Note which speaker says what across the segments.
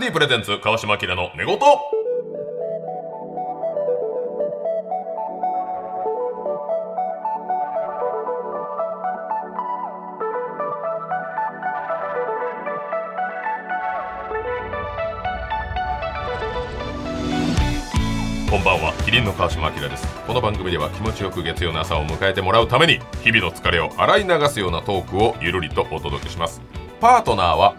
Speaker 1: D プレゼンツ川島明の寝言こんばんはキリンの川島明ですこの番組では気持ちよく月曜の朝を迎えてもらうために日々の疲れを洗い流すようなトークをゆるりとお届けしますパートナーは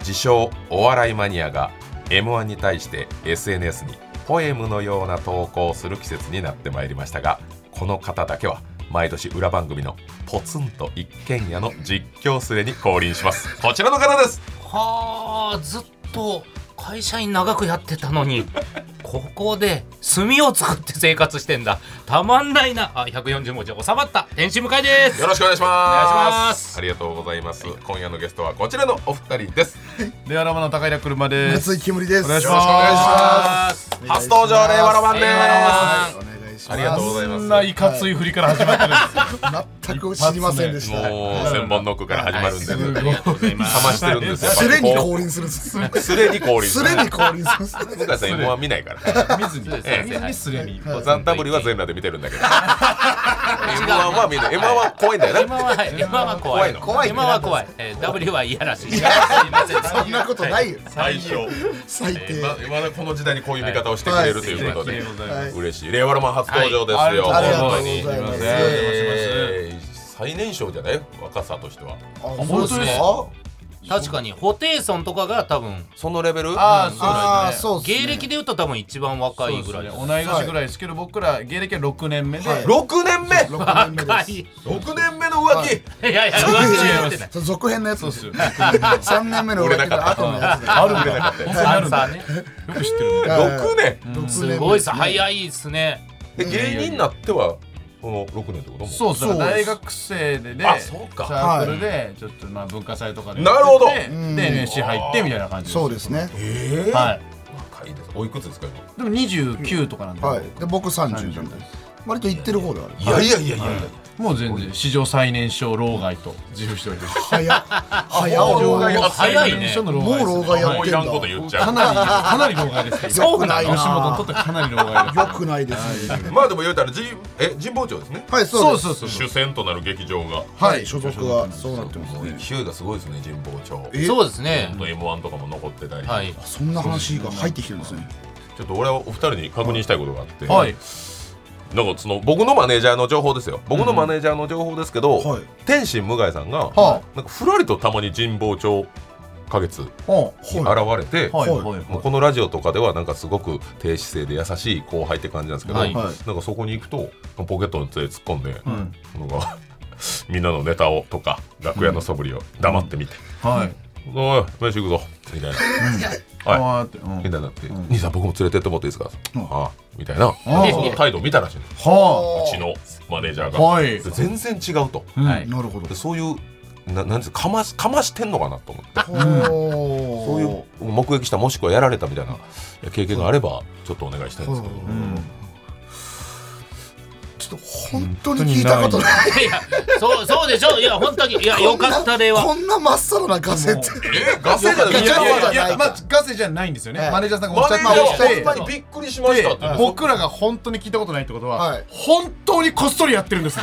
Speaker 1: 自称お笑いマニアが m 1に対して SNS にポエムのような投稿をする季節になってまいりましたがこの方だけは毎年裏番組のポツンと一軒家の実況すれに降臨しますこちらの方です
Speaker 2: はあずっと会社員長くやってたのにここで炭を作って生活してんだたまんないなあ140文字収まった天使向井です
Speaker 1: よろしくお願いします
Speaker 2: お願いします
Speaker 1: ありがとうございます、今夜のゲストはこちらのお二人です
Speaker 3: レアラマの高平車です。
Speaker 4: 松井きむりです。。
Speaker 3: お願いし
Speaker 1: よろ
Speaker 3: ま
Speaker 1: し
Speaker 3: す
Speaker 1: くお願いします初登場令和ロマンです
Speaker 2: 令和ロマ
Speaker 4: お願いします。
Speaker 1: ありがとうござい
Speaker 3: そ
Speaker 1: ます
Speaker 3: んないかつい振りから始まってる
Speaker 4: 全く知りませんでし
Speaker 1: も
Speaker 4: た。は
Speaker 1: う千本ノックから始まるんで、
Speaker 3: んです
Speaker 1: 冷
Speaker 3: よ。すごい。冷ま
Speaker 1: ましてるんですよ
Speaker 4: いすれに
Speaker 1: こ
Speaker 4: 降臨するんです。
Speaker 1: うすれに降臨
Speaker 4: すれに降臨するんです。
Speaker 1: 向井さん M1 見ないから
Speaker 3: 水に。
Speaker 1: ええ
Speaker 3: 水にすれに。
Speaker 4: はい
Speaker 1: ザンタブリは全裸で見てるんだけど M1 は見ない M1 は怖いんだよ
Speaker 2: 今
Speaker 1: な
Speaker 2: ははい今は怖い
Speaker 4: 怖いの
Speaker 2: 今は怖い、えー W はいやらしいいやすいません
Speaker 4: そんなことないよ。
Speaker 1: 最初
Speaker 4: 最低。
Speaker 1: 今今のこの時代にこういう見方をしてくれるということで
Speaker 4: はい。
Speaker 1: 嬉しい令和ロマン初登場ですよ、
Speaker 3: はい
Speaker 4: ありがと
Speaker 1: 本
Speaker 4: うご
Speaker 1: 当
Speaker 4: ざ
Speaker 1: に
Speaker 4: います。
Speaker 1: えー最年少じゃない若さとしては
Speaker 4: あ、そうですか。
Speaker 2: 確かにホテイソンとかが多分
Speaker 1: そのレベル
Speaker 3: あ
Speaker 4: あ
Speaker 3: あ、
Speaker 4: あ、
Speaker 3: そう
Speaker 4: そうですね。
Speaker 2: 芸歴で言うと多分一番
Speaker 3: で
Speaker 2: 若
Speaker 3: すね。
Speaker 2: いぐらい
Speaker 3: そうですね同い年ぐらいですけど、僕ら芸歴は六年目で。
Speaker 4: はい
Speaker 1: 6年目
Speaker 4: 六年目
Speaker 2: 若
Speaker 4: で
Speaker 2: いい
Speaker 1: 6年目の浮気
Speaker 2: やいや浮気は言ってない
Speaker 4: す。そう続編のやつ
Speaker 3: そう
Speaker 4: で
Speaker 3: っ
Speaker 4: す
Speaker 3: す
Speaker 4: よ
Speaker 3: よ。。
Speaker 4: 三年目の
Speaker 1: 売れ
Speaker 4: 裏
Speaker 1: なかった
Speaker 4: 後のやつで。
Speaker 3: あるんだよ。
Speaker 2: サンサーね
Speaker 3: よく知ってるね。
Speaker 4: はい
Speaker 1: 6年
Speaker 4: 六年目です
Speaker 2: すごいさ早いですね
Speaker 1: で芸人になってはこの6年ってこと
Speaker 3: そうそう。
Speaker 4: そうです
Speaker 3: 大学生でね。
Speaker 1: あそうか
Speaker 3: サークルで、ちょっとまあ文化祭とかで。
Speaker 1: なるほど
Speaker 3: で
Speaker 4: うん
Speaker 3: で、NSC 入ってみたいな感じす
Speaker 4: そうです。ね。
Speaker 1: ええ
Speaker 3: はい。
Speaker 1: 若いですおいくつですか今
Speaker 3: でも二十九とかなんで。
Speaker 4: はい。で、僕三十
Speaker 3: 30
Speaker 4: じゃ
Speaker 3: 代
Speaker 4: ない割と言ってる方ではある。
Speaker 1: いやいやいやいや、
Speaker 3: もう全然史上最年少老害と自負しております。
Speaker 4: 早っ。早
Speaker 1: もう老害
Speaker 4: っ。
Speaker 1: や
Speaker 2: 早いね
Speaker 3: 最年少の
Speaker 4: もう老害や
Speaker 1: も
Speaker 4: っ
Speaker 1: う
Speaker 4: て
Speaker 1: い
Speaker 4: ん
Speaker 1: ら
Speaker 4: だ。
Speaker 1: んこと言っちゃ
Speaker 3: か
Speaker 1: う
Speaker 3: なりかなり老害ですけど。
Speaker 4: そうないな
Speaker 3: 吉本にとってはかなり老害
Speaker 4: 良くないですね。
Speaker 1: まあでも言うたらじえ神保町ですね
Speaker 4: はい、
Speaker 3: そ
Speaker 4: そう
Speaker 3: う
Speaker 4: です
Speaker 3: そうそう
Speaker 1: 主戦となる劇場が
Speaker 4: はい、所属はそうなってますね。
Speaker 1: 勢いがすごいですね神保町
Speaker 4: え
Speaker 2: そうですね
Speaker 1: ほんと m 1とかも残ってたり、
Speaker 2: はい
Speaker 4: そんな話が入ってきてるんですね。
Speaker 1: ちょっと俺はお二人に確認したいことがあって、
Speaker 3: はい
Speaker 1: なんかその僕のマネージャーの情報ですよ僕のマネージャーの情報ですけど、
Speaker 4: はい
Speaker 1: 天心向井さんが、
Speaker 3: は
Speaker 1: なんかふらりとたまに神保町花月現
Speaker 3: あは
Speaker 1: れて、
Speaker 3: あはい
Speaker 4: はい
Speaker 3: はい
Speaker 1: もうこのラジオとかではなんかすごく低姿勢で優しい後輩って感じなんですけど、
Speaker 2: はい
Speaker 4: はい
Speaker 1: なんかそこに行くとポケットに手突っ込んで、
Speaker 3: ん
Speaker 1: なんかみんなのネタをとか楽屋の素振りを黙ってみて
Speaker 3: はい
Speaker 1: 「おい飯行くぞ」みたいなはい
Speaker 3: はいってうん
Speaker 1: みんなになって「兄さん僕も連れてってもらっていいですか
Speaker 4: うん
Speaker 1: ああ」みたいなその態度を見たらしいのう
Speaker 3: は
Speaker 1: ちのマネージャー
Speaker 3: あ
Speaker 1: が。
Speaker 3: はい
Speaker 1: で全然違うと
Speaker 3: うん
Speaker 2: はい
Speaker 4: なるほど
Speaker 1: で。そういうななんですかましかましてんのかなと思って。そ
Speaker 4: そう
Speaker 1: いう。目撃したもしくはやられたみたいな経験があればちょっとお願いしたいんですけど、
Speaker 3: うん
Speaker 4: ちょっと本当に聞いたことない。
Speaker 2: いやそうそうでしょいや本当にいやよかった令和
Speaker 4: こんな真っさらなガセって。
Speaker 1: えガセじゃ
Speaker 3: いやいやい
Speaker 1: な
Speaker 3: や
Speaker 1: い
Speaker 3: いやまあガセじゃないんですよね
Speaker 4: はい
Speaker 3: マネージャーさんがお
Speaker 1: マ
Speaker 3: っし
Speaker 1: ネ
Speaker 3: ゃ
Speaker 1: ー
Speaker 3: っ
Speaker 1: ジャーは本
Speaker 3: てて
Speaker 1: 当にびっくりしましたって
Speaker 3: で僕らが本当に聞いたことないってこと
Speaker 4: は
Speaker 3: はい本当にこっそりやってるん ですよ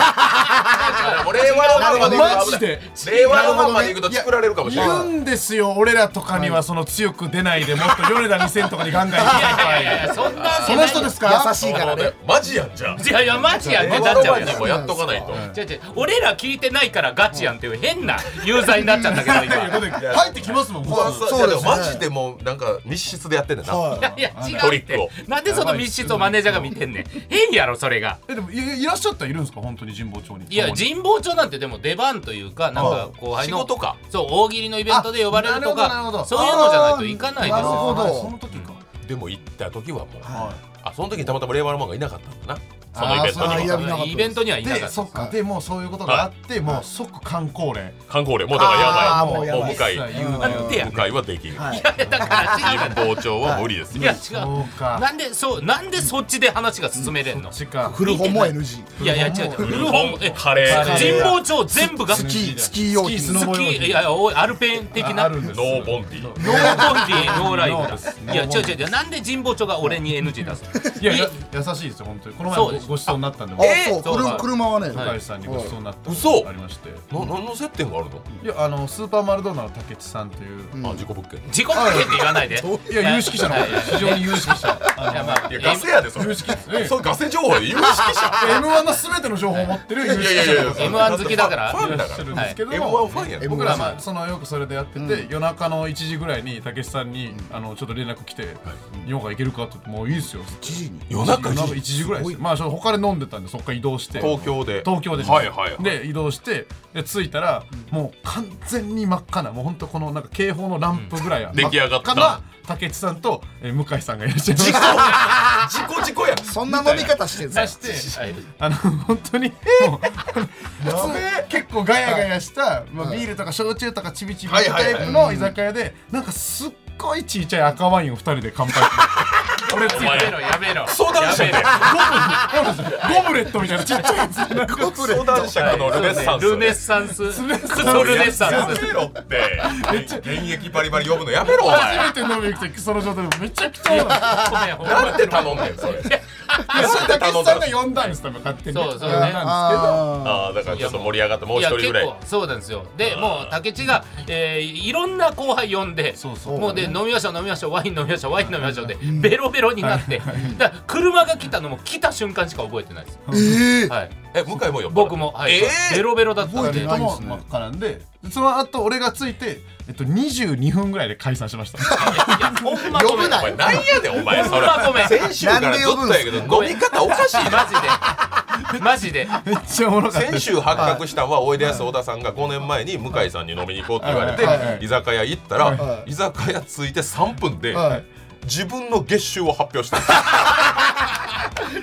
Speaker 1: 令和ロマンまで
Speaker 3: マジで
Speaker 1: 令和ロマンまで行くと作られるかもし
Speaker 3: い
Speaker 1: れない
Speaker 3: るんですよ俺らとかにはその強く出ないでもっと米田2000とかにガンガン行き
Speaker 2: いやい
Speaker 3: た
Speaker 2: やい
Speaker 3: い
Speaker 2: やそんな
Speaker 3: その人ですか
Speaker 4: 優しいからね。
Speaker 1: マジやんじゃあ
Speaker 2: いやいやマジやんっ
Speaker 1: 令
Speaker 2: て
Speaker 1: 和
Speaker 2: なっ
Speaker 1: ロ
Speaker 2: ちゃ
Speaker 1: マ
Speaker 2: う
Speaker 1: ン
Speaker 2: よ
Speaker 1: にもやっとかないと
Speaker 2: 違う違う俺ら聞いてないからガチやんっていう変な有罪になっちゃったけど今い
Speaker 3: 入ってきますもん僕
Speaker 1: まあ
Speaker 3: は
Speaker 1: そう
Speaker 4: そう
Speaker 1: いやで
Speaker 4: で
Speaker 1: も
Speaker 4: すね
Speaker 1: マジでもうなんか密室でやってんだな
Speaker 4: は
Speaker 2: や違
Speaker 1: ト
Speaker 2: う
Speaker 1: リッ
Speaker 2: っ
Speaker 1: ク
Speaker 2: て
Speaker 1: を
Speaker 2: なんでその密室をマネージャーが見てんねん変やろそれが
Speaker 3: えでもいいらっしゃったらいるんですか本当に神保町に
Speaker 2: いや
Speaker 3: 共に
Speaker 2: 神保町なんてでも出番というかなんか後輩
Speaker 1: 仕
Speaker 2: の
Speaker 1: 事か
Speaker 2: そう大喜利のイベントで呼ばれると
Speaker 3: あなるほどな
Speaker 2: か
Speaker 3: るほ
Speaker 2: そ
Speaker 3: ど
Speaker 2: ういうのじゃないと行かないです
Speaker 4: なるほ
Speaker 2: よ
Speaker 4: ど
Speaker 3: その時か
Speaker 1: でも行った時はもう
Speaker 3: は
Speaker 1: あその時にたまたま令和ロマンがいなかったんだなそのイベント
Speaker 4: あー
Speaker 1: に
Speaker 4: い
Speaker 1: は
Speaker 4: や見なかったです
Speaker 2: イベントにはいなか
Speaker 3: で
Speaker 2: った
Speaker 3: そっかでもうそういうことがあってもう即観光令
Speaker 1: 観光令もうだからや
Speaker 4: あー
Speaker 1: ばい
Speaker 4: もうやばい
Speaker 1: お迎え
Speaker 3: 一切言うなよ
Speaker 2: なんでやねん
Speaker 1: 向かいはできん
Speaker 4: はい
Speaker 2: だから違う
Speaker 1: 神保町は無理です
Speaker 2: い
Speaker 1: よ
Speaker 2: や違
Speaker 3: そう
Speaker 2: う
Speaker 3: か
Speaker 2: なんでそうなんでそっちで話が進めれんの
Speaker 3: そっちか
Speaker 4: 古本も NG
Speaker 2: いやいや違う違う
Speaker 1: 古
Speaker 2: 古
Speaker 1: 本
Speaker 2: 本え
Speaker 1: カレ
Speaker 3: カレ
Speaker 1: ー
Speaker 3: ー
Speaker 2: 神保町全部が
Speaker 4: ス
Speaker 2: 好
Speaker 4: キ
Speaker 2: き
Speaker 4: ースキー用
Speaker 3: スキースノ
Speaker 4: 品
Speaker 3: ボ
Speaker 2: いやおいアルペン的
Speaker 3: あ
Speaker 2: な
Speaker 3: あるんです
Speaker 1: ノーボンティー
Speaker 2: ノーボンディ ーノーライ
Speaker 3: ノーで
Speaker 2: フ
Speaker 3: す
Speaker 2: だいや違う違う違うなんで神保町が俺に NG 出す
Speaker 3: いやいや優しいですよ本当にこの前
Speaker 2: そう
Speaker 3: ご
Speaker 2: です
Speaker 3: ごちそうになったんで
Speaker 4: あ
Speaker 3: 僕
Speaker 2: えー
Speaker 4: そう
Speaker 2: そう
Speaker 4: 車車はね
Speaker 3: 高橋さんにごちそうになった
Speaker 1: 嘘
Speaker 3: がありましてい
Speaker 1: な何の接点があるの
Speaker 3: やあのスーパーマルドーナの竹内さんという
Speaker 4: うん
Speaker 1: あ事故物件
Speaker 2: 自己物件って言わないで
Speaker 3: いや有識者の方です非常に有識者あの
Speaker 2: いやまあ
Speaker 1: いやガセやでそれ
Speaker 3: 有識者です
Speaker 1: そうガセ情報で有識者
Speaker 3: M1 のすべての情報を持ってる有識者の方
Speaker 2: M1 好きだから
Speaker 1: ファン
Speaker 3: いら
Speaker 1: だ
Speaker 3: っ
Speaker 1: か
Speaker 3: し
Speaker 1: ら
Speaker 3: ゃるんですけど
Speaker 1: M1
Speaker 3: も、
Speaker 1: ファンやね
Speaker 3: 僕らは
Speaker 2: う
Speaker 3: ま
Speaker 2: ん
Speaker 3: あそのよくそれでやってて、
Speaker 4: うん
Speaker 3: 夜中の1時ぐらいにたけしさんに、あのちょっと連絡来て「日本が行けるか?」って言って「もういいですよ」
Speaker 4: 1時に
Speaker 1: 夜中
Speaker 3: 1
Speaker 1: 1時
Speaker 3: 時ぐらいですまあちょっと他で飲んでたんでそっから移動して
Speaker 1: 東京で
Speaker 3: 東京です、
Speaker 1: はいはいはい
Speaker 3: で移動してで着いたら、もう完全に真っ赤なもうほんとこのなんか警報のランプぐらい、
Speaker 1: 出来上がった
Speaker 3: 真赤な竹内さんと、えー向井さんがいらっしゃいまし
Speaker 1: 事
Speaker 3: た
Speaker 1: 故事故事故や
Speaker 4: そんな飲み方してんす
Speaker 3: 出
Speaker 4: か
Speaker 3: して
Speaker 2: はい
Speaker 3: あの本当にもう普通結構ガヤガヤした、まあ、ビールとか焼酎とかちびちび
Speaker 1: はいはいはい
Speaker 3: タイプの居酒屋でなんかすっごいちいちゃい赤ワインを2人で乾杯して俺つい
Speaker 1: お前
Speaker 2: やめろやめろ
Speaker 1: 相談者
Speaker 2: やめろ
Speaker 3: ゴブレットみたいなちっちゃいやつなんか
Speaker 1: 相談者このルネッサンス
Speaker 2: ルネッサンスクソルネッサン
Speaker 1: や
Speaker 2: ス
Speaker 1: めろって現役バリバリ呼ぶのやめろお前
Speaker 3: 初めて飲みに行く時その状態でめちゃくちゃ嫌なんです
Speaker 2: ごめんほんま
Speaker 1: なんで頼んでんそれ
Speaker 3: よそれ
Speaker 1: なんで
Speaker 3: 竹
Speaker 1: 頼んだ
Speaker 3: 内さ
Speaker 1: の
Speaker 3: んが呼んだんです多分勝手に
Speaker 2: そうそうね
Speaker 4: あ
Speaker 1: ああだからちょっと盛り上がってもう
Speaker 2: い
Speaker 1: 一
Speaker 2: や
Speaker 1: 人
Speaker 2: 結
Speaker 1: ぐらい
Speaker 2: 構そうなんですよでもう竹地が、えー、いろんな後輩呼んで
Speaker 3: そうそう
Speaker 2: もうで飲みましょう飲みましょうワイン飲みましょうワイン飲みましょうでベロベロになってだから車が来たのも来た瞬間しか覚えてないです、
Speaker 4: ーええ
Speaker 2: はい、
Speaker 1: え向井もよ
Speaker 2: 僕も、はい
Speaker 1: え
Speaker 2: ベロベロだった
Speaker 3: 二
Speaker 2: ん
Speaker 4: 覚え
Speaker 2: で
Speaker 4: て
Speaker 3: 人
Speaker 4: な
Speaker 3: と
Speaker 4: い
Speaker 3: も真っ赤なんでその後俺がついて、えっと、22分ぐらいで解散しました
Speaker 2: いやほんまごめ
Speaker 4: 呼ぶ
Speaker 2: ん
Speaker 1: お
Speaker 4: な
Speaker 1: 前なんやでお前そ
Speaker 2: ほんまごめん
Speaker 1: れ先週からずっとやけど
Speaker 2: ご
Speaker 1: 飲
Speaker 2: めん
Speaker 1: み方おかしいな
Speaker 2: マジでマジで
Speaker 3: めっちゃおもろかった
Speaker 1: 先週発覚したのはおいでやす小田さんが5年前に向井さんに飲みに行こうって言われて
Speaker 3: はいはいはい
Speaker 1: 居酒屋行った
Speaker 4: は
Speaker 1: ら
Speaker 4: い
Speaker 1: 居酒屋着いて3分で
Speaker 4: は
Speaker 1: 自分の月収を発表した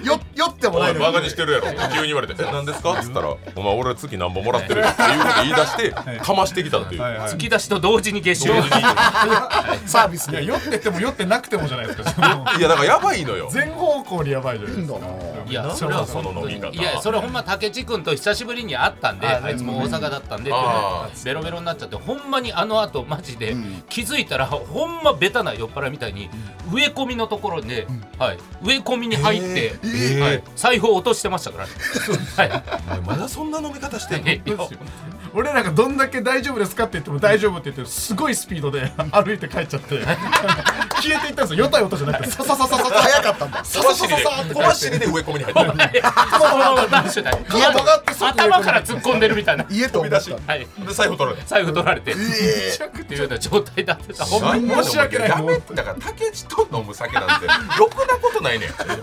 Speaker 4: いよ酔っても
Speaker 1: お
Speaker 4: ない
Speaker 1: 前
Speaker 4: の
Speaker 1: バカにしてるやろ急に言われて「え何ですか?」っつったら「お前俺月何本もらってる」っていうこと言い出してかましてきたっていう
Speaker 3: はいはい
Speaker 2: 突き出しと同時に月収
Speaker 1: 同時に
Speaker 4: サービス
Speaker 3: い
Speaker 4: で
Speaker 3: や
Speaker 4: い
Speaker 3: 酔ってても酔ってなくてもじゃないですかその
Speaker 1: いやだからやばいのよ
Speaker 3: 全方向にやばいじゃないですか
Speaker 4: いんだない
Speaker 2: や
Speaker 1: なん
Speaker 2: それは
Speaker 1: だその飲み方
Speaker 2: いやそれほんま竹地君と久しぶりに会ったんで
Speaker 3: あ
Speaker 2: あいつも大阪だったんでって
Speaker 1: あ
Speaker 2: ベロベロになっちゃってほんまにあのあとマジで
Speaker 4: ん
Speaker 2: 気づいたらほんまベタな酔っ払いみたいに植え込みのところで、はい、植え込みに入って、
Speaker 1: え
Speaker 2: は
Speaker 1: ー
Speaker 2: い、財布を落としてましたから、は
Speaker 1: お前まだそんな飲み方してんの
Speaker 2: い、いや
Speaker 3: 俺らがどんだけ大丈夫ですかって言っても大丈夫って言ってすごいスピードで 歩いて帰っちゃって消えていったんですよよたよたじゃなくてさささささ
Speaker 4: 早かったんだ
Speaker 1: 小走りで小走りで植え込みに入った
Speaker 2: そ のままダッシュだよ
Speaker 4: いや曲がって外へ
Speaker 2: 頭から突っ込んでるみたいな、
Speaker 4: 家と思ったんだ
Speaker 2: はい、
Speaker 1: で最後取られた
Speaker 2: 財布取られて、
Speaker 4: ええ
Speaker 2: っていうような状態だったほんまに
Speaker 1: 申
Speaker 3: 申し訳ない
Speaker 1: やめだから竹内と飲む酒なんてろくなことないねん
Speaker 2: そうです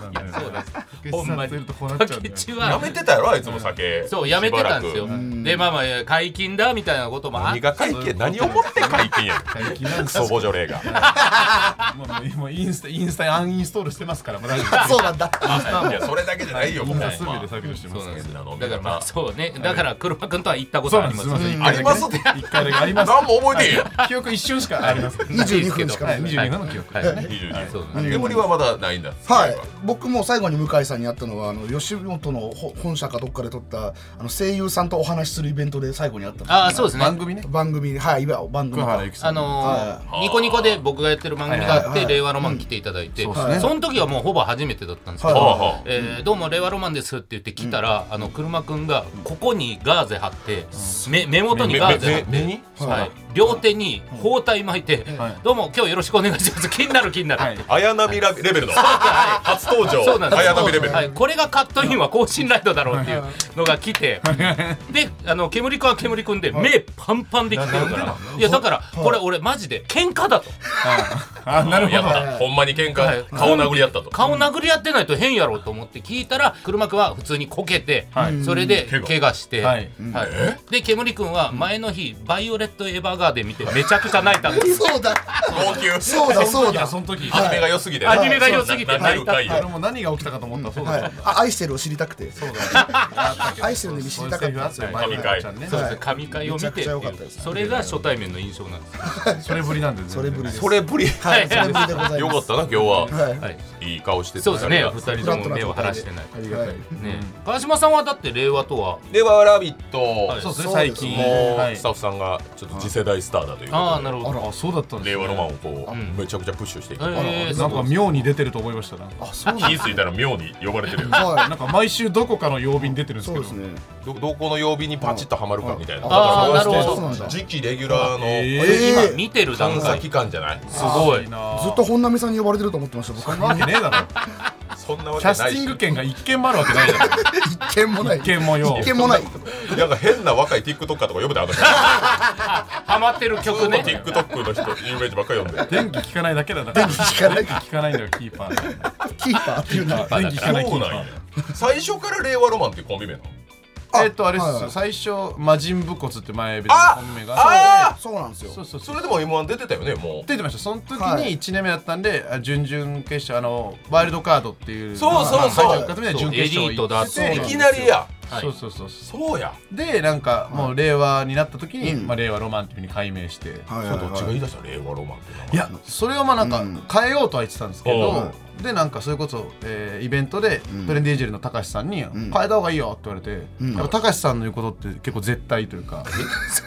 Speaker 2: ほ
Speaker 3: ほ
Speaker 2: ん
Speaker 3: ん
Speaker 2: ま
Speaker 3: ま
Speaker 2: に
Speaker 3: に
Speaker 2: 竹地
Speaker 1: や
Speaker 2: は
Speaker 1: めてたやろあいつも酒
Speaker 2: そうやめてたんですよ
Speaker 1: しばらく
Speaker 2: でまあまあ解禁だみたいなこともあっ
Speaker 1: 何
Speaker 2: て
Speaker 1: が解禁何をもって解禁やね
Speaker 3: 最近な
Speaker 1: ん
Speaker 3: んで
Speaker 1: ク
Speaker 3: す
Speaker 1: ソボジョレーが
Speaker 3: もうもうインスタインスタにアンインストールしてますからもう大丈夫
Speaker 4: そうなんだ
Speaker 1: いやそれだけじゃないよ
Speaker 3: み
Speaker 1: も
Speaker 3: ん
Speaker 1: う
Speaker 3: なすべて削除してます
Speaker 1: 変な飲み方
Speaker 2: だからまあそうねだから黒羽君とは行ったことはあります
Speaker 3: そうなんですすいま
Speaker 1: ありますって
Speaker 3: 一回だけありま
Speaker 1: 何
Speaker 3: す
Speaker 1: も覚えてへんやん
Speaker 3: 記憶一瞬しかありますけど
Speaker 4: 22分しか
Speaker 3: はい
Speaker 4: な
Speaker 3: 22
Speaker 4: い
Speaker 3: 分の記憶
Speaker 2: はい
Speaker 1: 22
Speaker 2: そう
Speaker 1: うん煙はまだないんだ
Speaker 4: はい、僕も最後に向井さんに会ったのはあの吉本のほ本社かどっかで撮ったあの声優さんとお話しするイベントで最後に会った
Speaker 2: ああそうですね
Speaker 3: 番組ね
Speaker 4: 番組はい今番組
Speaker 3: 桑原由紀さん
Speaker 2: あの
Speaker 1: は
Speaker 2: ー
Speaker 1: い
Speaker 2: ニコニコで僕がやってる番組があっ
Speaker 4: はいはい
Speaker 2: て「
Speaker 4: はい
Speaker 2: 令和ロマン」来ていただいて
Speaker 3: うん
Speaker 2: そ
Speaker 3: そう
Speaker 4: ですね
Speaker 2: の時はもうほぼ初めてだったんですけ
Speaker 1: は
Speaker 4: は
Speaker 1: あ
Speaker 2: ど
Speaker 4: い
Speaker 1: はあ
Speaker 2: えー「どうも令和ロマンです」って言って来たらあの車くんがここにガーゼ貼って目目元にガーゼ貼っ
Speaker 1: 目目目
Speaker 2: てはい両手に包帯巻いて
Speaker 3: はい
Speaker 2: 「どうも今日よろしくお願いします」気になる気になる
Speaker 3: はい
Speaker 1: 綾波ラレベルの初登
Speaker 2: そうなん
Speaker 1: 場
Speaker 2: です
Speaker 1: 綾波レベル
Speaker 2: はい、これがカットインは更新ライトだろうっていうのが来てであの煙くんは煙くんで目パンパンで来てるからいやだからこれ俺マジで喧嘩だと
Speaker 3: あなるほ
Speaker 1: やっ
Speaker 3: ど
Speaker 1: ぱほんまに喧嘩顔殴り合ったと
Speaker 2: 顔殴り合ってないと変やろうと思って聞いたら車幕は普通にこけて、
Speaker 3: はい
Speaker 2: それで
Speaker 1: 怪我
Speaker 2: 怪我して、
Speaker 3: は
Speaker 2: はいいで煙くんは前の日「バイオレット・エヴァーガーデン」見てめちゃくちゃ泣いたんです
Speaker 4: そうだ
Speaker 1: 号泣
Speaker 4: そうだそうだ
Speaker 3: その時
Speaker 1: アニメが良すぎて
Speaker 2: アニメが良すぎて
Speaker 1: 泣る回
Speaker 3: あ
Speaker 1: よ
Speaker 3: れも何が起きたかと思ったらそう
Speaker 4: はい
Speaker 3: だ
Speaker 4: あ愛してるを知りたくて
Speaker 3: そうだ
Speaker 4: 愛してるのに知りたかったんですよ
Speaker 3: そういうセリフあったよ前々ちゃ
Speaker 2: そ
Speaker 3: ん
Speaker 2: う
Speaker 3: ね
Speaker 2: です神回を見てってい
Speaker 4: めちゃくちゃ良
Speaker 2: う
Speaker 4: かったです
Speaker 2: それが初対面の印象なんです、
Speaker 3: それぶりなんでそ
Speaker 4: それぶりです
Speaker 1: それぶり
Speaker 4: はいそれぶりでござい
Speaker 1: よ
Speaker 4: ます
Speaker 1: かったな今日は
Speaker 4: はい
Speaker 2: はい、
Speaker 1: いい顔してて
Speaker 2: そうですね
Speaker 1: あり
Speaker 2: 二
Speaker 1: がとう
Speaker 2: 人とも目を晴らしてない、
Speaker 3: ありがたい
Speaker 2: ね、川島さんはだって令和とは
Speaker 1: ではラビッ
Speaker 2: は
Speaker 1: ト
Speaker 2: い
Speaker 3: そうですね
Speaker 4: そう
Speaker 3: 最
Speaker 4: です
Speaker 3: 近
Speaker 1: も
Speaker 3: は
Speaker 1: う
Speaker 3: い
Speaker 1: スタッフさんがちょっと次世代スターだという
Speaker 2: あ
Speaker 1: こ
Speaker 2: あなるほ
Speaker 3: あ
Speaker 2: ど
Speaker 3: らあそうだったん
Speaker 1: と
Speaker 3: で
Speaker 1: です令
Speaker 3: ね
Speaker 1: 和ロマンをこ
Speaker 2: うん
Speaker 1: うめちゃくちゃプッシュしていく
Speaker 2: へえ
Speaker 3: なんか妙に出てると思いましたな
Speaker 4: あそう
Speaker 1: 気づいたら妙に呼ばれてるよね
Speaker 4: は
Speaker 3: なんか毎週どこかの曜日に出てるん
Speaker 4: い
Speaker 3: です
Speaker 4: そ
Speaker 3: け
Speaker 4: う
Speaker 3: ど
Speaker 4: ですね
Speaker 1: どどこの曜日にパチッとはまるかみたいな
Speaker 2: あー
Speaker 1: だから
Speaker 2: なる
Speaker 4: ほどそうなんだ
Speaker 1: 次期レギュラーの
Speaker 3: え
Speaker 4: え
Speaker 3: ー
Speaker 4: ー
Speaker 2: 今見てる段
Speaker 1: 監査
Speaker 2: 階
Speaker 1: 期間じゃない
Speaker 2: すごい
Speaker 3: いいなあ
Speaker 4: ずっと本並さんに呼ばれてると思ってました僕
Speaker 3: そんなわけねえだろ
Speaker 1: そんなわ
Speaker 3: キ
Speaker 1: けな
Speaker 3: ャ
Speaker 1: い
Speaker 3: ステ
Speaker 1: し
Speaker 3: ィング権が一件もあるわけないじゃん
Speaker 4: 一件もない
Speaker 3: 一件もよ
Speaker 4: 一件もない
Speaker 1: なんか変な若い TikToker とか呼ぶであの人
Speaker 2: ハマってる曲ね
Speaker 1: TikTok の人有名人ばっかり呼んで
Speaker 3: 電気聞かないだけだ な電気
Speaker 4: 聞かない
Speaker 3: 聞かないんだよキーパー
Speaker 4: キーパーっていうのは
Speaker 3: 電気聞かないキ
Speaker 1: そう
Speaker 3: ーパ
Speaker 1: なんや
Speaker 3: ー
Speaker 1: 最初から令和ロマンっていうコンビ名なの
Speaker 3: えっとあれっ
Speaker 4: はいは
Speaker 3: す
Speaker 4: い
Speaker 3: 最初魔人武骨って前別に
Speaker 1: あ
Speaker 3: 本名があ
Speaker 1: ああ
Speaker 4: そうなんですよ
Speaker 3: そうそうそ
Speaker 1: そうれでも M1 出てたよねもう
Speaker 3: 出てましたその時
Speaker 4: は
Speaker 3: に
Speaker 4: い
Speaker 3: 1年目だったんで、あ準々決勝あのワイルドカードっていう
Speaker 1: そうそうそう
Speaker 3: まあまあ最初の方で準決
Speaker 2: エリート
Speaker 3: 勝
Speaker 2: だ
Speaker 3: 行
Speaker 2: っ
Speaker 3: ってて
Speaker 4: そ
Speaker 1: い
Speaker 4: うなんで
Speaker 1: き
Speaker 4: す
Speaker 1: な
Speaker 4: よ
Speaker 1: りや
Speaker 2: はい
Speaker 3: そうそうそうそう
Speaker 1: そうや
Speaker 3: でなんかもう令和になった時に、
Speaker 4: うん
Speaker 3: まあ、令和ロマンっていうふうに改名して、
Speaker 4: はい
Speaker 1: それどっちが言
Speaker 4: い
Speaker 1: い出したの令和ロマンって名前
Speaker 3: いやそれをまあなんか
Speaker 4: うん
Speaker 3: 変えようとは言ってたんですけど
Speaker 1: は、
Speaker 3: でなんかそれこそ、えーイベントで
Speaker 4: うん
Speaker 3: トレンディエージェルの高橋さんに変えた方がいいよって言われて、
Speaker 4: うん
Speaker 3: やっぱ高橋さんの言うことって結構絶対というか、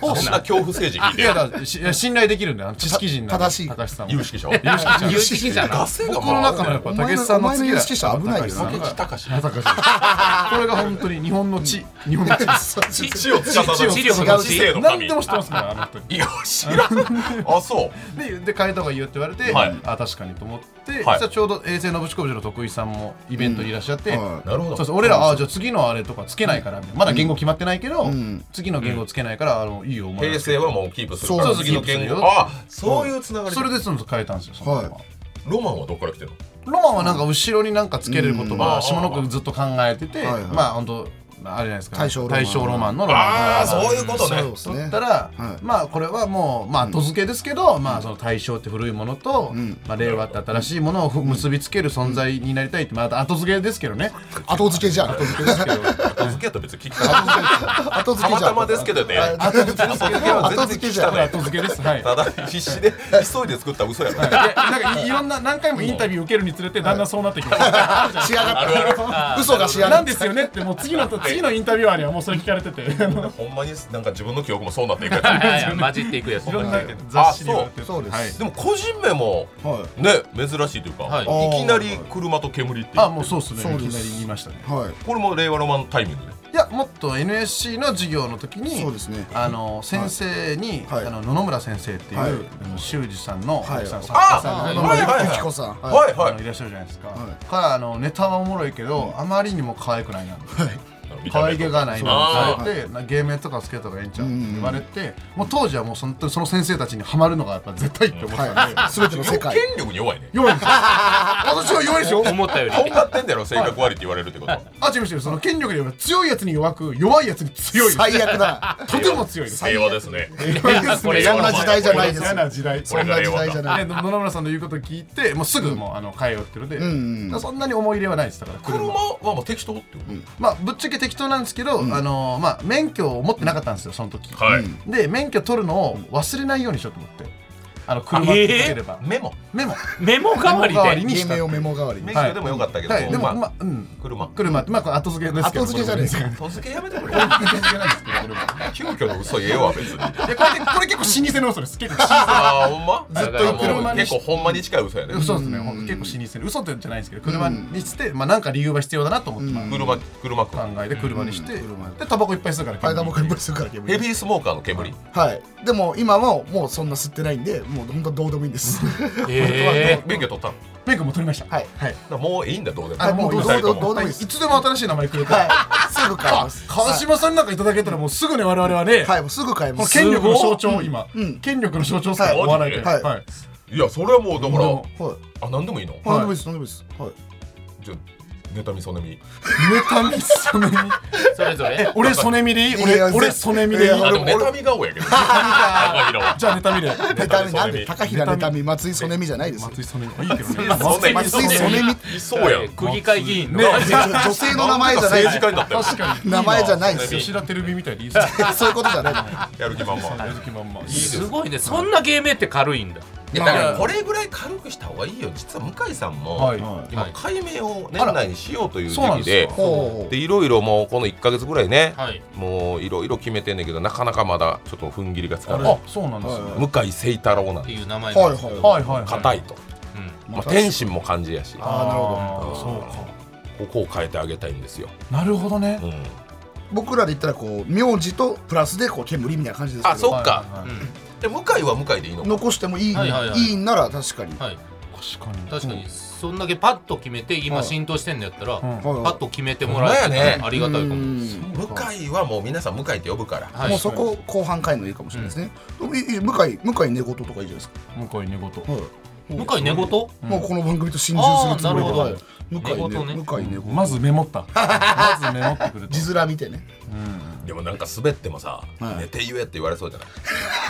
Speaker 2: そう
Speaker 1: そん
Speaker 2: な
Speaker 1: なん恐怖政治聞い
Speaker 3: い
Speaker 1: て
Speaker 3: や
Speaker 1: る
Speaker 3: だからしいや信頼できるんだよあの知識人なんで
Speaker 4: 正しい
Speaker 3: 高橋さんも
Speaker 1: 有識者
Speaker 3: 有識者
Speaker 2: 有識者な
Speaker 1: 出せが
Speaker 3: 僕の
Speaker 1: ま
Speaker 3: 中のや
Speaker 1: あ
Speaker 3: っぱたけしさんの次だ
Speaker 4: お前のお前の有識者危ないよ
Speaker 3: 高橋さ
Speaker 1: 竹内
Speaker 3: んが
Speaker 1: 隆
Speaker 3: 高橋さんこれが本当に日本の地日本 の地
Speaker 2: 知
Speaker 1: 知を司さ
Speaker 2: 知力
Speaker 1: る
Speaker 2: の知
Speaker 1: 知性の
Speaker 3: 何
Speaker 1: 神
Speaker 3: でも知ってますからあの人に
Speaker 1: いや知らんあそう
Speaker 3: でで変えた方がいいよって言われて、
Speaker 1: はい
Speaker 3: あ確かにと思って、
Speaker 1: い
Speaker 3: そしたらちょうど衛星のぶしこぶしの徳井さんもイベントにいらっしゃって、
Speaker 4: うんはい
Speaker 1: なるほ
Speaker 3: そう
Speaker 1: ど
Speaker 3: そう俺らあじゃあ次のあれとかつけないから、まだ言語決まってないけど、
Speaker 4: ん
Speaker 3: 次の言語つけないからあのいいよお前
Speaker 1: 平成はもうキープするか
Speaker 4: そ
Speaker 1: ら
Speaker 4: う
Speaker 1: 次の言
Speaker 3: キープす
Speaker 1: 語
Speaker 3: るよ
Speaker 1: あそういうつながり
Speaker 3: それでその変えたんですよそのまま
Speaker 4: は
Speaker 1: ロマンはどっから来てるの
Speaker 3: ロマンはなんか後ろになんかつけれる言葉、
Speaker 1: うん
Speaker 3: 下の句ずっと考えてて、
Speaker 4: はいはい
Speaker 3: まあ本当あれじゃないですか
Speaker 4: 大正ロマン
Speaker 3: 大正ロマンのロマン
Speaker 1: ああそう
Speaker 3: う
Speaker 1: いうことね
Speaker 4: そうです
Speaker 3: だ
Speaker 4: ね
Speaker 3: ったら、
Speaker 4: はい
Speaker 3: まあこれはもうまあ後付けですけど、まあその大正って古いものと、
Speaker 4: うん
Speaker 3: まあ、令和って新しいものをふ結びつける存在になりたいってまた後付けですけどね
Speaker 4: 後付けじゃん後付けじゃん
Speaker 1: 後付けやったら別に聞きたい
Speaker 4: 後付
Speaker 1: たま
Speaker 4: けじゃん
Speaker 1: たまですけどね
Speaker 4: 後付
Speaker 1: 後
Speaker 4: け
Speaker 1: 付けは全然
Speaker 4: 後付
Speaker 1: 聞
Speaker 4: け
Speaker 1: き
Speaker 4: じゃ
Speaker 1: た
Speaker 4: ん
Speaker 1: ない
Speaker 3: 後付けです はい
Speaker 1: ただ必死で急いで作った嘘やから
Speaker 3: でなんかいいろんな何回もインタビュー受けるにつれてだんだんそうなってきました、
Speaker 4: 仕上がった嘘が仕上
Speaker 3: な
Speaker 4: が
Speaker 3: ん
Speaker 4: っ
Speaker 3: ですよねってもう次の次のインタビュアーにはもうそれ聞かれてて い
Speaker 1: ほんまになんか自分の記憶もそうなっていく
Speaker 2: はい
Speaker 1: や
Speaker 2: はいはい混じっていくやつ
Speaker 3: ろんな
Speaker 2: はい
Speaker 3: 雑誌に言われて
Speaker 4: そうそうです
Speaker 3: はい
Speaker 1: つでも個人名も
Speaker 4: たは
Speaker 1: ね珍しいというか、
Speaker 2: はい
Speaker 1: い、きなり車と煙っていう
Speaker 3: あもうそうっすね
Speaker 4: そう
Speaker 3: い
Speaker 4: で
Speaker 3: き
Speaker 4: す
Speaker 3: なり言いましたね
Speaker 4: いはい
Speaker 1: これも令和ロマンタイミングで
Speaker 3: いやもっと NSC の授業の時に
Speaker 4: そうですね
Speaker 3: あの先生に、
Speaker 4: はい
Speaker 3: あの野々村先生っていう、
Speaker 4: はい
Speaker 3: あの修二さんの
Speaker 4: はい
Speaker 3: 奥さん、作
Speaker 1: あ
Speaker 3: 家
Speaker 1: あ
Speaker 3: さん
Speaker 1: はい
Speaker 3: の、
Speaker 1: はいはい
Speaker 4: ゆきこさん
Speaker 1: はい
Speaker 3: あ
Speaker 1: はい、
Speaker 3: のいらっしゃるじゃないですか、
Speaker 4: はい
Speaker 3: からあのネタはおもろいけど、あまりにも可愛くないな
Speaker 1: 見た
Speaker 3: 可
Speaker 1: 目
Speaker 3: 愛げがないな
Speaker 1: あー
Speaker 3: って言われてな芸名とかつけたらええんちゃうっ
Speaker 4: うんうんう
Speaker 3: て
Speaker 4: ん
Speaker 3: 言われてもう当時はもうそのその先生たちにはまるのがやっぱ絶対って思ってたんで、
Speaker 4: はいすべての世
Speaker 1: よ
Speaker 4: 界
Speaker 1: 権力に弱いね
Speaker 3: 弱いんですよ私は弱いですよ
Speaker 2: 思ったよ
Speaker 1: とん
Speaker 2: り
Speaker 1: がってんだよ性格悪いって言われるってこと、
Speaker 3: あ違う違うその権力で言えば強いやつに弱く弱いやつに強いです
Speaker 4: 最悪だ
Speaker 3: とても強いです
Speaker 1: 平和ですね
Speaker 3: 弱いですね
Speaker 2: これ
Speaker 4: そんな時代じゃないです
Speaker 3: 嫌な時代
Speaker 1: これ
Speaker 4: そんな時代じゃな
Speaker 3: ね
Speaker 4: い
Speaker 3: 野々村さんの言うこと聞いてもうすぐもうあの変えようっていうので、
Speaker 4: んうん
Speaker 3: だからそんなに思い入れはないですだから
Speaker 1: 車はまあ適当ってこと、
Speaker 3: まあぶっちゃけ適当なんですけど、あのまあ免許を持ってなかったんですよその時、
Speaker 1: はい、
Speaker 3: で免許取るのを忘れないようにしようと思ってあの車ってつければ、
Speaker 1: メモ
Speaker 3: メモ
Speaker 2: メモ代わり
Speaker 3: メモ代わり
Speaker 2: で
Speaker 3: に
Speaker 4: 芸名をメモ代わりに
Speaker 1: 免許でもよかったけど、
Speaker 3: はいでも
Speaker 1: まあ、
Speaker 3: まあうん
Speaker 1: 車
Speaker 3: 車ってまあこれ後付けですけど
Speaker 4: 後付けじゃないですか
Speaker 1: 後付けやめてくれよ
Speaker 3: 後付けなんですけどこれは
Speaker 1: 急遽の嘘言えよ別に
Speaker 3: いやこれこれ結構老舗の嘘です結構老舗
Speaker 1: ああほんま
Speaker 2: ずっと
Speaker 3: 車に
Speaker 1: 結構ほんまに近い嘘やね、
Speaker 3: 嘘ですね、ほんと結構老舗で嘘ってじゃないんですけど車にして、まあなんか理由は必要だなと思って、まあ
Speaker 1: 車車くん
Speaker 3: 考えて車にして、
Speaker 4: うん車
Speaker 3: でタバコいっぱい吸うから
Speaker 4: 階段も
Speaker 3: 煙
Speaker 4: いっぱいするから煙
Speaker 1: ヘビースモーカーの煙
Speaker 4: はいでも今はもうそんな吸ってないんでもう本当どうでもいいんです
Speaker 2: え
Speaker 1: 免許取ったのだか
Speaker 3: 免許も取りました
Speaker 4: はい
Speaker 3: はい、
Speaker 1: らもういいんだどうでも
Speaker 4: はいもうどう
Speaker 1: 二
Speaker 4: どう
Speaker 1: 人とも
Speaker 4: どうで
Speaker 3: はい、
Speaker 4: もい
Speaker 3: い
Speaker 4: いです
Speaker 3: つでも新しい名前くれた、
Speaker 4: はいすぐ買います
Speaker 3: 川島さんなんかいただけたらもうすぐね我々はね、
Speaker 4: はいもうすぐ買い
Speaker 3: こ
Speaker 4: ま
Speaker 3: の
Speaker 4: す
Speaker 3: 権力の象徴を今、
Speaker 4: うん
Speaker 3: 権力の象徴さ
Speaker 4: はい
Speaker 3: お笑いで、
Speaker 4: はい
Speaker 3: はい
Speaker 1: いやそれはもうだから
Speaker 3: も
Speaker 4: はい
Speaker 1: あ何でもいいの
Speaker 4: 何でもいいです何でもいいですはい
Speaker 1: じゃあ妬みそねみ
Speaker 3: 妬みソネミ
Speaker 2: それぞれ
Speaker 3: 俺ソネミでいい
Speaker 4: いやい
Speaker 3: 俺
Speaker 4: や
Speaker 3: 俺ソネミでいい
Speaker 4: いや
Speaker 1: あでも
Speaker 4: 俺
Speaker 1: 妬み顔やけど高平は
Speaker 3: じゃあ妬みで
Speaker 4: 妬みな
Speaker 1: 妬
Speaker 4: ん
Speaker 1: み
Speaker 4: で高平妬み松井曽根みじゃないですよ
Speaker 3: 松井ソネミいいけどね
Speaker 1: そねみ
Speaker 4: 松井
Speaker 1: そね
Speaker 4: 曽根み
Speaker 1: みいそうやん
Speaker 2: 区議会議員の
Speaker 3: ね
Speaker 4: 女女性の名前じゃない
Speaker 1: んか政治家になったよ
Speaker 3: 確かに
Speaker 4: 名前じゃないですよ
Speaker 3: 吉田照美みたいでいいっすね
Speaker 4: そういうことじゃないの
Speaker 1: やる気満々
Speaker 3: やる気満 々
Speaker 2: すごいねそんな芸名って軽いんだ
Speaker 1: いやだからこれぐらい軽くした方がいいよ実は向井さんも、
Speaker 3: はい
Speaker 1: 今
Speaker 2: はい
Speaker 1: 解明を年内にしようという時
Speaker 3: そうなん
Speaker 1: 期
Speaker 3: です
Speaker 1: で
Speaker 3: よ
Speaker 4: ほう
Speaker 1: でいろいろもうこの1か月ぐらいね、
Speaker 2: はい
Speaker 1: もういろいろ決めてんねんけどなかなかまだちょっと踏ん切りがつか
Speaker 3: あ
Speaker 1: ない
Speaker 3: れそうなんですよ
Speaker 1: 向井誠太郎なん
Speaker 2: って
Speaker 1: で
Speaker 2: いう名前
Speaker 4: は
Speaker 2: なん
Speaker 4: い
Speaker 2: ですけど
Speaker 3: はいはいはい
Speaker 1: 硬いと、
Speaker 2: うん
Speaker 1: まあ、天心も漢字やし
Speaker 4: あーなる
Speaker 3: あー
Speaker 1: ほど
Speaker 3: そう
Speaker 1: ここを変えてあげたいんですよ、
Speaker 3: かなるほどね
Speaker 1: うん
Speaker 4: 僕らで言ったらこう名字とプラスでこう煙みたいな感じですけど
Speaker 1: あそっか
Speaker 3: はいはいはい
Speaker 1: で向井は向井でいいの
Speaker 4: 残してもいい,、
Speaker 2: はい
Speaker 4: い
Speaker 2: はい
Speaker 4: い
Speaker 2: はい
Speaker 4: んなら確かに、
Speaker 2: はい
Speaker 3: 確かに
Speaker 2: 確かにそんだけパッと決めて今浸透してんのやったら
Speaker 3: うん
Speaker 2: パッと決めてもら
Speaker 1: ほんまや
Speaker 2: え
Speaker 1: ね
Speaker 2: てありがたいかも
Speaker 4: うん
Speaker 1: 向井はもう皆さん向井って呼ぶから、
Speaker 2: はい
Speaker 4: もうそこ後半回のいいかもしれないですね、いいいい向井向井寝言とかいいじゃないですか、
Speaker 3: 向井寝言
Speaker 2: 向井寝言
Speaker 3: うん
Speaker 4: もうこの番組と心中するつもりで
Speaker 2: あーな
Speaker 4: は
Speaker 2: る
Speaker 4: い向
Speaker 2: 寝
Speaker 4: 井
Speaker 2: 言ね
Speaker 4: ね向井寝言
Speaker 3: まずメモったまずメモってく れた
Speaker 4: 字面見てね
Speaker 3: うん
Speaker 1: でもなんか滑ってもさ、
Speaker 4: はい
Speaker 1: 寝て言えって言われそうじゃない
Speaker 3: いいじゃないです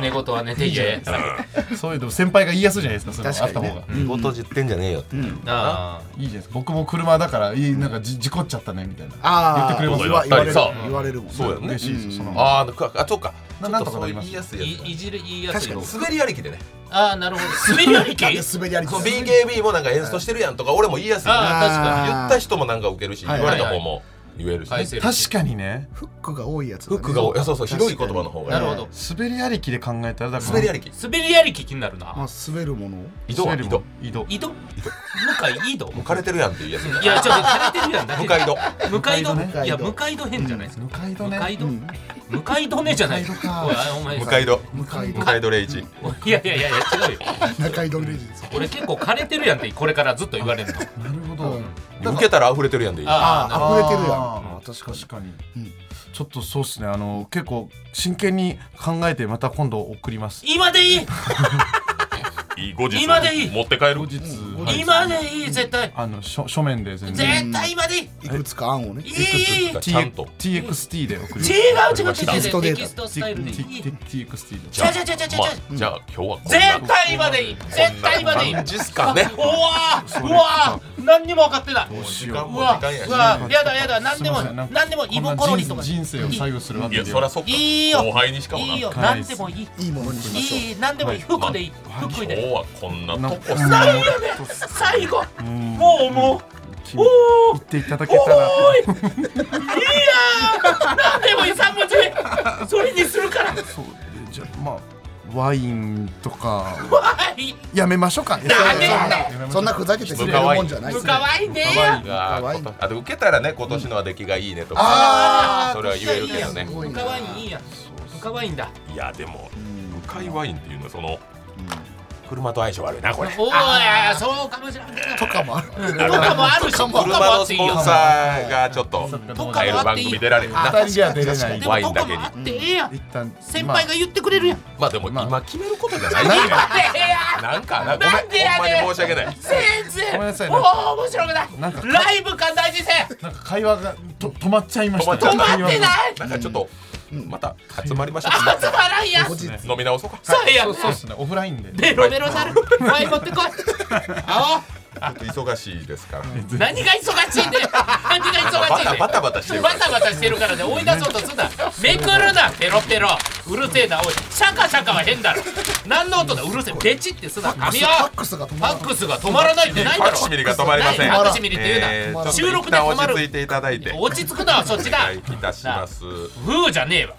Speaker 2: 寝言は寝て言え
Speaker 3: かそういうの先輩が言いやすいじゃないですかそれもあっ
Speaker 4: 確
Speaker 3: た
Speaker 4: かに
Speaker 3: 方が
Speaker 4: ね
Speaker 1: 寝言じってんじゃねえよって、
Speaker 2: あ
Speaker 3: いいじゃないですか僕も車だからいいなんかじ事故っちゃったねみたいな
Speaker 4: ああ
Speaker 3: 言ってくれ
Speaker 1: ます
Speaker 4: 言われる
Speaker 1: そう
Speaker 4: 言われるもんね
Speaker 1: そうやね
Speaker 3: 嬉しいですよそのまま
Speaker 1: あーかあそうかち
Speaker 3: な
Speaker 1: ょっ
Speaker 3: なんとか
Speaker 1: そう
Speaker 3: なり
Speaker 1: 言
Speaker 3: ます
Speaker 1: いやす
Speaker 2: あ
Speaker 1: い
Speaker 2: い
Speaker 1: やつだ
Speaker 2: いじる言いやすいの
Speaker 1: 滑りありきでね
Speaker 2: ああなるほど滑りはい
Speaker 4: なん
Speaker 2: け
Speaker 4: で滑りあり
Speaker 1: そ
Speaker 4: そうう
Speaker 1: BKB もなんか演奏してるやんとか俺も言いやすいよ
Speaker 2: ああ
Speaker 1: 言った人もなんか受けるし
Speaker 4: はい
Speaker 1: 言われた方も言えるしね
Speaker 2: はいはい
Speaker 3: 確かにね
Speaker 4: フックが多いやつだ
Speaker 1: フ
Speaker 4: ね
Speaker 1: ックが多いいやそうそう
Speaker 4: 確か
Speaker 1: 広
Speaker 4: に
Speaker 1: い言葉の方が
Speaker 2: なるほど
Speaker 3: 滑りありきで考えたらだから
Speaker 1: 滑りありき
Speaker 2: 滑りありき気になる
Speaker 4: ま
Speaker 2: な
Speaker 4: あ滑るものを
Speaker 1: 移動は
Speaker 3: 滑
Speaker 1: 移
Speaker 3: る
Speaker 1: 動
Speaker 3: も移動
Speaker 2: 井戸向井井戸
Speaker 1: もう枯れてるやんって言いやすい
Speaker 2: いやちょっと枯れてるやんだけ
Speaker 1: 向かい度
Speaker 2: 向かい戸
Speaker 3: 向
Speaker 4: かい戸
Speaker 2: いや向かい戸変じゃないですか
Speaker 3: 向かい戸
Speaker 2: 向
Speaker 3: ね
Speaker 2: かい戸
Speaker 4: うん
Speaker 2: 向かい戸ねじゃない
Speaker 3: 向かい戸か
Speaker 2: おいあお前
Speaker 1: 向かい度
Speaker 4: 向井
Speaker 1: 向
Speaker 4: 戸
Speaker 1: かい度レイジ
Speaker 2: いやいやいやいや違うよ
Speaker 4: 中井戸レジです
Speaker 2: 俺結構枯れてるやんってこれからずっと言われるの
Speaker 3: なるほど
Speaker 1: 受けたら溢れてるやんでいい
Speaker 2: ああ
Speaker 4: あ溢れてるやん
Speaker 3: あー
Speaker 4: 確かに
Speaker 3: 確かに
Speaker 4: うん
Speaker 3: ちょっとそうですねあの結構真剣に考えてまた今度送ります
Speaker 2: 今でいい
Speaker 1: いい後日
Speaker 2: 今でいい
Speaker 1: 持って帰る
Speaker 3: 後日
Speaker 4: ん
Speaker 3: はい
Speaker 2: 今でいい絶対
Speaker 3: あの書書面で全然
Speaker 2: 絶対今でいい
Speaker 4: いくつか案をね
Speaker 2: いい違う違う違う違う
Speaker 1: ちゃんと
Speaker 3: TXT で送ります
Speaker 2: テ
Speaker 4: テキストデータ
Speaker 2: キストスタイルでいい
Speaker 3: TXT で
Speaker 2: じゃあじゃあじゃあじゃあじゃあ
Speaker 1: まあじゃあ今日はこんな
Speaker 2: 絶対今でいい絶対今 でいい
Speaker 1: こんな感じっすかね
Speaker 2: うわーうわー何にも分かってない
Speaker 3: どうし
Speaker 1: 時
Speaker 3: よ
Speaker 1: 間
Speaker 3: う
Speaker 2: う
Speaker 1: も
Speaker 2: わ
Speaker 1: 時間や
Speaker 2: う
Speaker 1: し
Speaker 2: わやだやだ何でも
Speaker 3: すいませんなんか
Speaker 2: 何でもイボコロリとか
Speaker 3: こんな人人生を左右するわ
Speaker 1: い
Speaker 3: け
Speaker 1: や
Speaker 3: で
Speaker 1: そりゃそっか
Speaker 2: いいよ
Speaker 1: 後輩にしかもない
Speaker 2: いよ
Speaker 3: か
Speaker 2: 何でもいい
Speaker 4: いいものにしましょう
Speaker 2: いい何でもいい服でいい服
Speaker 1: 今
Speaker 2: で
Speaker 1: 日はこんな
Speaker 3: なん
Speaker 1: と
Speaker 3: か
Speaker 1: こ
Speaker 2: 最後ね最後
Speaker 3: うん
Speaker 2: もうもう
Speaker 3: 君
Speaker 2: お
Speaker 3: 言
Speaker 2: ー
Speaker 3: っていただけたら
Speaker 2: おーいいいやー何でもいい3文字目それにするから
Speaker 3: そうじゃあまあワインとか
Speaker 2: はい
Speaker 3: やめましょうか
Speaker 2: なんで
Speaker 4: そんなふざけて滑るもんじゃない
Speaker 2: 向かわいねーよ
Speaker 1: が
Speaker 4: 可愛い
Speaker 1: ことあと受けたらね今年のは出来がいいねと
Speaker 2: あ
Speaker 1: か
Speaker 2: ー
Speaker 1: それは言えるけどね
Speaker 4: すごい
Speaker 2: 向
Speaker 4: な
Speaker 2: かわいいいいや向かわいいんだ
Speaker 1: いやでも向かいワインっていうのはその車と相性悪いなこれ
Speaker 2: おおいやいやそうかもしれない
Speaker 4: とかもある
Speaker 2: とかもあるしとかも
Speaker 1: 車
Speaker 2: あ
Speaker 1: の
Speaker 2: ってい
Speaker 1: ス
Speaker 2: いよ
Speaker 1: ポンサーがちょっと
Speaker 2: とか
Speaker 1: 変える
Speaker 2: もあっ
Speaker 1: 番
Speaker 2: ていい
Speaker 1: 組
Speaker 2: よ
Speaker 1: 出られるな
Speaker 3: 二人じゃ出れな
Speaker 4: 確
Speaker 2: で
Speaker 3: い
Speaker 4: か
Speaker 2: も
Speaker 1: ワイ
Speaker 2: と
Speaker 1: ンだ
Speaker 2: か
Speaker 1: けに
Speaker 2: もあってええやん
Speaker 3: 一旦
Speaker 2: 先輩が言ってくれるやん
Speaker 1: まあでも
Speaker 3: まあ
Speaker 1: 今決めることじゃない
Speaker 2: 今
Speaker 1: ね
Speaker 2: でええやん
Speaker 1: なんかなごめん
Speaker 2: なんでやね
Speaker 1: ほ
Speaker 2: ん
Speaker 1: んまに申し訳ない
Speaker 2: 全然
Speaker 3: ごめんなさい
Speaker 2: も
Speaker 3: な
Speaker 2: うん面白くない
Speaker 3: なんか
Speaker 2: ライブ感大事せ
Speaker 3: なんか会話がと止まっちゃいましたね
Speaker 1: 止まっ
Speaker 2: 止まってない
Speaker 1: なんかちょっとまた集まりましょ
Speaker 2: 集まらんやん
Speaker 4: 後日
Speaker 1: う飲み直そうか
Speaker 2: 最
Speaker 3: そう
Speaker 2: 悪
Speaker 3: そうですねオフラインで
Speaker 2: ベロベロなる前持ってこいあ
Speaker 1: ちょっと忙しいですから
Speaker 2: お何が忙しいんだよ何が忙
Speaker 1: バ
Speaker 2: しい
Speaker 1: タ
Speaker 2: んだよ
Speaker 1: バタバタしてるか
Speaker 2: バ
Speaker 1: ら
Speaker 2: タバタしてるからね追い出そうとすんなめくるなペロペロうるせえなおいシャカシャカは変だろ何の音だうるせえベチってすな
Speaker 4: フ
Speaker 2: 髪を
Speaker 4: ァックスが止
Speaker 2: フ
Speaker 4: ま
Speaker 2: ァ
Speaker 4: る
Speaker 2: ックスが止まらないってな
Speaker 1: フ
Speaker 2: いだ
Speaker 1: ァ
Speaker 2: ろ
Speaker 1: クシミリが止まりません
Speaker 2: ないファクシミリって言うな、
Speaker 1: えーちょっと
Speaker 2: 収録
Speaker 1: 一
Speaker 2: で
Speaker 1: 旦
Speaker 2: 止ま
Speaker 1: 落
Speaker 2: る
Speaker 1: ち着いていただいて
Speaker 2: 落ち着くのはそっちだ
Speaker 1: はいいたします
Speaker 2: ふーじゃねえわ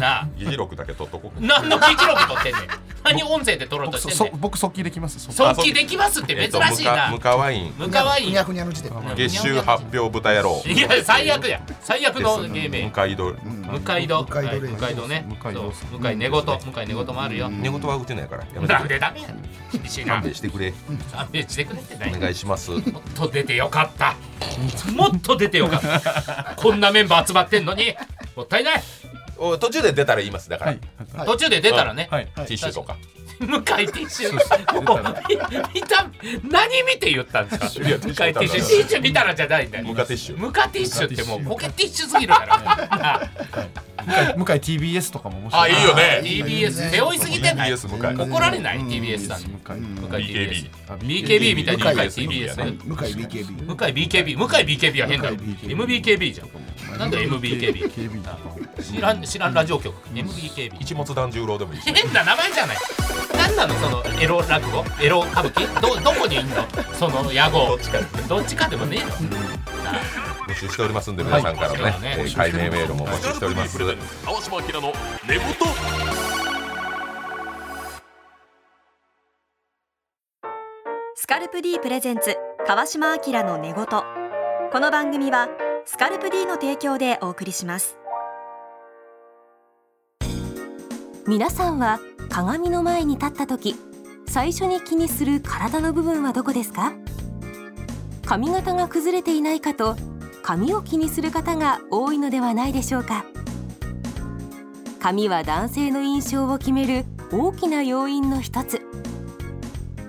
Speaker 2: なあ
Speaker 1: 議事録だけ取っとこう
Speaker 2: 何の記事録取ってんねん何音声で取ろうと
Speaker 3: 僕
Speaker 2: し
Speaker 3: そ
Speaker 2: てん
Speaker 3: そ
Speaker 2: ねん
Speaker 3: 僕速記できます速記
Speaker 2: 即帰できますって
Speaker 1: えっと
Speaker 2: 珍しいな
Speaker 1: ムカムカワイン
Speaker 2: ムカワイン
Speaker 4: ふにゃふにゃの時点
Speaker 1: 月収発表豚野郎
Speaker 2: いや最悪や最悪の芸名
Speaker 1: 向かいど
Speaker 2: 向かい戸
Speaker 4: 向かい戸
Speaker 2: はい
Speaker 4: レイ
Speaker 2: 向かい戸ね
Speaker 3: 向井戸
Speaker 2: そう向かい寝言向かい寝言もあるよ
Speaker 1: 寝言は打てないからやめて
Speaker 2: なん
Speaker 1: くれ
Speaker 2: でダメやねん厳しいな
Speaker 1: 勘弁してくれ
Speaker 2: 勘弁してくれってない
Speaker 1: お願いし ます
Speaker 2: もっと出てよかったもっと出てよかったこんなメンバー集まってんのにもったいない
Speaker 1: お途中で出たら言いますだか
Speaker 3: は
Speaker 1: ら
Speaker 3: い
Speaker 2: 途中で出たらね
Speaker 3: はい
Speaker 1: ティッシュとか
Speaker 2: 向井ティッシュもう見た何見て言ったんですか
Speaker 1: い
Speaker 2: 向
Speaker 1: やテ
Speaker 2: 井テ
Speaker 1: ィ
Speaker 2: ィ
Speaker 1: ッシュ
Speaker 2: ッシュティッシュ見たらじゃないんだよ
Speaker 1: ムカティッシュ
Speaker 2: ムカティッシュってもうポケティッシュすぎるから
Speaker 3: 向井 TBS とかも面白
Speaker 1: あ
Speaker 3: い
Speaker 1: いいよね
Speaker 2: TBS 背負いすぎてない
Speaker 1: TBS 向井
Speaker 2: 怒られない TBS さんに
Speaker 3: 向井
Speaker 2: 向井
Speaker 1: BKB
Speaker 2: TBS BKB みたいに向井 TBS
Speaker 1: 向井
Speaker 2: ね
Speaker 4: 向井 BKB
Speaker 2: 向井 BKB 向井 BKB は変だろ MBKB じゃんなんで MBKB
Speaker 3: KB だ
Speaker 2: 知らん知らんラジオ局 MBKB
Speaker 1: 一物團十郎でもいいし
Speaker 2: 変な名前じゃない何なのそのエロ落語エロ歌舞伎どどこにいんのその野号どっちかどっちかでもねえの
Speaker 1: 募集しておりますんで皆さんからの
Speaker 2: は
Speaker 1: ね
Speaker 2: い
Speaker 1: えー解明メールも募集しております
Speaker 5: 川島明の寝言
Speaker 6: スカルプ D プレゼンツ川島明の寝言この番組はスカルプ D の提供でお送りします皆さんは鏡の前に立った時最初に気にする体の部分はどこですか髪型が崩れていないかと髪を気にする方が多いのではないでしょうか髪は男性の印象を決める大きな要因の一つ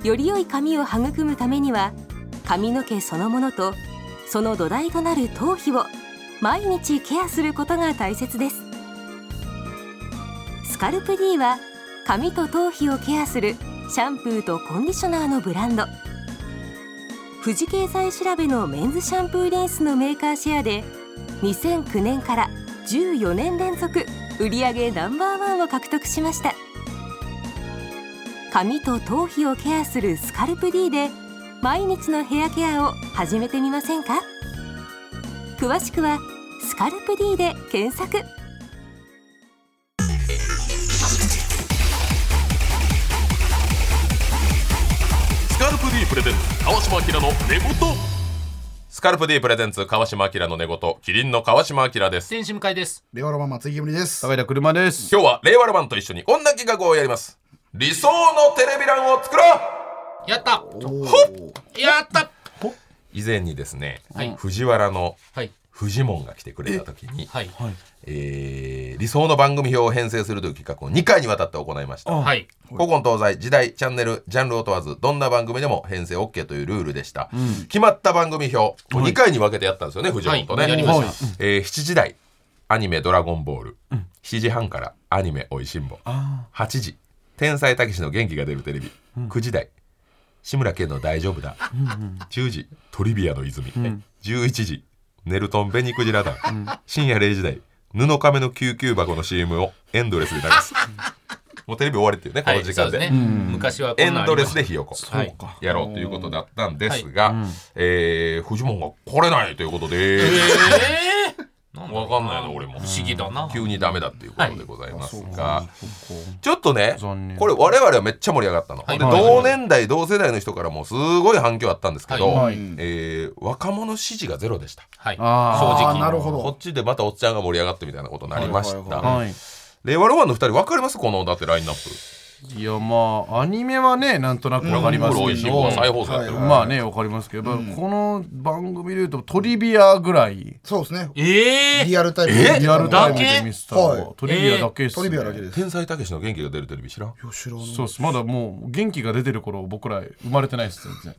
Speaker 6: より良い髪を育むためには髪の毛そのものとその土台となる頭皮を毎日ケアすることが大切ですスカルプ D は髪と頭皮をケアするシャンプーとコンディショナーのブランド富士経済調べのメンズシャンプーリンスのメーカーシェアで2009年から14年連続売上ナンバーワンを獲得しました髪と頭皮をケアするスカルプ D で毎日のヘアケアを始めてみませんか詳しくは「スカルプ D」で検索
Speaker 5: スカルプ D プレゼンツ川島明の寝言
Speaker 1: スカルプ D プレゼンツ川島明の寝言キリンの川島明です
Speaker 2: 天使向井です
Speaker 4: レオロマン松井煙です
Speaker 3: 高平車です
Speaker 1: 今日は令和ロマンと一緒にこんな企画をやります理想のテレビ欄を作ろう
Speaker 2: やった
Speaker 4: おー
Speaker 2: やった
Speaker 1: 以前にですね、
Speaker 2: はい
Speaker 1: 藤原の
Speaker 2: はい
Speaker 1: フジモンが来てくれた時に、
Speaker 2: はい
Speaker 1: えー理想の番組表を編成するという企画を2回にわたって行いました
Speaker 2: はい
Speaker 1: 古今東西時代チャンネルジャンルを問わずどんな番組でも編成 OK というルールでした、決まった番組表を2回に分けてやったんですよね、藤本とね、
Speaker 2: はいやりました
Speaker 1: はいえー7時台アニメ「ドラゴンボール」7時半からアニメ「おいしんぼ」8時「天才たけしの元気が出るテレビ」9時台志村けんの「大丈夫だ」10時「トリビアの泉」11時「ネルトンベニクジラ団」深夜0時台布亀の救急箱の CM をエンドレスで流すもうテレビ終わりっていうねこ
Speaker 2: は
Speaker 1: の
Speaker 2: い
Speaker 1: 時
Speaker 2: そ
Speaker 1: 間
Speaker 2: う
Speaker 1: で,、
Speaker 2: ですね昔はこ
Speaker 1: エ
Speaker 2: んな
Speaker 1: ン
Speaker 2: ん
Speaker 1: ド
Speaker 2: あり
Speaker 1: レ
Speaker 2: ま
Speaker 1: ス
Speaker 2: した
Speaker 1: で火起こ
Speaker 2: はいそう
Speaker 1: やろうということだったんですが、えーフジモンが来れないということで、
Speaker 2: ええなんだ
Speaker 1: わかんないな俺も
Speaker 2: 不思議だな
Speaker 1: 急にダメだっていうことでございますが、
Speaker 3: こ
Speaker 1: ちょっとね
Speaker 3: 残念
Speaker 1: これ我々はめっちゃ盛り上がったの、
Speaker 2: はい
Speaker 1: で
Speaker 2: はい
Speaker 1: 同年代同世代の人からもすごい反響あったんですけど、
Speaker 2: はい
Speaker 1: えー若者支持がゼロでした
Speaker 2: はい
Speaker 3: あ
Speaker 2: 正
Speaker 4: あ
Speaker 2: 直
Speaker 4: ーなるほ
Speaker 1: こっ
Speaker 4: ど
Speaker 1: ちでまたおっちゃんが盛り上がってみたいなことになりました、
Speaker 4: はいは
Speaker 3: ーは
Speaker 4: い
Speaker 3: い
Speaker 1: 令和ロマンの2人分かりますこのだってラインナップ
Speaker 3: いやまあアニメはねなんとなくわかります
Speaker 1: これ美味し
Speaker 3: け
Speaker 1: いも
Speaker 3: ど
Speaker 1: の再放送やってる、
Speaker 4: はい
Speaker 3: まあねわかりますけどやっぱこの番組でいうとトリビアぐらい
Speaker 4: そうですね
Speaker 2: ええ
Speaker 4: リアルタイム
Speaker 1: え
Speaker 4: で
Speaker 3: リアルタイムで見せたの
Speaker 4: だ
Speaker 3: は
Speaker 4: け
Speaker 3: トリビアだけです
Speaker 4: ト
Speaker 3: ね
Speaker 4: リビアだけです
Speaker 1: 天才たけしの元気が出るテレビ知らん
Speaker 4: 吉郎の
Speaker 3: そうですまだもう元気が出てる頃僕ら生まれてないです全然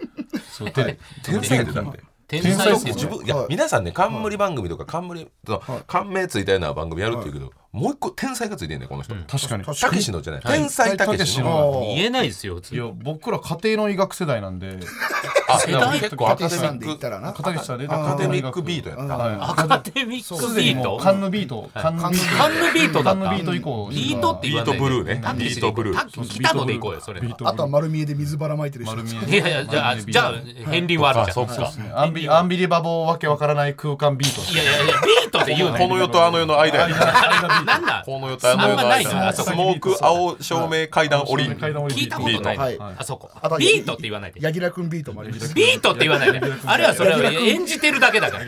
Speaker 3: そうテレビ
Speaker 1: 天才ってだって
Speaker 2: 天
Speaker 3: 天才
Speaker 2: 才
Speaker 3: で
Speaker 2: っ
Speaker 3: す
Speaker 2: て
Speaker 3: よ
Speaker 1: 自分いや、
Speaker 4: はい
Speaker 1: 皆さんね冠番組とか冠その、感銘ついたような番組やるっていうけど、もう一個天才がついてんねこの人、
Speaker 3: 確かに
Speaker 1: たけしのじゃない、
Speaker 2: はい
Speaker 1: 天才たけしの
Speaker 4: あー
Speaker 2: 言えないですよ普
Speaker 3: いや
Speaker 2: 通
Speaker 3: 僕ら家庭の医学世代なんで
Speaker 1: あ
Speaker 2: 世代
Speaker 1: 結構ア
Speaker 4: た
Speaker 1: カ
Speaker 4: け
Speaker 1: デ
Speaker 4: し
Speaker 1: ミ
Speaker 4: さんで
Speaker 1: ッ
Speaker 4: 言っ
Speaker 1: ク
Speaker 4: たらな
Speaker 3: アカデミックさんね
Speaker 1: アカデミックビートやった、
Speaker 2: ア
Speaker 3: は
Speaker 2: カデミッ
Speaker 3: い
Speaker 2: ク
Speaker 3: すで
Speaker 2: ビー
Speaker 3: にも
Speaker 2: ト
Speaker 3: うカンヌビートカンヌビート
Speaker 2: カンヌビートだった
Speaker 3: カンヌビート以降
Speaker 2: ビートって言わない
Speaker 1: ビー
Speaker 2: で
Speaker 1: トブルーね
Speaker 2: タケシで行こう
Speaker 1: ビートブルー
Speaker 2: タケ北野で行こうよそれは
Speaker 3: ビート
Speaker 4: あとは丸見えで水ばらまいてる人
Speaker 3: 丸見
Speaker 2: い
Speaker 3: え
Speaker 2: やいやじゃあじゃあ片鱗はあるじゃ
Speaker 1: そ
Speaker 2: ん
Speaker 1: っか、
Speaker 3: アンビアンビリバボーわけわからない空間ビート
Speaker 2: いやいやいやビートで言うの
Speaker 1: この世とあの世の間やね
Speaker 2: なんだ
Speaker 1: この世とあの世の
Speaker 2: あんまないから
Speaker 1: 間
Speaker 2: あそこ
Speaker 1: スモーク青照明階段降り
Speaker 3: 階段降り
Speaker 2: 聞いたことない
Speaker 4: はい
Speaker 2: あそこ
Speaker 4: あとは
Speaker 2: ビートって言わないで
Speaker 4: 柳楽君ビートもあります
Speaker 2: ビートって言わないであれはそれは演じてるだけだから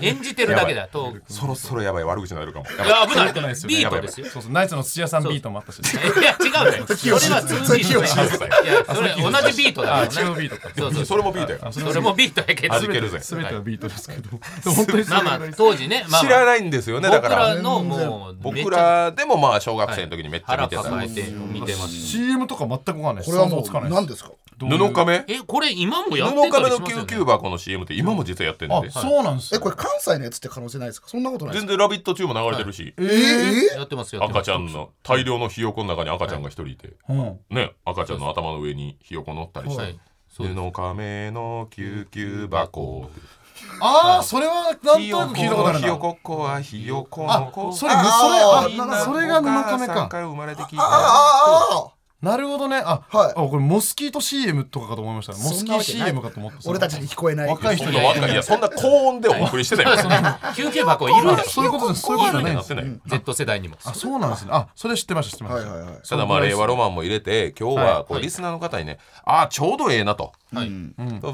Speaker 2: 演じてるだけだと
Speaker 1: そろそろやばい悪口になるかもやばい
Speaker 2: いや危ない
Speaker 3: ないですよね
Speaker 2: ビートですよ
Speaker 3: そうそうナイツの土屋さんビートもあったし
Speaker 2: いや違うねそれは通ビートだよいやそれ同じビートだ
Speaker 3: あ
Speaker 2: よ
Speaker 3: 中央
Speaker 2: ね
Speaker 3: ビートか
Speaker 2: そうそう
Speaker 1: それもビートや
Speaker 2: それもビートやけど
Speaker 1: 弾けるぜ
Speaker 3: 全てはビートですけど本当にそれ
Speaker 2: まあまあ当時ねまあ
Speaker 1: 知らないんですよねだか
Speaker 2: 僕
Speaker 1: ら
Speaker 2: らのもう
Speaker 1: 僕らでもまあ小学生の時にめっちゃ見
Speaker 2: 腹
Speaker 1: てた、
Speaker 2: 抱えて見てます
Speaker 3: CM とか全くわかんない
Speaker 4: これは
Speaker 3: 想像
Speaker 4: も
Speaker 3: つかな
Speaker 4: う
Speaker 3: いです
Speaker 4: 何ですか
Speaker 1: 布亀
Speaker 2: えこれ今もやって
Speaker 1: 布
Speaker 2: た
Speaker 1: 亀
Speaker 2: り
Speaker 1: の
Speaker 2: します
Speaker 1: 救
Speaker 2: よね
Speaker 1: 急箱の CM って今も実はやってるんで、
Speaker 3: あそうなんです
Speaker 4: え
Speaker 3: よ
Speaker 4: これ関西のやつって可能性ないですかそんなことないです
Speaker 1: 全
Speaker 4: か
Speaker 1: 然「ラビット!」中も流れてるし、
Speaker 4: ええ
Speaker 2: やってますよ
Speaker 1: 赤ちゃんの大量のひよこの中に赤ちゃんが一人いて、
Speaker 3: うん
Speaker 1: ね赤ちゃんの頭の上にひよこ乗ったりして、
Speaker 2: はいそう
Speaker 1: 布亀の救急箱
Speaker 3: ああそれはなんとなく聞いたことある
Speaker 1: ひよ
Speaker 3: な
Speaker 1: こっこはひよこの
Speaker 3: あ
Speaker 1: 子
Speaker 3: それそれ
Speaker 4: あ
Speaker 3: あ
Speaker 4: ー
Speaker 3: なそれが布
Speaker 1: お母
Speaker 3: 亀
Speaker 1: さん
Speaker 3: から
Speaker 1: 生まれてきた
Speaker 4: ああ
Speaker 3: なるほどねあ
Speaker 4: はい
Speaker 3: あこれモスキート CM とかかと思いましたモスキ
Speaker 4: そんな
Speaker 3: ー
Speaker 4: わけない
Speaker 3: CM かと思って
Speaker 4: 俺たちに聞こえない
Speaker 3: 若い
Speaker 1: そ
Speaker 3: 人
Speaker 1: ん
Speaker 3: に
Speaker 1: な若いいやそんな高音でお送りしてたよ別に
Speaker 2: 救急箱いるんです
Speaker 3: そういうことですそういうことじゃない
Speaker 1: な
Speaker 3: で
Speaker 1: っ
Speaker 3: す
Speaker 1: てない
Speaker 2: Z 世代にも
Speaker 3: あそうなんですねあそれ知ってました知ってま
Speaker 4: はい
Speaker 3: し
Speaker 4: はい
Speaker 3: た
Speaker 4: はい
Speaker 1: ただまあ令和ロマンも入れて今日はこう
Speaker 2: はい
Speaker 1: リスナーの方にね、ああちょうどええなと、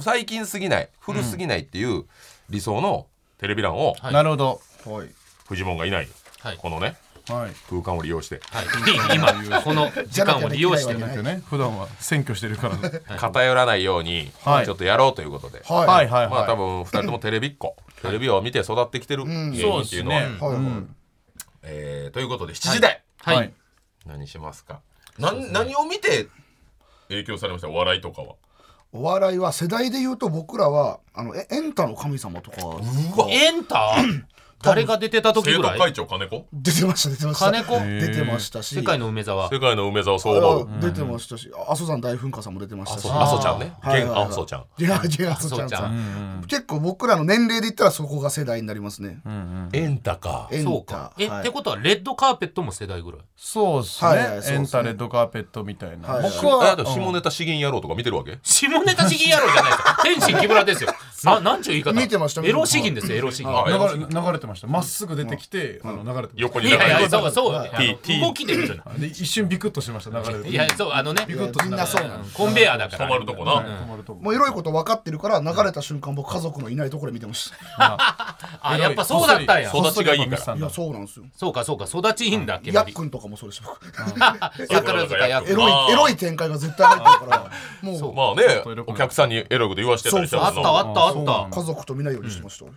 Speaker 1: 最近すぎない古すぎないっていう理想のテレビ欄を
Speaker 2: はい
Speaker 3: なるほど
Speaker 4: はい
Speaker 1: フジモンがいない
Speaker 2: はい
Speaker 1: このね
Speaker 3: はい
Speaker 1: 空間を利用して
Speaker 2: はい今この時間を利用して
Speaker 4: じゃなきゃできな
Speaker 3: だっ
Speaker 4: いわけね
Speaker 3: てね普段は選挙してる からは
Speaker 1: 偏らないように
Speaker 3: はい
Speaker 1: ちょっとやろうということで、
Speaker 4: はい
Speaker 3: いはい
Speaker 1: まあ多
Speaker 3: は
Speaker 1: 分2人ともテレビっ子テレビを見て育ってきてる芸
Speaker 3: い
Speaker 1: 人っていうのは、
Speaker 4: はいはい
Speaker 1: えーということで7時台、
Speaker 3: は
Speaker 2: はい
Speaker 3: い
Speaker 1: 何しますかなん何を見て影響されましたお笑いとかは
Speaker 4: お笑いは世代で言うと僕らはあのエエンタの神様とか
Speaker 2: エンター誰が出てた時
Speaker 1: 生
Speaker 2: ぐ
Speaker 1: 徒
Speaker 2: ら
Speaker 1: 会
Speaker 2: い
Speaker 1: 長金子
Speaker 4: 出てました出てました
Speaker 2: 金子
Speaker 4: 出てましたし
Speaker 2: 世界の梅沢
Speaker 1: 世界の梅沢総合
Speaker 4: あ出てましたしあ阿蘇山大噴火さんも出てましたし
Speaker 1: 阿蘇ちゃんね
Speaker 4: はい
Speaker 1: 現阿蘇ちゃん
Speaker 4: いやいや阿蘇ちゃ
Speaker 2: 阿蘇
Speaker 4: んさ
Speaker 2: ちゃん
Speaker 4: ん結構僕らの年齢で言ったらそこが世代になりますね
Speaker 1: エンタか
Speaker 4: エンタ
Speaker 2: そうかえ
Speaker 4: はい
Speaker 2: ってことはレッドカーペットも世代ぐらい
Speaker 3: そうです
Speaker 4: はいはいそうっす
Speaker 3: ね
Speaker 4: ね
Speaker 3: エンタレッドカーペットみたいな
Speaker 4: はい
Speaker 3: 僕
Speaker 1: えあ
Speaker 3: は
Speaker 1: と下ネタ資源野郎とか見てるわけ
Speaker 2: 下ネタ詩吟野郎じゃないですよ天心木村ですよななんちゅう言い方
Speaker 4: 見てました見
Speaker 2: エ
Speaker 4: てました
Speaker 2: ロ詩吟ですよエロ詩吟
Speaker 1: あ
Speaker 3: 流れ流れてましたまっすぐ出てきてあの流れてまし
Speaker 1: 横
Speaker 2: い
Speaker 1: に流れて
Speaker 2: やいや
Speaker 1: る
Speaker 2: そうそうあ
Speaker 1: T
Speaker 2: の動きで見るな
Speaker 3: たで一瞬ビクッとしました流れて
Speaker 2: いやそうあのね
Speaker 4: いやみんなそうなの
Speaker 2: コンベアだから
Speaker 1: 止まるとこな
Speaker 3: 止まるとこ
Speaker 4: もうエロいこと分かってるから流れた瞬間僕家族のいないところで見てました
Speaker 2: あやっぱそうだったんや
Speaker 1: そう育ちがいいから
Speaker 3: こっそりやっぱ見てたん
Speaker 4: いや
Speaker 3: だ
Speaker 4: そうなんですよ
Speaker 2: そうかそうか育ちいいんだけ
Speaker 4: ヤ
Speaker 2: ど
Speaker 4: ッくんとかもそうでした僕
Speaker 2: 桜塚やっ
Speaker 4: エ
Speaker 2: くん
Speaker 1: あ
Speaker 4: ロ
Speaker 1: ー
Speaker 4: いエロい展開が絶対入ってるからもう
Speaker 1: まあねお客さんにエロいこと言わしてたりした
Speaker 2: あ
Speaker 1: も
Speaker 2: っ
Speaker 1: ん
Speaker 2: た
Speaker 1: な
Speaker 2: あったあ
Speaker 3: そ
Speaker 2: っ
Speaker 3: う
Speaker 2: た
Speaker 3: なん
Speaker 4: 家族と見ないようにしてました俺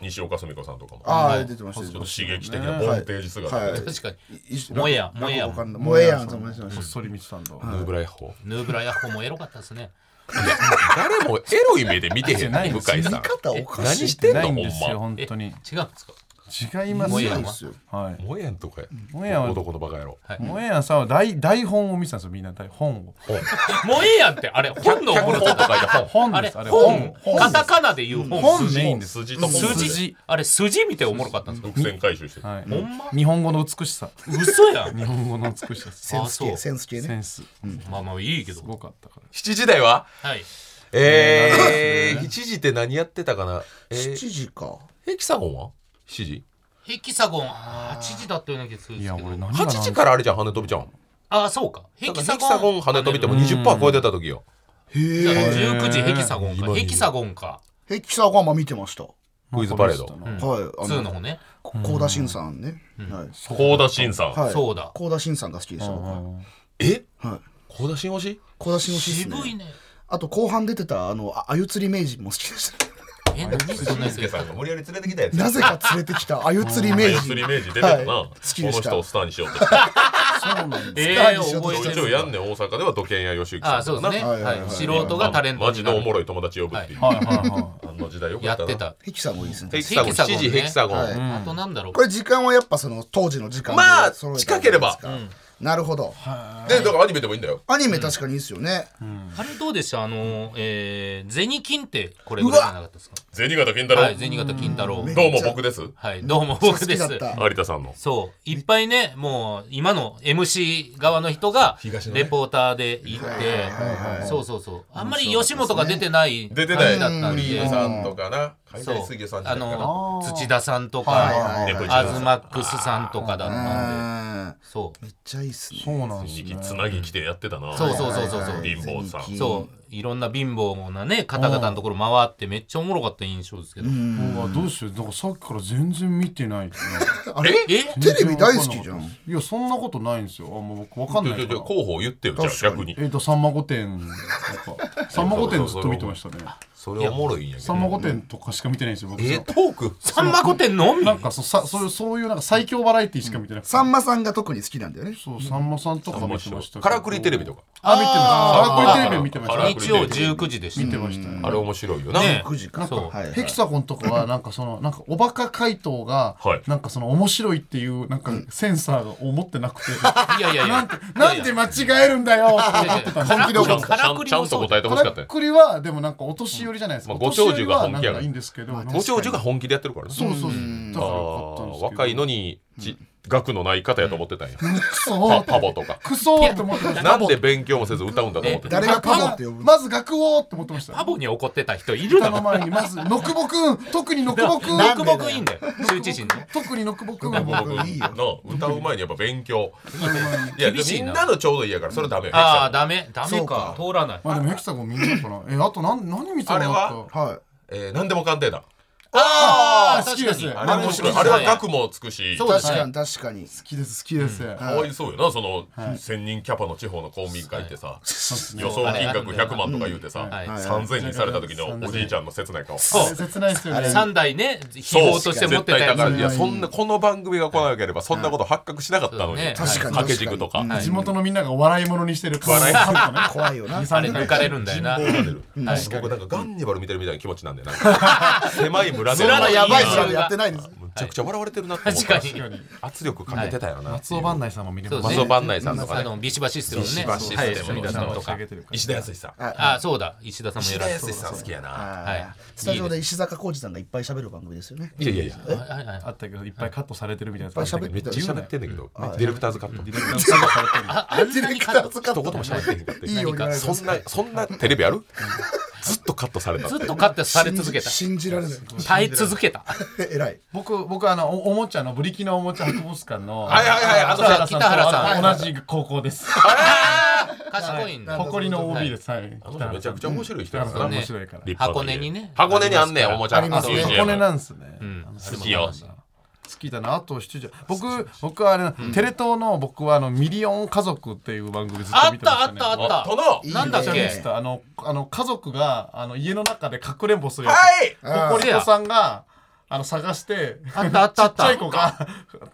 Speaker 1: 西岡澄子さんとかも
Speaker 4: ああ出てました
Speaker 1: ち
Speaker 4: 出
Speaker 1: ょっ
Speaker 4: てま
Speaker 1: と
Speaker 4: し
Speaker 1: 刺激的なボンテージ姿
Speaker 4: はい
Speaker 1: で
Speaker 2: 確かに
Speaker 4: た一緒
Speaker 2: 萌えやん萌えや
Speaker 4: なん
Speaker 2: ん
Speaker 4: かわかんない萌えやんと思いま
Speaker 3: こっ
Speaker 4: した
Speaker 3: そり見てたんだ
Speaker 1: ヌーブラヤッホー
Speaker 2: ヌーブラヤッホーもエロかったですね
Speaker 1: 誰もエロい目で見てへん
Speaker 3: ない
Speaker 1: 向井さ
Speaker 4: 見
Speaker 1: ん
Speaker 4: 方おか
Speaker 1: 何
Speaker 4: しい
Speaker 1: してんの
Speaker 3: ない
Speaker 1: ほ
Speaker 3: ん
Speaker 1: んま
Speaker 3: ですよ本当に
Speaker 2: 違うんですか
Speaker 3: 違います
Speaker 2: 萌えや
Speaker 3: よ
Speaker 2: ん
Speaker 4: ですよ
Speaker 3: はい
Speaker 1: 萌えんとかや
Speaker 3: 萌えやんは
Speaker 1: 男のバカ野郎
Speaker 3: 萌えやんさんは台台本を見てたんですよみんな台本を
Speaker 2: 萌えやんってあれ本の
Speaker 1: 脚
Speaker 2: も
Speaker 1: 本
Speaker 2: の
Speaker 1: とか書いて本
Speaker 3: 本
Speaker 2: あ
Speaker 3: で
Speaker 2: れ
Speaker 3: すあれ
Speaker 2: 本
Speaker 3: 本
Speaker 2: カタカナで言う本
Speaker 3: 本メインです
Speaker 1: 筋と本
Speaker 2: 筋あれ筋見ておもろかったんですか
Speaker 1: 伏線回収してる
Speaker 3: はい
Speaker 2: ほんま
Speaker 3: 日本語の美しさ
Speaker 2: 嘘やん
Speaker 3: 日本語の美し さセ
Speaker 4: セ
Speaker 2: あ
Speaker 4: ンス
Speaker 2: そう
Speaker 4: 系センス系
Speaker 3: ン
Speaker 4: ね
Speaker 3: スす
Speaker 2: まあまあいいけど
Speaker 3: ごかったから
Speaker 1: 7時台は
Speaker 2: はい
Speaker 1: えー7時って何やってたかなえー
Speaker 4: 7時か
Speaker 1: ヘキサゴンは ?7 時
Speaker 2: ヘキサゴン8時だったような気がするん
Speaker 3: い
Speaker 2: です
Speaker 3: や
Speaker 2: けど
Speaker 3: 俺何が
Speaker 1: ?8 時からあれじゃん羽飛びちゃうん
Speaker 2: ああそうかヘ
Speaker 1: だから
Speaker 2: キサ
Speaker 1: ヘキサゴ
Speaker 2: ゴン
Speaker 1: ン羽飛びってもう20%超えてた時よ
Speaker 2: じゃあ
Speaker 4: へえ
Speaker 2: 19時ヘキサゴン
Speaker 1: 今
Speaker 2: か
Speaker 1: 言う
Speaker 2: ヘキサゴンか
Speaker 4: ヘキサゴンは見てました
Speaker 1: クイズパレード
Speaker 3: うん
Speaker 4: はいあ
Speaker 2: 2の方ね
Speaker 4: こ高田新さんねはい
Speaker 1: 高田新さん、
Speaker 4: はい
Speaker 2: そうだ
Speaker 4: 高田新さんが好きでした僕は
Speaker 1: え
Speaker 4: はい
Speaker 1: 高田新推し
Speaker 4: 高田新推しですね
Speaker 2: 渋いね
Speaker 4: あと後半出てたあのあゆ釣り名人も好きでした
Speaker 2: え何そんなやつ言ってたの
Speaker 1: 無理やり連れてきたやつ
Speaker 4: なぜか連れてきたあゆ釣り名
Speaker 1: 四
Speaker 4: 人
Speaker 1: つり明治出てる
Speaker 4: はい
Speaker 1: な、
Speaker 4: 好きで
Speaker 1: この
Speaker 4: した
Speaker 1: 人をスターにしようってち
Speaker 2: え
Speaker 4: ター
Speaker 2: ー
Speaker 4: にしようと
Speaker 2: 覚
Speaker 4: し
Speaker 2: え
Speaker 1: ょい
Speaker 4: て
Speaker 2: て
Speaker 1: ちょい
Speaker 2: る
Speaker 1: やんねん大阪では土建屋吉行
Speaker 2: あ
Speaker 1: さ
Speaker 2: あ
Speaker 1: ん
Speaker 2: そう
Speaker 1: とか
Speaker 2: です
Speaker 1: な
Speaker 2: ね
Speaker 4: はいはいは
Speaker 2: は
Speaker 4: い
Speaker 2: い素人がタレント
Speaker 1: マジ
Speaker 2: に
Speaker 1: で
Speaker 2: な
Speaker 1: お
Speaker 2: る
Speaker 1: もろい友達呼ぶっていう、
Speaker 3: はいはいは
Speaker 1: あの時代よか
Speaker 2: や
Speaker 1: った
Speaker 2: っ
Speaker 1: な
Speaker 2: てた
Speaker 4: ヘキサゴンいいですね
Speaker 1: ヘキサゴン
Speaker 2: ヘキサゴ
Speaker 1: 7
Speaker 2: ンね
Speaker 1: 時ヘキサゴン、
Speaker 4: はい
Speaker 2: あとなんだろう
Speaker 4: これ時間はやっぱその当時の時間で
Speaker 1: まあ
Speaker 4: 揃えたじゃないですかなるほど
Speaker 1: でだからアニメでもいいんだよ
Speaker 4: アニメ確かにいいですよね
Speaker 2: あれどうでしたあのえー銭金ってこれぐらいじゃなかったですか
Speaker 1: 銭形健太郎、
Speaker 2: はい銭形金太郎
Speaker 4: ん
Speaker 1: どうも僕です
Speaker 2: はいどうも僕です
Speaker 4: 好きだった
Speaker 1: 有田さんの
Speaker 2: そういっぱいねもう今の MC 側の人がレポーターで行ってそうそうそうあんまり吉本が出てない
Speaker 1: 出てない
Speaker 2: 感じだったん
Speaker 1: フ
Speaker 2: で
Speaker 1: リーさんとかな海
Speaker 2: そ
Speaker 1: 外
Speaker 2: う
Speaker 1: 水魚さんじゃ
Speaker 2: あ
Speaker 1: ないかな
Speaker 2: の土田さんと
Speaker 4: はいはい
Speaker 2: か
Speaker 4: はい
Speaker 1: ネプチュ
Speaker 2: ア
Speaker 1: ー
Speaker 2: ズ
Speaker 1: ン
Speaker 2: マックスさんとかだっ
Speaker 4: う
Speaker 2: たんで
Speaker 4: ん
Speaker 2: そう
Speaker 4: めっちゃいいっすね
Speaker 3: いそうなんです
Speaker 1: つ
Speaker 3: ね
Speaker 1: なぎ来てやってたな
Speaker 2: そうそうそうそうそう
Speaker 1: 貧乏さん
Speaker 4: 全金
Speaker 2: そういろんな貧乏なね方々のところ回ってめっちゃおもろかった印象ですけど、
Speaker 4: うん
Speaker 3: うわどうしようだからさっきから全然見てない
Speaker 4: あれ
Speaker 2: え
Speaker 4: テレビ大好きじゃん
Speaker 3: いやそんなことないんですよあもう僕わか
Speaker 1: ち
Speaker 3: んな
Speaker 1: ょ
Speaker 3: い
Speaker 1: ちょ
Speaker 3: か
Speaker 1: ち
Speaker 3: ら
Speaker 1: ょ候補言ってよじゃあ
Speaker 4: 確かに
Speaker 1: 逆に
Speaker 3: えっとさんま御殿とかさんま御殿ずっと見てましたね
Speaker 1: それおもろいんやけ
Speaker 3: さ
Speaker 1: ど
Speaker 3: んま御殿とかしか見てないんですよ僕
Speaker 1: えトーク
Speaker 2: さんま御殿のみ
Speaker 3: なんかそうさそういうそういうなんか最強バラエティしか見てなくて、
Speaker 4: さんまさんが特に好きなんだよね
Speaker 3: そうさんまさんとか見てましたけど
Speaker 1: カラクリテレビとか
Speaker 3: あ見てましたカラクリテレビ見てまし
Speaker 1: あ
Speaker 3: た
Speaker 1: ー
Speaker 2: 日曜19時でした、
Speaker 3: 見てましたね
Speaker 1: あれ面白いよな、
Speaker 2: ね
Speaker 4: 9時か
Speaker 2: そう
Speaker 4: はいはい
Speaker 3: ヘキサゴンとかはなんかそのなんかおバカ回答が
Speaker 1: はい
Speaker 3: なんかその面白いっていうなんかセンサーが思ってなくて
Speaker 2: いやいやいや
Speaker 3: なんで間違えるんだよって思ってたんです
Speaker 2: 本気で
Speaker 1: ちゃん
Speaker 2: カラクリ
Speaker 1: ちゃん
Speaker 2: も
Speaker 1: と
Speaker 2: そう
Speaker 1: 答えてほしか
Speaker 3: カ
Speaker 1: った
Speaker 3: ラ
Speaker 1: よ
Speaker 3: クリはでもなんかお年寄りじゃないですか、
Speaker 1: まあ
Speaker 3: お年寄りは
Speaker 1: ご長寿が
Speaker 3: な
Speaker 1: 本
Speaker 3: ん
Speaker 1: 気や
Speaker 3: か
Speaker 1: から
Speaker 3: いいんですけど、なんか
Speaker 1: ご長寿が本気でやってるからね
Speaker 3: そうそうだからよかったんですけど
Speaker 1: 若いのにじ学のない方やと思ってたんや、
Speaker 3: クソ
Speaker 1: パパ
Speaker 3: ー
Speaker 1: ボとか
Speaker 3: クソーって思ってました
Speaker 1: なんで勉強もせず歌うんだと思ってた
Speaker 4: 誰がパボって呼ぶの
Speaker 3: まず学王って思ってました
Speaker 2: パボに怒ってた人いるだ
Speaker 3: 歌の
Speaker 2: ろ
Speaker 3: 前にまず「のくぼくん」特に「のくぼくん」
Speaker 2: 六目いいんだよ周知心の
Speaker 3: 特にのくぼくん
Speaker 4: 僕
Speaker 3: は
Speaker 4: 僕いいよ
Speaker 1: の歌う前にやっぱ勉強いやで
Speaker 2: 厳し
Speaker 1: み
Speaker 2: いなん
Speaker 1: なのちょうどいいやからそれダメよ
Speaker 2: ああダメダ
Speaker 4: そ
Speaker 2: メ
Speaker 4: う
Speaker 2: か
Speaker 4: か
Speaker 2: 通らない
Speaker 3: まあでもヘキサゴン見んなかなえあと何何見て
Speaker 1: あ
Speaker 3: たの
Speaker 1: れは
Speaker 4: は
Speaker 1: えー何でも鑑定団
Speaker 2: あ
Speaker 3: ー好きです
Speaker 2: 確か
Speaker 1: あ
Speaker 2: に
Speaker 1: れ面白いあれは
Speaker 2: 学
Speaker 1: 学もつくし
Speaker 4: い確かに確かに
Speaker 3: 好きです好きです、
Speaker 1: かわいそうよなその1000人キャパの地方の公民会ってさ予想金額100万とか言うてさ
Speaker 2: はい
Speaker 1: 3000にされた時のおじいちゃんの切ない顔
Speaker 3: あれ切ないですよね
Speaker 2: 三代ね秘宝として持って
Speaker 1: 絶
Speaker 2: た
Speaker 1: 対だ
Speaker 2: や
Speaker 1: から
Speaker 2: つ
Speaker 1: いやそんなこの番組が来なければそんなこと発覚しなかったのに
Speaker 2: はい
Speaker 4: 確かに
Speaker 1: 掛け軸とか
Speaker 4: うん
Speaker 3: 地元のみんなが笑い物にしてる
Speaker 1: 笑い
Speaker 3: 物ね
Speaker 4: 怖いよな
Speaker 2: あれ抜かれるんだよ な
Speaker 1: 人望が出る僕なんかガンニバル見てるみたいな気持ちなんでなん か狭い村で
Speaker 2: 村の
Speaker 4: やばい
Speaker 2: し
Speaker 4: しやってないです
Speaker 1: むちゃくちゃ笑われてるなって思っ
Speaker 2: 確
Speaker 1: た
Speaker 2: かに
Speaker 1: 圧力かけてたよな
Speaker 3: 松尾万内さんも見れ
Speaker 2: そう
Speaker 3: ま
Speaker 2: です
Speaker 3: す
Speaker 1: 松
Speaker 2: ね
Speaker 1: 尾万内さんとか
Speaker 2: あ
Speaker 1: ね
Speaker 2: のビシバシステムのね
Speaker 1: 石橋シ
Speaker 2: はい
Speaker 1: ステムの人
Speaker 2: と
Speaker 1: とか
Speaker 2: か
Speaker 1: 石田康さん
Speaker 2: あそうだ石田さんも
Speaker 1: 石
Speaker 2: や
Speaker 1: 田
Speaker 2: られて
Speaker 1: 康さん好きやな
Speaker 2: はい
Speaker 4: スタジオで石坂浩二さんがいっぱい喋る番組ですよね
Speaker 1: いやいやいや
Speaker 2: はいはいはい
Speaker 3: あったけどいっぱいカットされてるみたいな
Speaker 4: ぱい喋
Speaker 1: めっちゃ喋ってんだけどディレクターズカット
Speaker 3: ディレクターさんがされてる
Speaker 2: ああんなにカット
Speaker 1: 一言も喋ってへんかった
Speaker 4: いいよ言わない
Speaker 1: そんなそんなテレビあるずっとカットされたって
Speaker 2: ずっとカットされ続けた
Speaker 4: 信じ信じられない
Speaker 2: 耐え続けた
Speaker 4: 偉い
Speaker 3: 僕僕あのおおもちゃのブリキのおもちゃ博物館の
Speaker 1: はいはいはいあと
Speaker 3: 北原
Speaker 2: 北原さ
Speaker 3: さ
Speaker 2: ん
Speaker 3: んとあの同じ高校です
Speaker 2: 賢いんだ
Speaker 3: 誇りの OB ですはい
Speaker 1: あの人めちゃくちゃ面白い人
Speaker 3: 北
Speaker 1: や
Speaker 3: 原
Speaker 1: か
Speaker 3: さ
Speaker 1: ら
Speaker 3: ん
Speaker 1: ね
Speaker 3: 面白いから
Speaker 1: 立派
Speaker 2: 箱
Speaker 1: な
Speaker 2: 根にね
Speaker 1: 箱根にあんねんおもちゃ
Speaker 4: ありますね
Speaker 1: そうそう
Speaker 3: 箱根なんですね
Speaker 2: ん
Speaker 3: 好
Speaker 1: きよ
Speaker 3: 好きだなあと七時僕僕はあれなテレ東の僕はあのミリオン家族っていう番組ずっ
Speaker 2: あ
Speaker 3: と
Speaker 2: っ
Speaker 3: 見てました
Speaker 2: あっ
Speaker 3: ね
Speaker 2: たあ
Speaker 1: あ
Speaker 2: った
Speaker 1: との
Speaker 4: いいね
Speaker 2: なんだっ
Speaker 3: めっちゃ見て
Speaker 2: け
Speaker 3: たあのあの家族があの家の中でかくれんぼするやつ
Speaker 1: はい
Speaker 3: ココリコさんがあの探して
Speaker 2: あったあったあっ
Speaker 3: ちっちゃい
Speaker 2: た
Speaker 3: 子が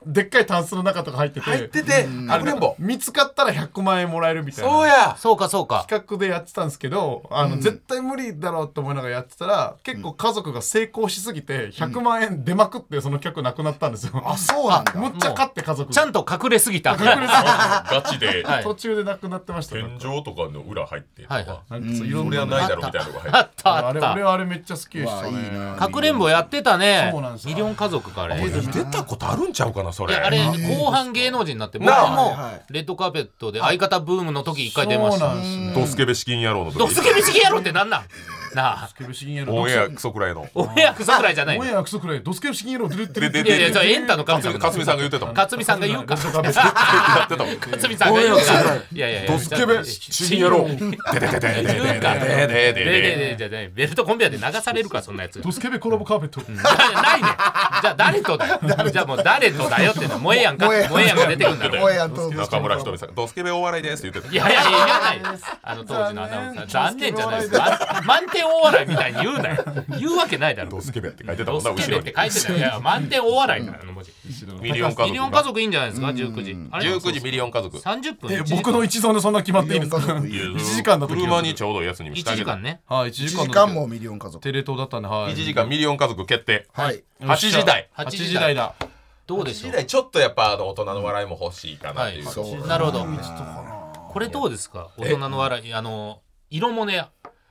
Speaker 3: でっかいタンスの中とか入ってて
Speaker 1: 入っててかくれんぼ
Speaker 3: 見つかったら100万円もらえるみたいな
Speaker 1: そうや
Speaker 2: そうかそうか
Speaker 3: 企画でやってたんですけどあの、絶対無理だろうと思いながらやってたら結構家族が成功しすぎて100万円出まくってその企画なくなったんですよ、
Speaker 4: あそうなんだ
Speaker 3: むっちゃ勝って家族
Speaker 2: ちゃん
Speaker 3: と
Speaker 2: と隠れすぎた
Speaker 1: ガチ で
Speaker 2: はい
Speaker 3: 途中でなくなってました、
Speaker 1: 天井とかの裏入ってと
Speaker 2: はいは
Speaker 1: か
Speaker 3: なんかいろ
Speaker 1: そ
Speaker 3: ん
Speaker 1: りゃ
Speaker 3: な
Speaker 1: ないだろみたいなのが入って
Speaker 2: あったあ
Speaker 3: あ
Speaker 2: っ
Speaker 3: れ
Speaker 2: た
Speaker 3: 俺はあれめっちゃ好きでしたね
Speaker 4: うわいいな
Speaker 2: かくれんぼやってたね
Speaker 3: そうなんですよ
Speaker 2: ミリオン家族かあれい
Speaker 1: 出たことあるんちゃうかなそれ
Speaker 2: やあれ後半芸能人になって僕
Speaker 1: なあ
Speaker 2: も
Speaker 4: はいはい
Speaker 2: レッドカーペットで相方ブームの時一回出まし
Speaker 3: そう
Speaker 2: た
Speaker 3: なんですね
Speaker 1: ドスケベ資金野郎の
Speaker 2: ド
Speaker 1: 時
Speaker 2: スケベチキ野郎ってなんなんなあ
Speaker 3: ドスケベシギン野郎
Speaker 1: オンエアクソくらいの
Speaker 2: お部屋草くらいじゃない
Speaker 3: オ
Speaker 2: の
Speaker 3: ンエアクソくらいドスケベシギン野郎出て
Speaker 1: で
Speaker 3: る
Speaker 1: で
Speaker 2: いやいや
Speaker 1: で
Speaker 2: それエンタの神
Speaker 1: 勝
Speaker 2: 様
Speaker 1: 美さんが言ってたもん
Speaker 2: 勝美さんが言うか勝美さ
Speaker 1: やってたもん
Speaker 2: んが言うかいやいやいや
Speaker 1: ドスケベ資金野郎でででででで
Speaker 2: 言うか
Speaker 1: ででで
Speaker 2: で
Speaker 1: で
Speaker 2: ででじゃないベルトコンベアで流されるかそんなやつ
Speaker 3: ドスケベコラボカーペット
Speaker 2: ないねじゃあ誰とだよじゃあもう誰とだよってのは萌えやんか
Speaker 4: 萌え
Speaker 2: 萌えや
Speaker 4: やん
Speaker 2: んが出てくるんだろ
Speaker 4: おやと
Speaker 1: 中村ひとみさんドスケベお笑いですって言って
Speaker 2: い
Speaker 1: た
Speaker 2: やいやいやいらないあの当時のアナウンサー残念じゃないですか満点大笑いみたいに言うなよ言うわけないだろ
Speaker 1: ドスケベって書いてたも
Speaker 2: ド
Speaker 1: んな
Speaker 2: ス
Speaker 1: 後
Speaker 2: ケベ
Speaker 1: ろ
Speaker 2: って
Speaker 1: に
Speaker 2: 書いてたよいや満点大笑いだからあの文字
Speaker 1: ミリオン家
Speaker 2: ミリ
Speaker 1: 族
Speaker 2: オン家
Speaker 1: が
Speaker 2: 族いいんじゃないですか19時あれ
Speaker 1: 19時ミリオン家族
Speaker 2: 30分
Speaker 3: え僕の一存でそんな決まっていいんです
Speaker 4: ミリオ
Speaker 3: か
Speaker 4: ン家族いい
Speaker 3: 1時間だと
Speaker 1: 車にちょうどいいやつにしてあ
Speaker 2: 1
Speaker 1: げ
Speaker 2: 時
Speaker 1: た
Speaker 2: 間ね
Speaker 3: はい1時
Speaker 4: 1
Speaker 3: 間
Speaker 4: 時間もミリオン家族
Speaker 3: テレ東だったんではい
Speaker 1: 1時間ミリオン家族決定
Speaker 4: はい
Speaker 1: 8時台
Speaker 3: 8時台だ
Speaker 2: どうでしょ
Speaker 1: 時代ちょっとやっぱあの大人の笑いも欲しいかなっていう
Speaker 2: は
Speaker 4: そう
Speaker 2: うなるほどこれどうですか大人の笑いあの色もね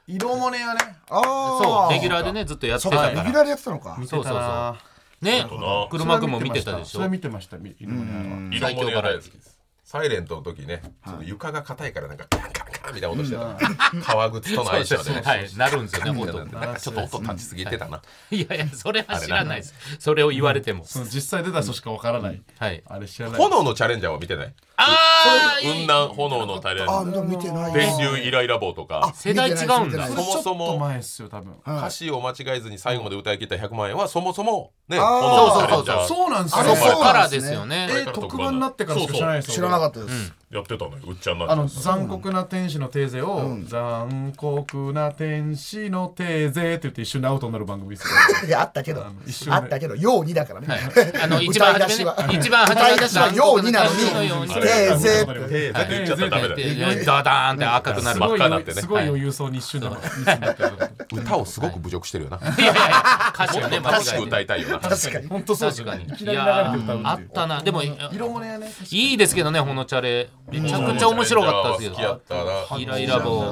Speaker 3: 色もねはね
Speaker 4: あ
Speaker 2: そう
Speaker 4: あ
Speaker 2: レギュラーでねずっとやって
Speaker 4: そ
Speaker 2: た
Speaker 4: っか
Speaker 2: か
Speaker 4: レギュ
Speaker 2: ら
Speaker 4: ラーでやってたのか
Speaker 2: そうそうそう
Speaker 3: あ
Speaker 2: ね
Speaker 1: どな
Speaker 2: 車くんも見てたでし
Speaker 3: それ
Speaker 2: ょ
Speaker 3: は見てましたみ色もね
Speaker 1: 色物や大好きですサイレントの時ね、その床が硬いからなんかカンカンカンみたいな音してたな、革靴との相性でね、
Speaker 2: はいなるんですよね音
Speaker 1: なんかちょっと音立ちすぎてたな。
Speaker 2: いやいやそれは知らないですそれを言われても
Speaker 3: その実際出た人しかわからない
Speaker 2: はい
Speaker 3: あれ知らない
Speaker 1: 炎のチャレンジャーは見てない
Speaker 2: ああー
Speaker 1: 雲南炎のタレ
Speaker 4: あでも見てない
Speaker 1: 電流イライラ棒とか
Speaker 2: 世代違うんだ
Speaker 4: 見てないです見てない
Speaker 1: そ
Speaker 4: で
Speaker 1: も
Speaker 4: す
Speaker 1: そも
Speaker 3: 前っすよ多分
Speaker 4: は
Speaker 1: 歌
Speaker 4: い
Speaker 1: 詞を間違えずに最後まで歌い切った100万円はそもそもね
Speaker 4: あー
Speaker 1: 炎のチャレンジャー
Speaker 3: そうなんです
Speaker 4: あ
Speaker 3: よ
Speaker 4: れ
Speaker 2: そ
Speaker 4: そう
Speaker 2: こか
Speaker 4: な
Speaker 2: ら
Speaker 4: んで
Speaker 2: です
Speaker 4: ね
Speaker 2: すよね
Speaker 1: え
Speaker 3: え特番になってからしか知らないですよ
Speaker 4: 知らなかったです
Speaker 1: やってたのようっちゃんなん
Speaker 3: あの
Speaker 1: て
Speaker 3: 残酷な天使のテーゼを、
Speaker 4: うん
Speaker 3: 残酷な天使のテーゼって言って一瞬でアウトになる番組ですよ
Speaker 4: いやあったけど
Speaker 3: あの一瞬で
Speaker 4: あったけどようにだからね
Speaker 2: あの一番初めね
Speaker 4: 歌い出
Speaker 2: 一
Speaker 4: しは
Speaker 2: 番初
Speaker 4: 歌
Speaker 2: め
Speaker 4: い出しはようになの
Speaker 2: のよう
Speaker 4: に
Speaker 2: に
Speaker 1: あ
Speaker 4: テ
Speaker 1: れ
Speaker 4: ーゼ
Speaker 1: テーゼって言っちゃったらダメだよ
Speaker 2: ダダーンって赤くな
Speaker 3: す
Speaker 2: る
Speaker 1: 真っ
Speaker 3: ごい
Speaker 1: 赤になってね
Speaker 3: すごい余裕そうに一瞬で一瞬になってる
Speaker 1: 歌をすごく侮辱してるよなも
Speaker 2: いやいやいや歌詞を
Speaker 1: っと
Speaker 2: ね
Speaker 1: 楽し
Speaker 2: 間
Speaker 1: く
Speaker 2: 違えて
Speaker 1: 歌いたいよな
Speaker 4: 確かに
Speaker 3: 本当そうです
Speaker 2: 確
Speaker 3: よ
Speaker 2: か
Speaker 3: ね
Speaker 2: に
Speaker 3: いき
Speaker 2: い
Speaker 3: なり流
Speaker 2: や
Speaker 3: れて歌う
Speaker 2: ーあ
Speaker 3: ってい
Speaker 2: っ
Speaker 3: う
Speaker 2: たなでも
Speaker 3: 色もね
Speaker 2: いいですけどねほのチャレめちゃくちゃ面白かったですけ
Speaker 1: 好きや
Speaker 2: ど
Speaker 1: ったな
Speaker 2: イライラ棒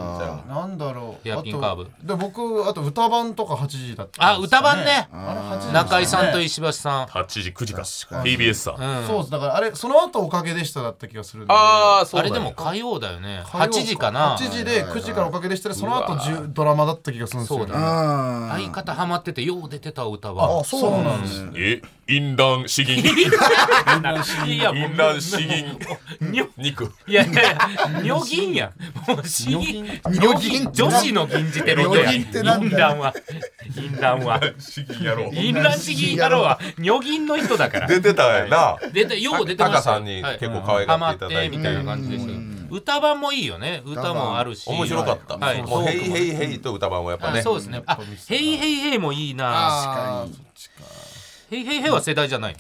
Speaker 3: なんだろう
Speaker 2: ヘアピンカーブ
Speaker 3: あとで僕あと歌番とか8時だった
Speaker 2: あ
Speaker 3: んですか
Speaker 2: 歌番ね
Speaker 3: あれ8時でしたね
Speaker 2: 中井さんと石橋さん
Speaker 1: 8時9時か TBS さ
Speaker 2: うん
Speaker 3: そうですだからあれその後おかげでしただった気がするんで
Speaker 1: ああそう
Speaker 2: あ
Speaker 1: なん
Speaker 2: れ
Speaker 1: や
Speaker 2: でも火曜だよね
Speaker 3: 火曜
Speaker 2: 8時かな
Speaker 3: 8時で9時からおかげでしたらその後10ドラマだった気がするんです
Speaker 2: そ
Speaker 3: よ
Speaker 2: う
Speaker 3: ね
Speaker 2: だ
Speaker 4: あ
Speaker 2: 相方ハマっててよう出てた歌
Speaker 4: あ
Speaker 2: は
Speaker 4: そうなんですね
Speaker 1: え淫乱詩吟
Speaker 2: いやもう
Speaker 1: 淫乱詩吟
Speaker 2: にょ
Speaker 1: 肉
Speaker 2: いやいやいや女銀やんもうし女銀女子の銀じてる
Speaker 4: 女銀ってなん
Speaker 2: 銀
Speaker 4: だよ
Speaker 2: 蘭は銀蘭は
Speaker 1: 詩吟やろう
Speaker 2: 銀蘭市銀やろうは女銀の人だから
Speaker 1: 出てたよな
Speaker 2: 出てよう出て
Speaker 1: タ
Speaker 2: ま
Speaker 1: カ
Speaker 2: した
Speaker 1: さんに
Speaker 2: はい
Speaker 1: 結構可愛
Speaker 2: ハ
Speaker 1: が
Speaker 2: マ
Speaker 1: ってい
Speaker 2: った
Speaker 1: だ
Speaker 2: て
Speaker 1: いて
Speaker 2: みたいな感じでしたよ歌版もいいよね歌もあるし
Speaker 1: 面白かった
Speaker 2: はい
Speaker 1: もう
Speaker 2: ト
Speaker 1: ヘ
Speaker 2: ー
Speaker 1: イ
Speaker 2: クもね
Speaker 1: ヘイヘイと歌番はやっぱ
Speaker 2: あ
Speaker 1: ね
Speaker 2: そうですねあヘイヘイヘイもいいな
Speaker 4: あ
Speaker 2: ヘイヘイヘイは世代じゃない
Speaker 4: ー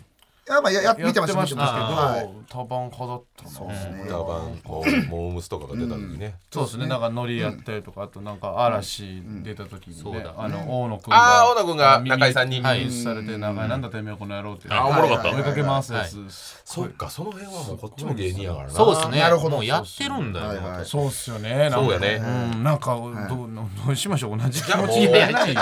Speaker 4: いやまあやや見てました
Speaker 3: やってま
Speaker 4: 見
Speaker 3: してたけど
Speaker 4: ましたはい
Speaker 3: 多番派だったそうですね
Speaker 1: 歌番こうモームスとかが出た時ね
Speaker 3: そうですねなんかノリやったりとかあとなんか嵐出た時にねあの大野くん
Speaker 1: ああ
Speaker 3: が
Speaker 1: 小田君が中井さんに
Speaker 3: リリースされて長いなんだてめえこの野郎って
Speaker 1: あおもろかった
Speaker 3: 追いかけ回すやつ
Speaker 1: そっかその辺はもうこっちも芸人やからな
Speaker 2: そうですね
Speaker 4: なるほど
Speaker 2: もうやってるんだよ
Speaker 4: はい
Speaker 2: もう
Speaker 4: はい
Speaker 3: そうっすよね
Speaker 1: そうやね
Speaker 3: うんなんかどうどうしましょう同じ気持
Speaker 1: じゃあも
Speaker 3: ち
Speaker 1: う
Speaker 3: になれないよ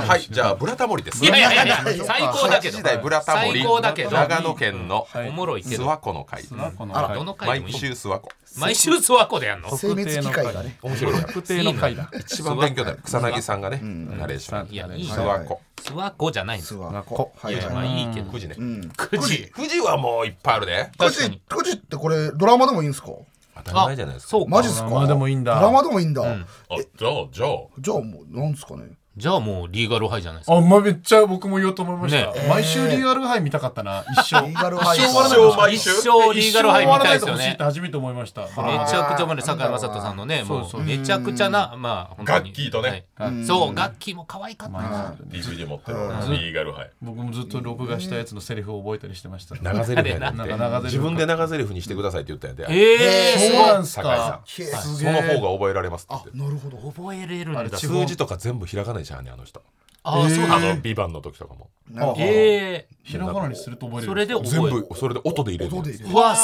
Speaker 1: はいじゃあブラタモリです
Speaker 2: いやいやいやいや最高だけど
Speaker 1: 時代ブラタモリ
Speaker 2: 最高だけど
Speaker 1: 長野県の
Speaker 2: おもろいけ
Speaker 1: 諏
Speaker 2: ど
Speaker 1: 訪湖の会
Speaker 3: なこの
Speaker 4: あら
Speaker 2: ど
Speaker 3: はい
Speaker 2: の回でも
Speaker 1: 毎
Speaker 2: いい
Speaker 1: 週諏訪湖
Speaker 2: 毎週諏訪湖でやんの
Speaker 4: 精密機械がね
Speaker 1: 面白いから
Speaker 3: 特定の回だ
Speaker 1: 一番勉強になる草薙さんがねナレーション
Speaker 2: いやいい
Speaker 1: 諏
Speaker 2: 諏
Speaker 1: 訪湖
Speaker 2: 訪湖じゃないんです
Speaker 4: ツ
Speaker 2: よ
Speaker 4: アー
Speaker 3: こ
Speaker 4: はい
Speaker 2: まあ
Speaker 4: はい
Speaker 2: いいけど
Speaker 1: 9時ね
Speaker 2: 9時
Speaker 1: 9時はもういっぱいあるで
Speaker 4: 9
Speaker 2: 確かに
Speaker 4: 時9時ってこれドラマでもいいんですか
Speaker 1: 当たり前じゃないですか
Speaker 2: そう
Speaker 4: マ
Speaker 2: か
Speaker 4: ジっすか
Speaker 3: ドラマでもいいんだ
Speaker 4: ドラマでもいいんだ
Speaker 1: あじゃあじゃあ
Speaker 4: じゃあもうなんですかね
Speaker 2: じゃあもうリーガルハイじゃないですか
Speaker 3: あ、まあ、めっちゃ僕も言おうと思いました。
Speaker 2: ね
Speaker 3: 毎週リーガルハイ見たかったな、一生。
Speaker 4: リーガルハイ
Speaker 3: 一生終わらないでほしい
Speaker 1: 毎
Speaker 2: 一
Speaker 1: 週
Speaker 2: 生リーガルハイみたいですよ
Speaker 3: 一生終わらないでほしいっ
Speaker 2: ね
Speaker 3: て初めて思いました。
Speaker 2: め
Speaker 4: い
Speaker 2: ちゃくちゃまで坂井雅人さんのねも
Speaker 3: そううそう
Speaker 2: めちゃくちゃなまあ本当に
Speaker 1: ガッキーとね
Speaker 2: はいそうガッキーも可愛かったな
Speaker 1: DJ 持ってるリーガルハイ
Speaker 3: 僕もずっと録画したやつのセリフを覚えたりしてました。
Speaker 1: 長ゼリフやねん
Speaker 3: なん
Speaker 1: て
Speaker 3: か長ゼリフ
Speaker 1: 自分で長ゼリフにしてくださいって言ったんやで
Speaker 2: え
Speaker 3: そうなんす
Speaker 1: 酒井さ
Speaker 3: か。
Speaker 1: ん
Speaker 4: け
Speaker 1: その方が覚えられますって言って
Speaker 4: なるほど
Speaker 2: ー覚えれるんだ
Speaker 3: れ地方
Speaker 1: 数字とか全部開かないじゃんねあの人
Speaker 2: ああそう
Speaker 1: あ
Speaker 2: な
Speaker 1: の
Speaker 2: の
Speaker 1: 「ビバンの時とかも
Speaker 4: なるほど
Speaker 2: ええ
Speaker 3: ひらがなにすると覚える。
Speaker 2: それで覚え
Speaker 1: 全
Speaker 2: る
Speaker 1: 部それで音で入れる
Speaker 4: 音で
Speaker 1: ん
Speaker 4: 入れ
Speaker 2: うわ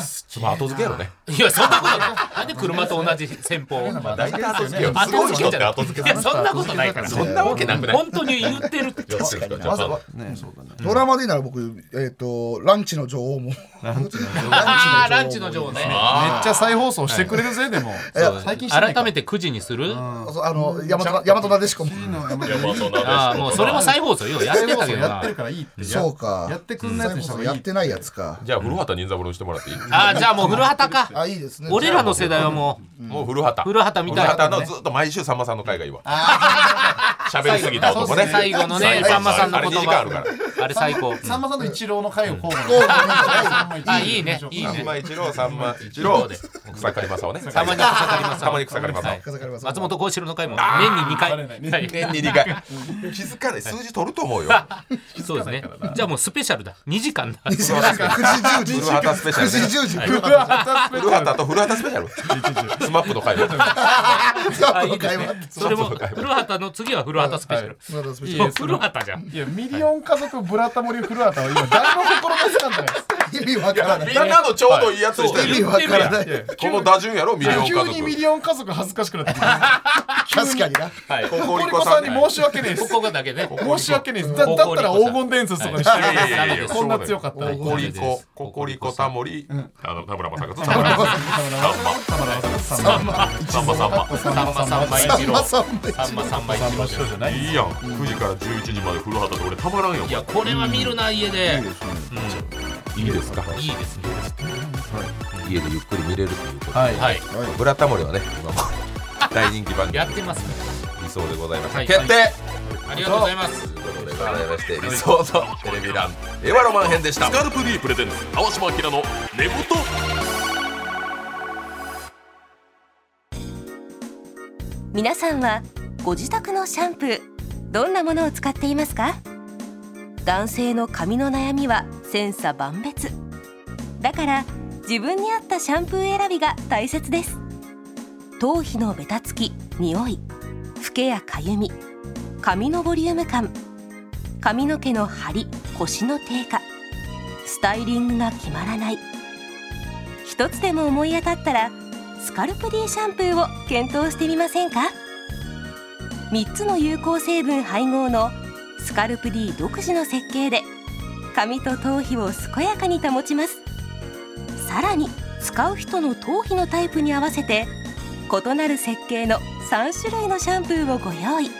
Speaker 2: す
Speaker 1: まあ後付けやろね
Speaker 2: ごいいやそんなことないなんで車と同じ戦法を
Speaker 1: 大体後付けよす
Speaker 2: 後
Speaker 1: ごい
Speaker 2: 付
Speaker 1: 人っ
Speaker 2: けじゃ
Speaker 1: て
Speaker 2: ない
Speaker 1: 後付
Speaker 2: い
Speaker 1: け
Speaker 2: やそんなことないから
Speaker 1: そんなわけなくない
Speaker 2: 本当に言ってるって
Speaker 1: やってるんですか
Speaker 4: わ
Speaker 1: ジ
Speaker 4: ざ
Speaker 1: ャパン
Speaker 4: わ
Speaker 3: ね、そうだね。
Speaker 4: ドラマでなら僕えっとランチの女王も
Speaker 2: ああランチの女王ね
Speaker 3: めっちゃ再放送してくれるぜ、でも。最近してない
Speaker 2: 改めて9時にするあ
Speaker 4: あの大和大和なでしこも
Speaker 1: 大和なでしこ
Speaker 2: あもうそれも再放送よやって
Speaker 3: 再
Speaker 2: た
Speaker 3: 放
Speaker 2: け
Speaker 3: 送
Speaker 2: ど
Speaker 3: やって
Speaker 2: な
Speaker 3: るからいいって。
Speaker 4: そうか
Speaker 3: やってくんないやつにした方がいい
Speaker 4: やってないやつか
Speaker 1: じゃあ古畑任三郎にしてもらっていい
Speaker 2: あーじゃあもう古畑か
Speaker 4: あいいですね
Speaker 2: 俺らの世代はも
Speaker 1: もう古畑
Speaker 2: 古畑みたい
Speaker 1: 古畑のずっと毎週さんまさんの会がいいわ喋りすぎた男ね
Speaker 2: う最後のね
Speaker 1: 最後
Speaker 2: さんまさんの
Speaker 1: あれ
Speaker 2: 言
Speaker 1: 2時間あるか
Speaker 2: 葉
Speaker 1: ら
Speaker 2: あれ最高
Speaker 3: さんまさんと一郎の回を交互
Speaker 4: 交
Speaker 3: に。
Speaker 4: 互に
Speaker 2: あいいねいい
Speaker 1: 三
Speaker 2: ね
Speaker 1: 馬一郎三馬一郎草刈正雄ね
Speaker 2: たまに草刈正雄
Speaker 1: たまに草刈正雄
Speaker 2: はい
Speaker 4: 風間 さん
Speaker 2: 松本幸四郎の回も年に2回
Speaker 3: バレないね
Speaker 2: はい
Speaker 1: 年に2回気づかない数字取ると思うよ
Speaker 2: そうですねじゃあもうスペシャルだ2時間だ
Speaker 4: 9時10時
Speaker 1: 古畑スペシャ
Speaker 4: 9時
Speaker 1: ルね
Speaker 4: 10時
Speaker 1: 古畑と古畑スペシャルスマップの会 も
Speaker 2: あいい
Speaker 4: の
Speaker 2: です
Speaker 4: 会
Speaker 2: ね
Speaker 4: 話
Speaker 2: それも古畑の次は古畑スペシャル
Speaker 3: い
Speaker 2: もう
Speaker 3: やそ
Speaker 2: 古畑じゃん
Speaker 3: いや、ミリオン家族ブラタモリ古畑は今、誰も心がつかんないです。
Speaker 4: 意味わからない
Speaker 1: 7のちょうどいいやつにして
Speaker 4: 意味わからない
Speaker 1: この打順やろミリオン家
Speaker 3: 急にミ
Speaker 1: 族
Speaker 3: リオン家族恥ずかしくなってきた。
Speaker 4: 確かにな
Speaker 1: コ
Speaker 3: コ
Speaker 1: コリ
Speaker 3: リ
Speaker 1: コ
Speaker 3: コ
Speaker 1: さん
Speaker 3: さん
Speaker 1: に
Speaker 3: に
Speaker 1: も
Speaker 3: 申し訳ねえです。
Speaker 2: ここがだけね
Speaker 3: 申し訳ねえです。だだったら黄金伝説とかにして
Speaker 1: いやいやいやいや
Speaker 3: こんな強かったら。
Speaker 1: ココリコココリコタモリあの田村正和さんまさんまさんま
Speaker 2: さんまさんま一郎さんまさんま一郎
Speaker 3: じゃない
Speaker 1: いいやん9時から11時まで古畑で俺たまらんよ
Speaker 2: いやこれは見るな家で
Speaker 1: いいですか
Speaker 2: いいですね
Speaker 1: 家でゆっくり見れるということで、
Speaker 7: はい
Speaker 2: はい
Speaker 1: ブラタモリはね今も大人気番組
Speaker 2: やってますね
Speaker 1: 理想でございました、
Speaker 2: はい
Speaker 1: 決定、
Speaker 2: ありがとうございます
Speaker 1: ということでございまして理想とテレビ欄令和ロマン編でした
Speaker 5: スカルプ D プレゼンツ川島明の寝言
Speaker 6: 皆さんはご自宅のシャンプーどんなものを使っていますか男性の髪の悩みは千差万別だから自分に合ったシャンプー選びが大切です頭皮のベタつき匂いフけやかゆみ髪のボリューム感髪の毛の張り腰の低下スタイリングが決まらない一つでも思い当たったらスカルプ D シャンプーを検討してみませんか3つの有効成分配合のスカルプ D 独自の設計で髪と頭皮を健やかに保ちますさらに使う人の頭皮のタイプに合わせて異なる設計の3種類のシャンプーをご用意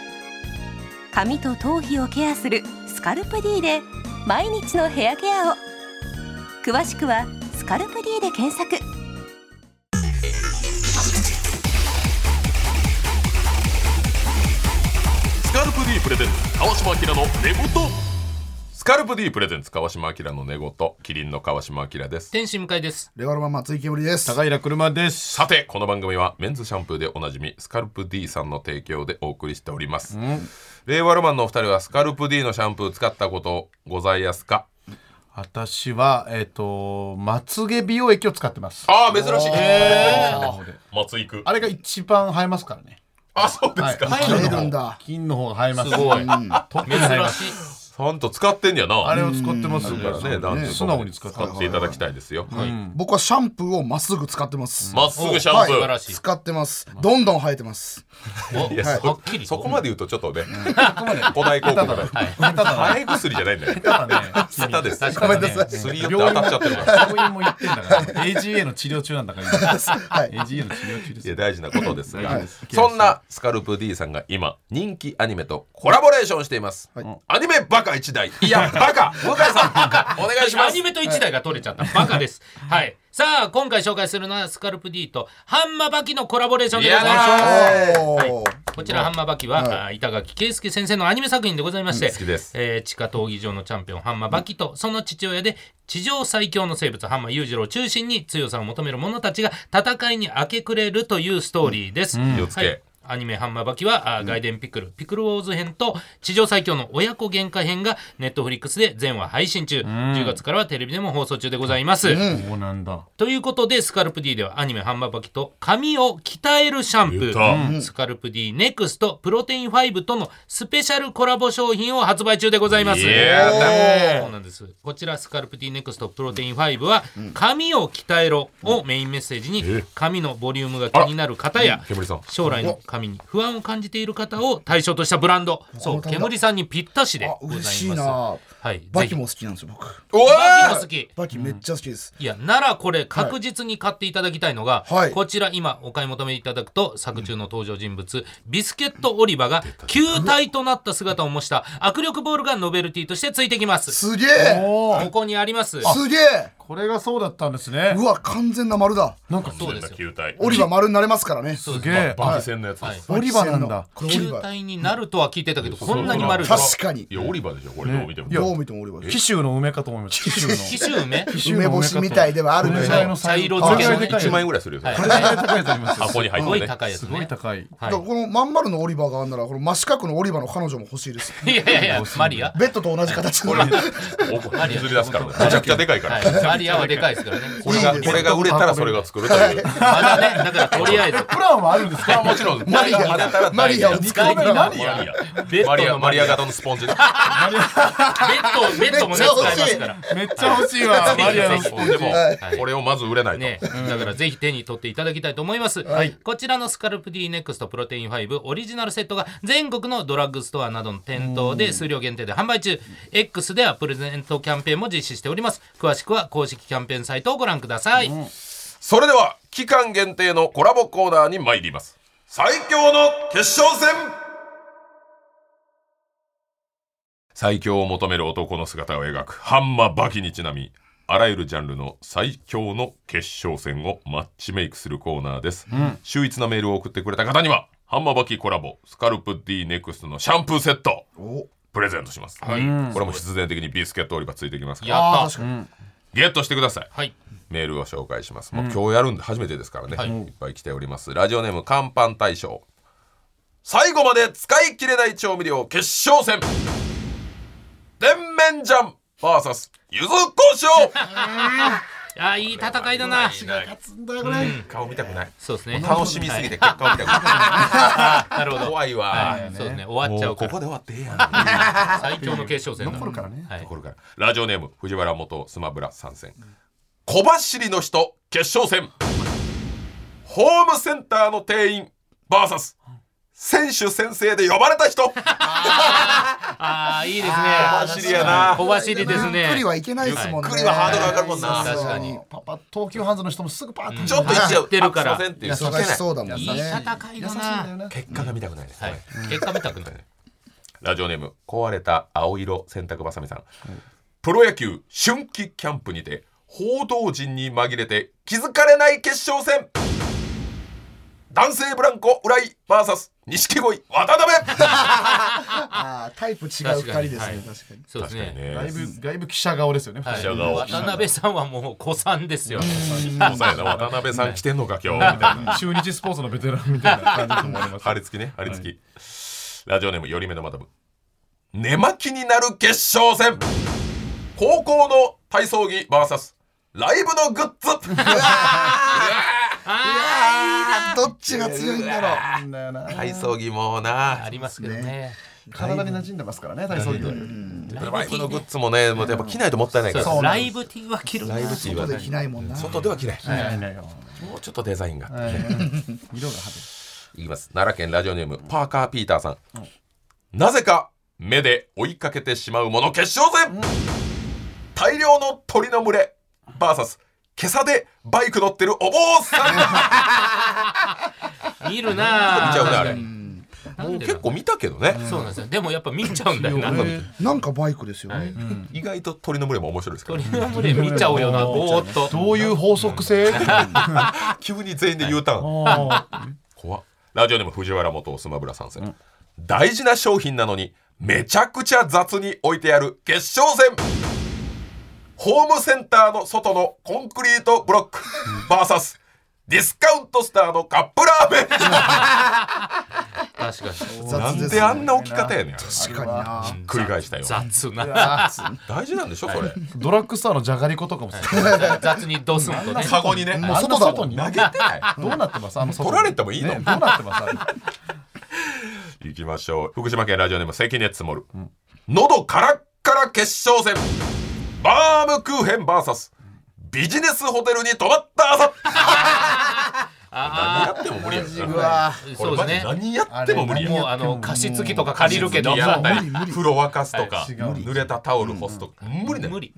Speaker 6: 髪と頭皮をケアするスカルプ D で毎日のヘアケアを詳しくは「スカルプ D」で検索
Speaker 5: スカルプ D プレゼンツ川島明の寝言
Speaker 1: スカルプ D プレゼンツ川島明の寝言キリンの川島明です
Speaker 2: 天使向井です
Speaker 4: レガロマン松井けむりです
Speaker 7: 高平車です
Speaker 1: さてこの番組はメンズシャンプーでおなじみスカルプ D さんの提供でお送りしております、令和ロマンのお二人はスカルプ D のシャンプー使ったことございますか
Speaker 7: 私はえっ、とまつげ美容液を使ってます
Speaker 1: ああ珍しいえ
Speaker 7: なので
Speaker 1: 松井く
Speaker 7: あれが一番生えますからね
Speaker 1: あそうですか、
Speaker 7: はい
Speaker 4: 生えるんだ
Speaker 7: 金の方が生えます
Speaker 2: すごい
Speaker 7: 特に
Speaker 2: 珍
Speaker 7: 生えます
Speaker 2: しい
Speaker 1: ちゃんと使ってんやな
Speaker 7: あれを使ってます
Speaker 1: だからね男女
Speaker 7: 素直に使って
Speaker 1: 使っていただきたいですよはい
Speaker 4: 僕はシャンプーをまっすぐ使ってます
Speaker 1: まっすぐシャンプ
Speaker 2: 素晴
Speaker 1: ー
Speaker 2: らしい
Speaker 4: 使ってますどんどん生えてます
Speaker 2: お
Speaker 1: いや
Speaker 2: はっきり
Speaker 1: そこまで言うとちょっとね古代広告だ
Speaker 7: ただ
Speaker 1: あれ薬じゃないんだよ
Speaker 7: ただね
Speaker 1: 下手です
Speaker 2: 確かにねごめん な
Speaker 1: すり寄って当たっちゃってるから
Speaker 7: 病院も行ってんだから AGA の治療中なんだから 今
Speaker 4: はい、
Speaker 7: AGA の治療中です
Speaker 1: いや大事なことです
Speaker 7: 大
Speaker 1: が
Speaker 7: 事です
Speaker 1: そんなスカルプ D さんが今人気アニメとコラボレーションしています、アニメバカ一台いや バカ向井さんバカお願いしま
Speaker 2: ア
Speaker 1: す
Speaker 2: ニメと1台が取れちゃったバカですはいさあ今回紹介するのはスカルプ D とハンマバキのコラボレーションでございます
Speaker 4: おー
Speaker 2: こちらハンマーバキは、あー板垣圭介先生のアニメ作品でございまして、
Speaker 1: 好きです
Speaker 2: えー地下闘技場のチャンピオンハンマーバキと、その父親で地上最強の生物ハンマー裕次郎を中心に強さを求める者たちが戦いに明け暮れるというストーリーです。
Speaker 1: 気をつけ
Speaker 2: はいアニメ「ハンマーバキは」あー外伝ピクル、ピクルウォーズ編と地上最強の親子喧嘩編がネットフリックスで全話配信中、10月からはテレビでも放送中でございます、
Speaker 7: そうなんだ
Speaker 2: ということでスカルプ D ではアニメ「ハンマーバキ」と髪を鍛えるシャンプ
Speaker 1: 言った
Speaker 2: ースカルプ D ネクストプロテイン5とのスペシャルコラボ商品を発売中でございます
Speaker 1: いやー
Speaker 2: そうなんですこちらスカルプ D ネクストプロテイン5は「髪を鍛えろ」をメインメッセージに髪のボリュームが気になる方や
Speaker 1: 煙さん
Speaker 2: 将来の髪に不安を感じている方を対象としたブランドそう煙さんにぴったしで
Speaker 4: あ
Speaker 2: ござい
Speaker 4: 嬉
Speaker 2: ます
Speaker 4: しいな
Speaker 2: はい
Speaker 4: バ
Speaker 2: ぜ
Speaker 4: キ
Speaker 2: ひ
Speaker 4: も好きなんですよ僕
Speaker 1: お
Speaker 2: バキも
Speaker 1: ー
Speaker 2: 好き
Speaker 4: バキめっちゃ好きです、
Speaker 2: いや、ならこれ確実に買っていただきたいのが、
Speaker 4: はい
Speaker 2: こちら今お買い求めいただくと、作中の登場人物、ビスケットオリバが球体となった姿を模した握力ボールがノベルティとしてついてきます。
Speaker 4: すげえ
Speaker 7: お
Speaker 2: ここにあります。
Speaker 4: すげえ
Speaker 7: これがそうだったんですね
Speaker 4: うわ完全な丸だ
Speaker 7: なんか
Speaker 2: そうですよ。
Speaker 1: 球体
Speaker 4: オリバー丸になれますからね
Speaker 2: そう
Speaker 7: す
Speaker 2: です
Speaker 7: げえ
Speaker 1: バキ戦のやつです、
Speaker 7: オリバーなんだ
Speaker 4: これオリ
Speaker 2: 球
Speaker 4: バー
Speaker 2: 体になるとは聞いてたけど、こんなに丸いとは。
Speaker 4: 確かに
Speaker 1: いやオリバーでしょこれどう見ても、
Speaker 7: や
Speaker 4: どう見てもオリバーで
Speaker 7: 紀
Speaker 4: す
Speaker 7: 州の梅かと思います紀州の
Speaker 2: 紀州梅
Speaker 7: 紀州の
Speaker 4: 梅干しみたいではあるけ
Speaker 7: 梅
Speaker 4: ど、
Speaker 7: 茶の
Speaker 2: 茶色
Speaker 7: これぐ
Speaker 2: 漬け
Speaker 7: ら
Speaker 2: の
Speaker 7: い
Speaker 2: ね
Speaker 7: でかい
Speaker 1: 1万円ぐらいするよ、それ
Speaker 2: はい
Speaker 7: これぐらいでかいやつありますよ
Speaker 1: 箱に入
Speaker 2: す
Speaker 1: っ
Speaker 2: ご
Speaker 1: て
Speaker 2: い
Speaker 1: ね
Speaker 2: 高いやつ
Speaker 7: すごい
Speaker 2: ね。
Speaker 7: 高い
Speaker 4: だからこのまん丸のオリバーがあんならこの真四角のオリバーの彼女も欲しいです
Speaker 2: いやいやいや、マリア。
Speaker 4: ベッドと同じ形の
Speaker 1: これお譲り出すからねめちゃくちゃでかいから、
Speaker 2: はい、マリアはでかいですからね。
Speaker 1: これがこれが売れたらそれが作るという
Speaker 2: まだね、だからとりあえず、
Speaker 7: プランはあるんです
Speaker 1: まあ
Speaker 7: か
Speaker 1: もちろん
Speaker 4: マリ
Speaker 1: マリ
Speaker 4: アマリアを使うなら
Speaker 1: マリア
Speaker 2: ベッ
Speaker 1: マ
Speaker 2: ドの
Speaker 1: リアマリア
Speaker 2: マリア
Speaker 1: 型のスポンジで
Speaker 2: ベッド、ベッドもね、
Speaker 4: めっちゃ欲
Speaker 2: 使
Speaker 4: しい
Speaker 2: いますから。
Speaker 7: めっちゃ欲 しいわマリアの
Speaker 1: スポンジも
Speaker 4: はい
Speaker 1: これをまず売れないと、
Speaker 2: ね、だからぜひ手に取っていただきたいと思います、こちらのスカルプ D ネクストプロテイン5オリジナルセットが全国のドラッグストアなどの店頭で数量限定で販売中 X ではプレゼントキャンペーンも実施しております詳しくは公式キャンペーンサイトをご覧ください、
Speaker 1: それでは期間限定のコラボコーナーに参ります最強の決勝戦最強を求める男の姿を描くハンマーバキにちなみあらゆるジャンルの最強の決勝戦をマッチメイクするコーナーです、秀逸なメールを送ってくれた方にはハンマーバキコラボスカルプ D ネクストのシャンプーセット
Speaker 4: お
Speaker 1: プレゼントします、これも必然的にビスケットオリバついてきますか
Speaker 2: や
Speaker 1: ら
Speaker 2: った
Speaker 4: あー確かに、
Speaker 1: ゲットしてください
Speaker 2: はい
Speaker 1: メールを紹介します。もう今日やるんで初めてですからね、い、っぱい来ております。ラジオネーム、乾パン大賞。最後まで使い切れない調味料決勝戦。甜麺醤 VS 柚子胡椒。
Speaker 2: あーいい戦いだな
Speaker 1: 顔見たくない。
Speaker 2: そうですね
Speaker 1: 楽しみすぎて結果を見たくな
Speaker 2: はいなるほ
Speaker 1: い。
Speaker 2: ど
Speaker 1: 怖いわ。
Speaker 2: はいそうですね終わっちゃ
Speaker 1: も
Speaker 2: う
Speaker 1: うこ
Speaker 2: から
Speaker 1: こで終わってええやん。
Speaker 2: 最強の決勝戦残るからねはい
Speaker 1: これから。ラジオネーム、藤原元スマブラ参戦。小走りの人決勝戦。ホームセンターの店員 VS 選手先生で呼ばれた人。
Speaker 2: ああいいですね
Speaker 1: 小走りやな
Speaker 2: 小走りです
Speaker 4: ゆっくり
Speaker 2: ね
Speaker 4: はいけないですもん
Speaker 1: ゆ
Speaker 4: ね
Speaker 1: っくりはハードル上がるもんな
Speaker 2: 確かに
Speaker 7: パパ東急ハンズの人もすぐパーッ
Speaker 1: ちょっと一応
Speaker 2: 知ってるから
Speaker 1: あすいませんっていう避け
Speaker 4: 忙しそうだもん
Speaker 2: いい戦
Speaker 4: ね
Speaker 2: いだな
Speaker 7: な
Speaker 1: 結果が見たくないです、
Speaker 2: はい
Speaker 1: はい
Speaker 2: 結果見たくない
Speaker 1: ラジオネーム壊れた青色洗濯バサミさん、プロ野球春季キャンプにて報道陣に紛れて気づかれない決勝戦男性ブランコ浦井 VS 錦鯉渡辺
Speaker 4: あータイプ違う2人ですね
Speaker 2: はい
Speaker 4: 確かに
Speaker 2: そうですね
Speaker 1: ね
Speaker 7: 外部外部記者顔ですよね、
Speaker 2: はい
Speaker 1: 記者顔
Speaker 2: 渡辺さんはもう子さんですよ
Speaker 1: そうさやな渡辺さん来てんのか今日みたいな
Speaker 7: 中日スポーツのベテランみたいな感じだと思います
Speaker 1: 張り付きね張り付き、ラジオネームよりめのマダム寝巻きになる決勝戦高校の体操着 VS ライブのグッ ズ
Speaker 4: どっちが強いんだろう
Speaker 1: 体操着もうな
Speaker 2: ありますけどね
Speaker 7: 体に馴染んでますからね体操着は
Speaker 1: ライブのグッズもねもうやっぱ着ないともったいないから
Speaker 2: そうライブ T は着るな
Speaker 1: ライブチーは
Speaker 4: 外で着ないもんな
Speaker 1: 外では着ない、もうちょっとデザインがあってね、
Speaker 7: 色が派
Speaker 1: いきます奈良県ラジオネームパーカーピーターさん、なぜか目で追いかけてしまうもの決勝戦、大量の鳥の群れ VS 今朝でバイク乗ってるお坊 さ
Speaker 2: 見るな
Speaker 1: 見ちゃうねあれ
Speaker 2: なんん
Speaker 1: もう
Speaker 2: でだ
Speaker 1: 結構見たけどね、
Speaker 2: そうなんですよでもやっぱ見ちゃうんだよな
Speaker 4: なんかバイクですよね
Speaker 1: 意外と鳥の群れも面白いですけど
Speaker 2: 鳥の群れ見ちゃうよなぼーっ
Speaker 7: 手
Speaker 2: と
Speaker 7: どういう法則性
Speaker 1: 急に全員で U ターン、
Speaker 7: あー
Speaker 1: 怖っラジオネーム藤原元スマブラ参戦、大事な商品なのにめちゃくちゃ雑に置いてある決勝戦ホームセンターの外のコンクリートブロック VS ディスカウントスターのカップラー
Speaker 2: 確かに
Speaker 1: メンな
Speaker 4: 雑
Speaker 1: ん
Speaker 4: です
Speaker 1: で
Speaker 4: ね
Speaker 1: あんな置き方やねんあれ
Speaker 4: 確かにな
Speaker 1: ひっくり返したよ
Speaker 2: 雑な
Speaker 1: 大事なんでしょそれ
Speaker 7: ドラッグストアのじゃがりことかもそう
Speaker 2: 雑にドスンとね
Speaker 1: カゴにね
Speaker 4: もう外だもん
Speaker 1: 投げてない
Speaker 7: どうなってますあの
Speaker 1: 取られてもいいの
Speaker 7: ねどうなってますあれ
Speaker 1: 行きましょう福島県ラジオネーム関根積もる、喉カラッカラ決勝戦バームクーヘン VS ビジネスホテルに泊まった朝何
Speaker 2: あ
Speaker 1: やっても無理や
Speaker 4: う
Speaker 1: な
Speaker 4: わ
Speaker 2: あ
Speaker 1: これ
Speaker 2: そう
Speaker 1: マ
Speaker 2: で
Speaker 1: ジ
Speaker 2: すね
Speaker 1: 何やっても無理や
Speaker 2: もうあの加湿器とか借りるけど
Speaker 1: やらな
Speaker 2: も
Speaker 1: い風呂沸かすとか
Speaker 7: 違う
Speaker 1: 濡れたタオル干すとか無理
Speaker 2: う
Speaker 1: だよ
Speaker 2: 無理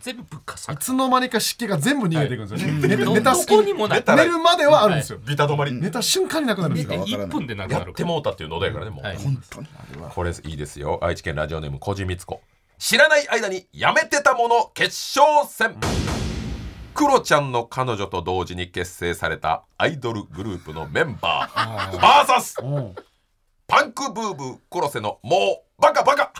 Speaker 2: 全部ぶっかさ
Speaker 7: いつの間にか湿気が全部逃げていくんですよね寝た
Speaker 2: ど
Speaker 7: 寝た
Speaker 2: ど
Speaker 7: 隙
Speaker 2: こ
Speaker 7: に
Speaker 2: にもない
Speaker 1: たら
Speaker 7: 寝るまではあるんですよ
Speaker 1: ビタ止まり
Speaker 7: 寝た瞬間になくなるんですよ
Speaker 4: わからな
Speaker 2: 1
Speaker 4: い
Speaker 2: 分でなく
Speaker 1: や
Speaker 2: な
Speaker 1: っ
Speaker 2: る
Speaker 1: てもうたっていう喉やからねもう
Speaker 2: はい
Speaker 4: 本当に
Speaker 1: これいいですよ愛知県ラジオネームこじみつこ知らない間にやめてたもの決勝戦クロちゃんの彼女と同時に結成されたアイドルグループのメンバー VS パンクブーブーコロセのもうバカバカ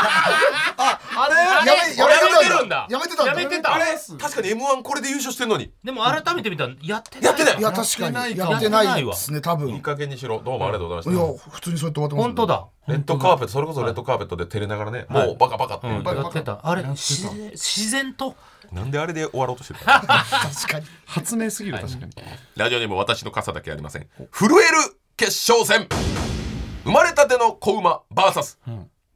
Speaker 2: あれあ
Speaker 4: やめやめて
Speaker 2: やめ
Speaker 4: た
Speaker 2: てる
Speaker 4: ん
Speaker 2: ん
Speaker 4: だ
Speaker 2: だ
Speaker 4: やめてたんだ
Speaker 2: やめてた
Speaker 1: あれ確かに m 1これで優勝してんのに
Speaker 2: でも改めて見たらやってない
Speaker 1: やってない
Speaker 4: いや確かにや
Speaker 2: や
Speaker 4: っ
Speaker 2: ってて
Speaker 4: な
Speaker 2: ないい
Speaker 4: で
Speaker 2: わ
Speaker 4: すね多分
Speaker 1: いい
Speaker 4: い
Speaker 1: 加減にしろどうもありがとうございま
Speaker 4: や
Speaker 1: した
Speaker 4: 普通にそうやって終わってます
Speaker 2: 本当だ
Speaker 1: レッドカーペットそれこそレッドカーペットで照れながらねもうバカバカって、
Speaker 2: うんやってたあれ自然自然と
Speaker 1: なんであれで終わろうとしてるの
Speaker 4: 確かに
Speaker 7: 発明すぎる確かに
Speaker 1: ラジオにも私の傘だけありません震える決勝戦生まれたての子馬 VS、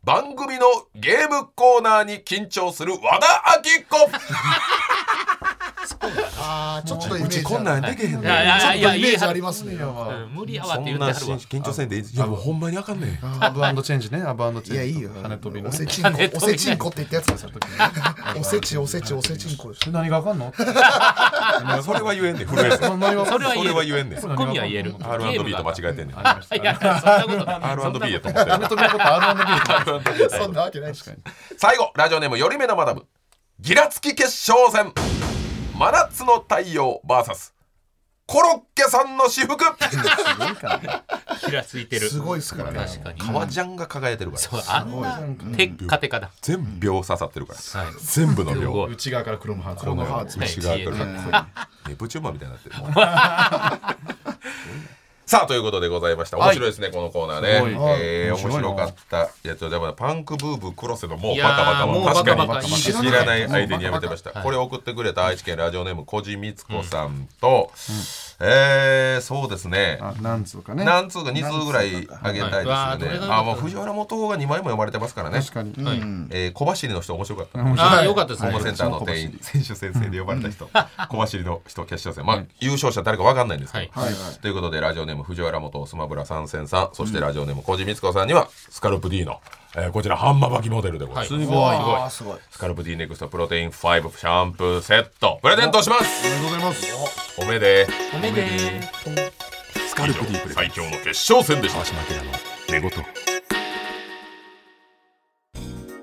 Speaker 1: 番組のゲームコーナーに緊張する和田アキ子
Speaker 4: あーちょっとイメージ
Speaker 1: こんなんでけへん
Speaker 2: いやいやい
Speaker 4: ちょ
Speaker 2: や
Speaker 4: っと
Speaker 2: い
Speaker 4: イ
Speaker 2: や
Speaker 4: メ
Speaker 2: い
Speaker 4: ージあ
Speaker 2: や
Speaker 4: りますね
Speaker 2: うん無理やわ
Speaker 1: そ
Speaker 2: って言
Speaker 1: ん
Speaker 2: って
Speaker 1: な
Speaker 2: はるわ
Speaker 1: 緊張せんでいいいやもうほんまにあかんね
Speaker 7: アブチェンジねアブチェンジ
Speaker 4: いやいいよ
Speaker 7: 羽飛びの
Speaker 4: お
Speaker 7: ね
Speaker 4: せちんこ
Speaker 2: 羽飛びね
Speaker 4: おせちんこって言ったやつですよおせちおせちおせちんこでしょ
Speaker 7: 何があかんの
Speaker 1: んそれは言えんねん震える
Speaker 7: 何があか
Speaker 2: そ
Speaker 7: んの
Speaker 2: れは
Speaker 1: それ
Speaker 2: 言える
Speaker 1: は言えんねん
Speaker 2: ツッコミは言える
Speaker 1: R&B と間違えてんねん
Speaker 2: え いやそんなことない
Speaker 1: R&B やと思ってる
Speaker 7: 羽飛びのこと R&B
Speaker 4: そんなわけないですか
Speaker 1: 最後ラジオネームよりめのマダムギラつき決勝戦真夏の太陽 VS コロッケさんの私服
Speaker 4: すごいから
Speaker 2: ひらついてる
Speaker 4: すごいっすからね
Speaker 2: 確かに
Speaker 1: 革ジャンが輝いてるから
Speaker 2: そうあんなテッカテカだ
Speaker 1: 全部秒刺さってるから
Speaker 2: はい
Speaker 1: 全部の
Speaker 2: すご
Speaker 1: 秒
Speaker 2: い
Speaker 7: 内側からクロムハーツ
Speaker 4: このハーツ
Speaker 2: はい
Speaker 1: 内側から
Speaker 2: 自衛
Speaker 1: ネプチューマンみたいになってるもう さあということでございました面白いですね、このコーナー
Speaker 7: すごい
Speaker 1: ね、えー、
Speaker 4: 面白
Speaker 1: 面
Speaker 4: いな
Speaker 1: 白かったいやちょっとやっぱパンクブーブクロセのもう
Speaker 2: い
Speaker 1: バ
Speaker 2: やー
Speaker 1: カバカ
Speaker 2: もう
Speaker 1: も
Speaker 2: バカ
Speaker 1: 確かに
Speaker 2: バカ
Speaker 1: 知
Speaker 2: 知
Speaker 1: ら
Speaker 2: ら
Speaker 1: な
Speaker 2: ないい
Speaker 1: 相手にやめてました、
Speaker 2: はい
Speaker 1: これ送ってくれた愛知県ラジオネームこじみつこさんと、えー、そうですね
Speaker 7: あなんつうかね
Speaker 1: 何通か2通ぐらいあげたいですよね、
Speaker 2: はいはいはい
Speaker 1: あもう藤原元が2枚も読まれてますからね
Speaker 7: 確かに
Speaker 2: はい
Speaker 1: えー小走りの人面白かった
Speaker 2: ああよかったです
Speaker 1: ホー
Speaker 2: ね
Speaker 1: ムセンターの店員選手先生で呼ばれた人、小走りの人決勝戦、まあ、優勝者誰か分かんないんですけど、
Speaker 2: はい
Speaker 1: ということでラジオネーム藤原元スマブラ参戦さんそしてラジオネーム小路光子さんにはスカルプ D の、えーこちらハンマー履きモデルでございます、
Speaker 2: は
Speaker 4: あーすごい
Speaker 1: スカルプ D ネクストプロテイン5シャンプーセットプレゼントします
Speaker 7: ありがとうございます
Speaker 1: おめで
Speaker 2: おめで
Speaker 1: スカルプ D 最強の決勝戦でした寝言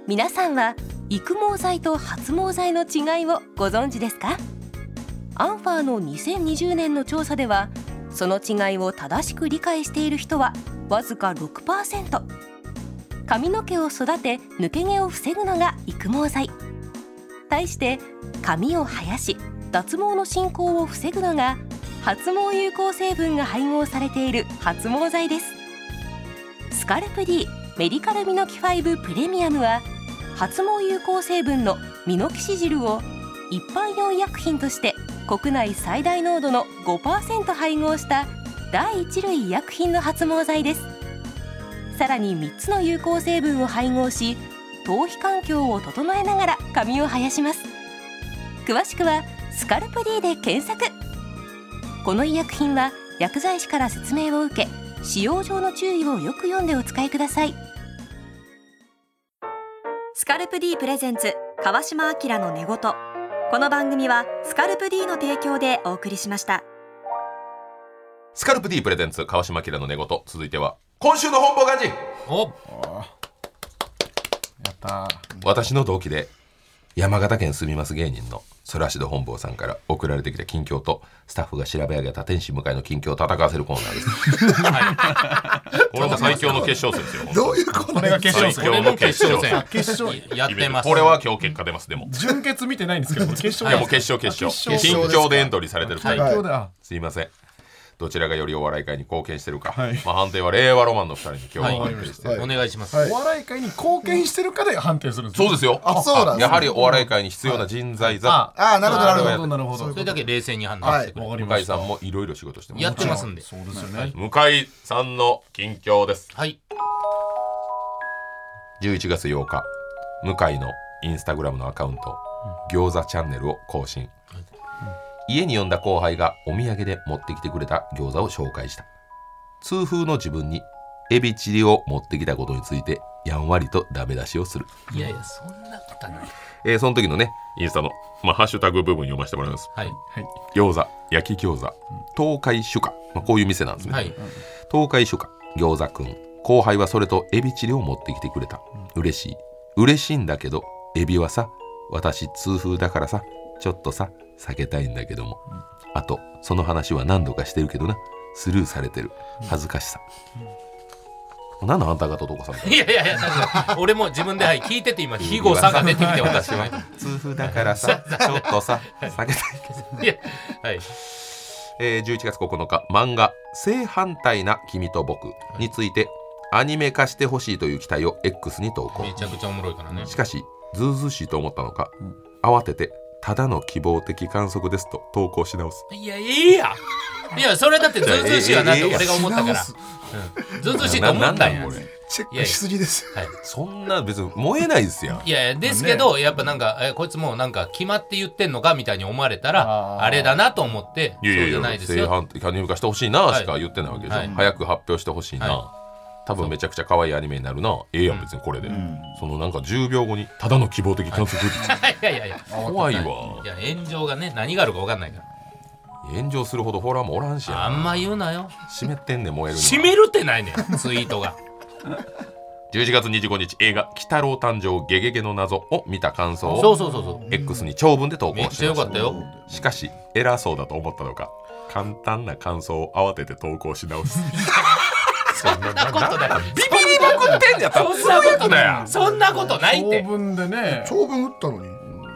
Speaker 6: 皆さんは育毛剤と発毛剤の違いをご存知ですかアンファーの2020年の調査ではその違いを正しく理解している人はわずか6%髪の毛を育て抜け毛を防ぐのが育毛剤対して髪を生やし脱毛の進行を防ぐのが発毛有効成分が配合されている発毛剤ですスカルプ D メディカルミノキ5プレミアムは発毛有効成分のミノキシジルを一般用医薬品として国内最大濃度の5%配合した第一類医薬品の発毛剤ですさらに3つの有効成分を配合し頭皮環境を整えながら髪を生やします詳しくは「スカルプ D」で検索この医薬品は薬剤師から説明を受け使用上の注意をよく読んでお使いください
Speaker 8: スカルプ D プレゼンツ川島明の寝言この番組はスカルプ D の提供でお送りしました
Speaker 1: スカルプ D プレゼンツ川島明の寝言続いては今週の本望漢字
Speaker 2: お
Speaker 7: やったー
Speaker 1: 私の同期で山形県住みます芸人のソラシド本坊さんから送られてきた近況とスタッフが調べ上げた天使向かいの近況を戦わせるコーナー です。これも最強の決勝戦ですよ。本当
Speaker 4: どういうこと
Speaker 7: これが決勝
Speaker 1: 最
Speaker 7: 戦
Speaker 1: 強の決勝戦。
Speaker 7: 決勝
Speaker 2: やってます
Speaker 1: これは今日結果出ますでも。
Speaker 7: 純潔見てないんですけどこれ決
Speaker 1: いや
Speaker 7: 勝
Speaker 1: もう決勝決勝。
Speaker 7: 決
Speaker 1: 近
Speaker 4: 勝
Speaker 1: 況でエントリーされてる二人。
Speaker 7: 最強だあ
Speaker 1: すいません。どちらがよりお笑い界に貢献してるか。
Speaker 7: はい
Speaker 1: まあ判定は令和ロマンの二人に今日は判定して。
Speaker 4: はい
Speaker 2: お願いします
Speaker 4: はい
Speaker 7: お笑い界に貢献してるかで判定するんです
Speaker 1: そうですよ。
Speaker 4: あそうなんですね
Speaker 1: やはりお笑い界に必要な人材
Speaker 7: あ
Speaker 1: 座。
Speaker 4: ああなるほどなるほ
Speaker 1: あ
Speaker 4: ど
Speaker 1: ー
Speaker 7: なるほど
Speaker 2: それだけ冷静に判断
Speaker 4: は
Speaker 2: し
Speaker 4: い
Speaker 2: てくれ
Speaker 7: わかりま
Speaker 1: 向井
Speaker 7: した
Speaker 1: さんもいろいろ仕事してます
Speaker 2: やってますんで
Speaker 7: そうですよね
Speaker 1: 向井さんの近況です。
Speaker 2: はい
Speaker 1: 11月8日向井のインスタグラムのアカウント「餃子チャンネル」を更新、家に呼んだ後輩がお土産で持ってきてくれた餃子を紹介した痛風の自分にエビチリを持ってきたことについてやんわりとダメ出しをする、
Speaker 2: いやいやそんなことはない
Speaker 1: えーその時のねインスタの、まあ、ハッシュタグ部分読ませてもらいます
Speaker 2: はい
Speaker 1: 餃子焼き餃子東海酒家、まあ、こういう店なんですね、
Speaker 2: はい
Speaker 1: 東海書か餃子くん後輩はそれとエビチリを持ってきてくれた嬉しい嬉しいんだけどエビはさ私痛風だからさちょっとさ避けたいんだけどもあとその話は何度かしてるけどなスルーされてる恥ずかしさ、何のあんた方とこさんだ
Speaker 2: いやいやいやだから俺も自分ではい聞いてて今肥後さんが出てきて私 は
Speaker 1: 痛風だから さちょっとさ避けたい
Speaker 2: いやはい
Speaker 1: えー11月9日漫画「正反対な君と僕」についてアニメ化してほしいという期待を X に投稿
Speaker 2: めちゃくちゃおもろいからね
Speaker 1: しかしずうずうしいと思ったのか、慌ててただの希望的観測ですと投稿し直す
Speaker 2: いやいいやいやそれだってずうずうしいわなって俺が思ったからうんずうずうしいと思ったんや
Speaker 1: これ
Speaker 4: チェックしすぎですよ
Speaker 2: はい
Speaker 1: そんな別に燃えないですやん
Speaker 2: いやいやですけど、やっぱなんか、えこいつもうなんか決まって言ってんのかみたいに思われたら、あれだなと思って、
Speaker 1: いやいやい
Speaker 2: そうじゃない
Speaker 1: や
Speaker 2: です
Speaker 1: 正
Speaker 2: よ。
Speaker 1: 反対加入化してほしいなしか言ってないわけでしょ、
Speaker 2: はい
Speaker 1: 早く発表してほしいな、
Speaker 2: は
Speaker 1: 多分めちゃくちゃ可愛いアニメになるなええやん別にこれで、そのなんか10秒後にただの希望的観測、
Speaker 2: いやいやいや、
Speaker 1: 怖いわ
Speaker 2: いや炎上がね、何があるか分かんないか
Speaker 1: 炎上するほどフォロワーもおらんし
Speaker 2: ら。
Speaker 1: や
Speaker 2: あんま言うなよ。
Speaker 1: 湿ってんねん燃えるには
Speaker 2: 締めるってないねん、ツイートが。
Speaker 1: 11月25日映画「鬼太郎誕生ゲゲゲの謎」を見た感想
Speaker 2: そう
Speaker 1: を
Speaker 2: そうそうそう。
Speaker 1: X に長文で投稿
Speaker 2: め
Speaker 1: し
Speaker 2: っ
Speaker 1: まし
Speaker 2: ちゃ良かったよ。
Speaker 1: たしかし偉そうだと思ったのか簡単な感想を慌てて投稿し直 すそんなな
Speaker 2: ことない
Speaker 1: なビビりまくってんやったら
Speaker 2: そんな
Speaker 1: そういう
Speaker 2: こ
Speaker 1: こととや
Speaker 2: ない。そんなことないって。
Speaker 7: 分でね
Speaker 4: 長文打ったのに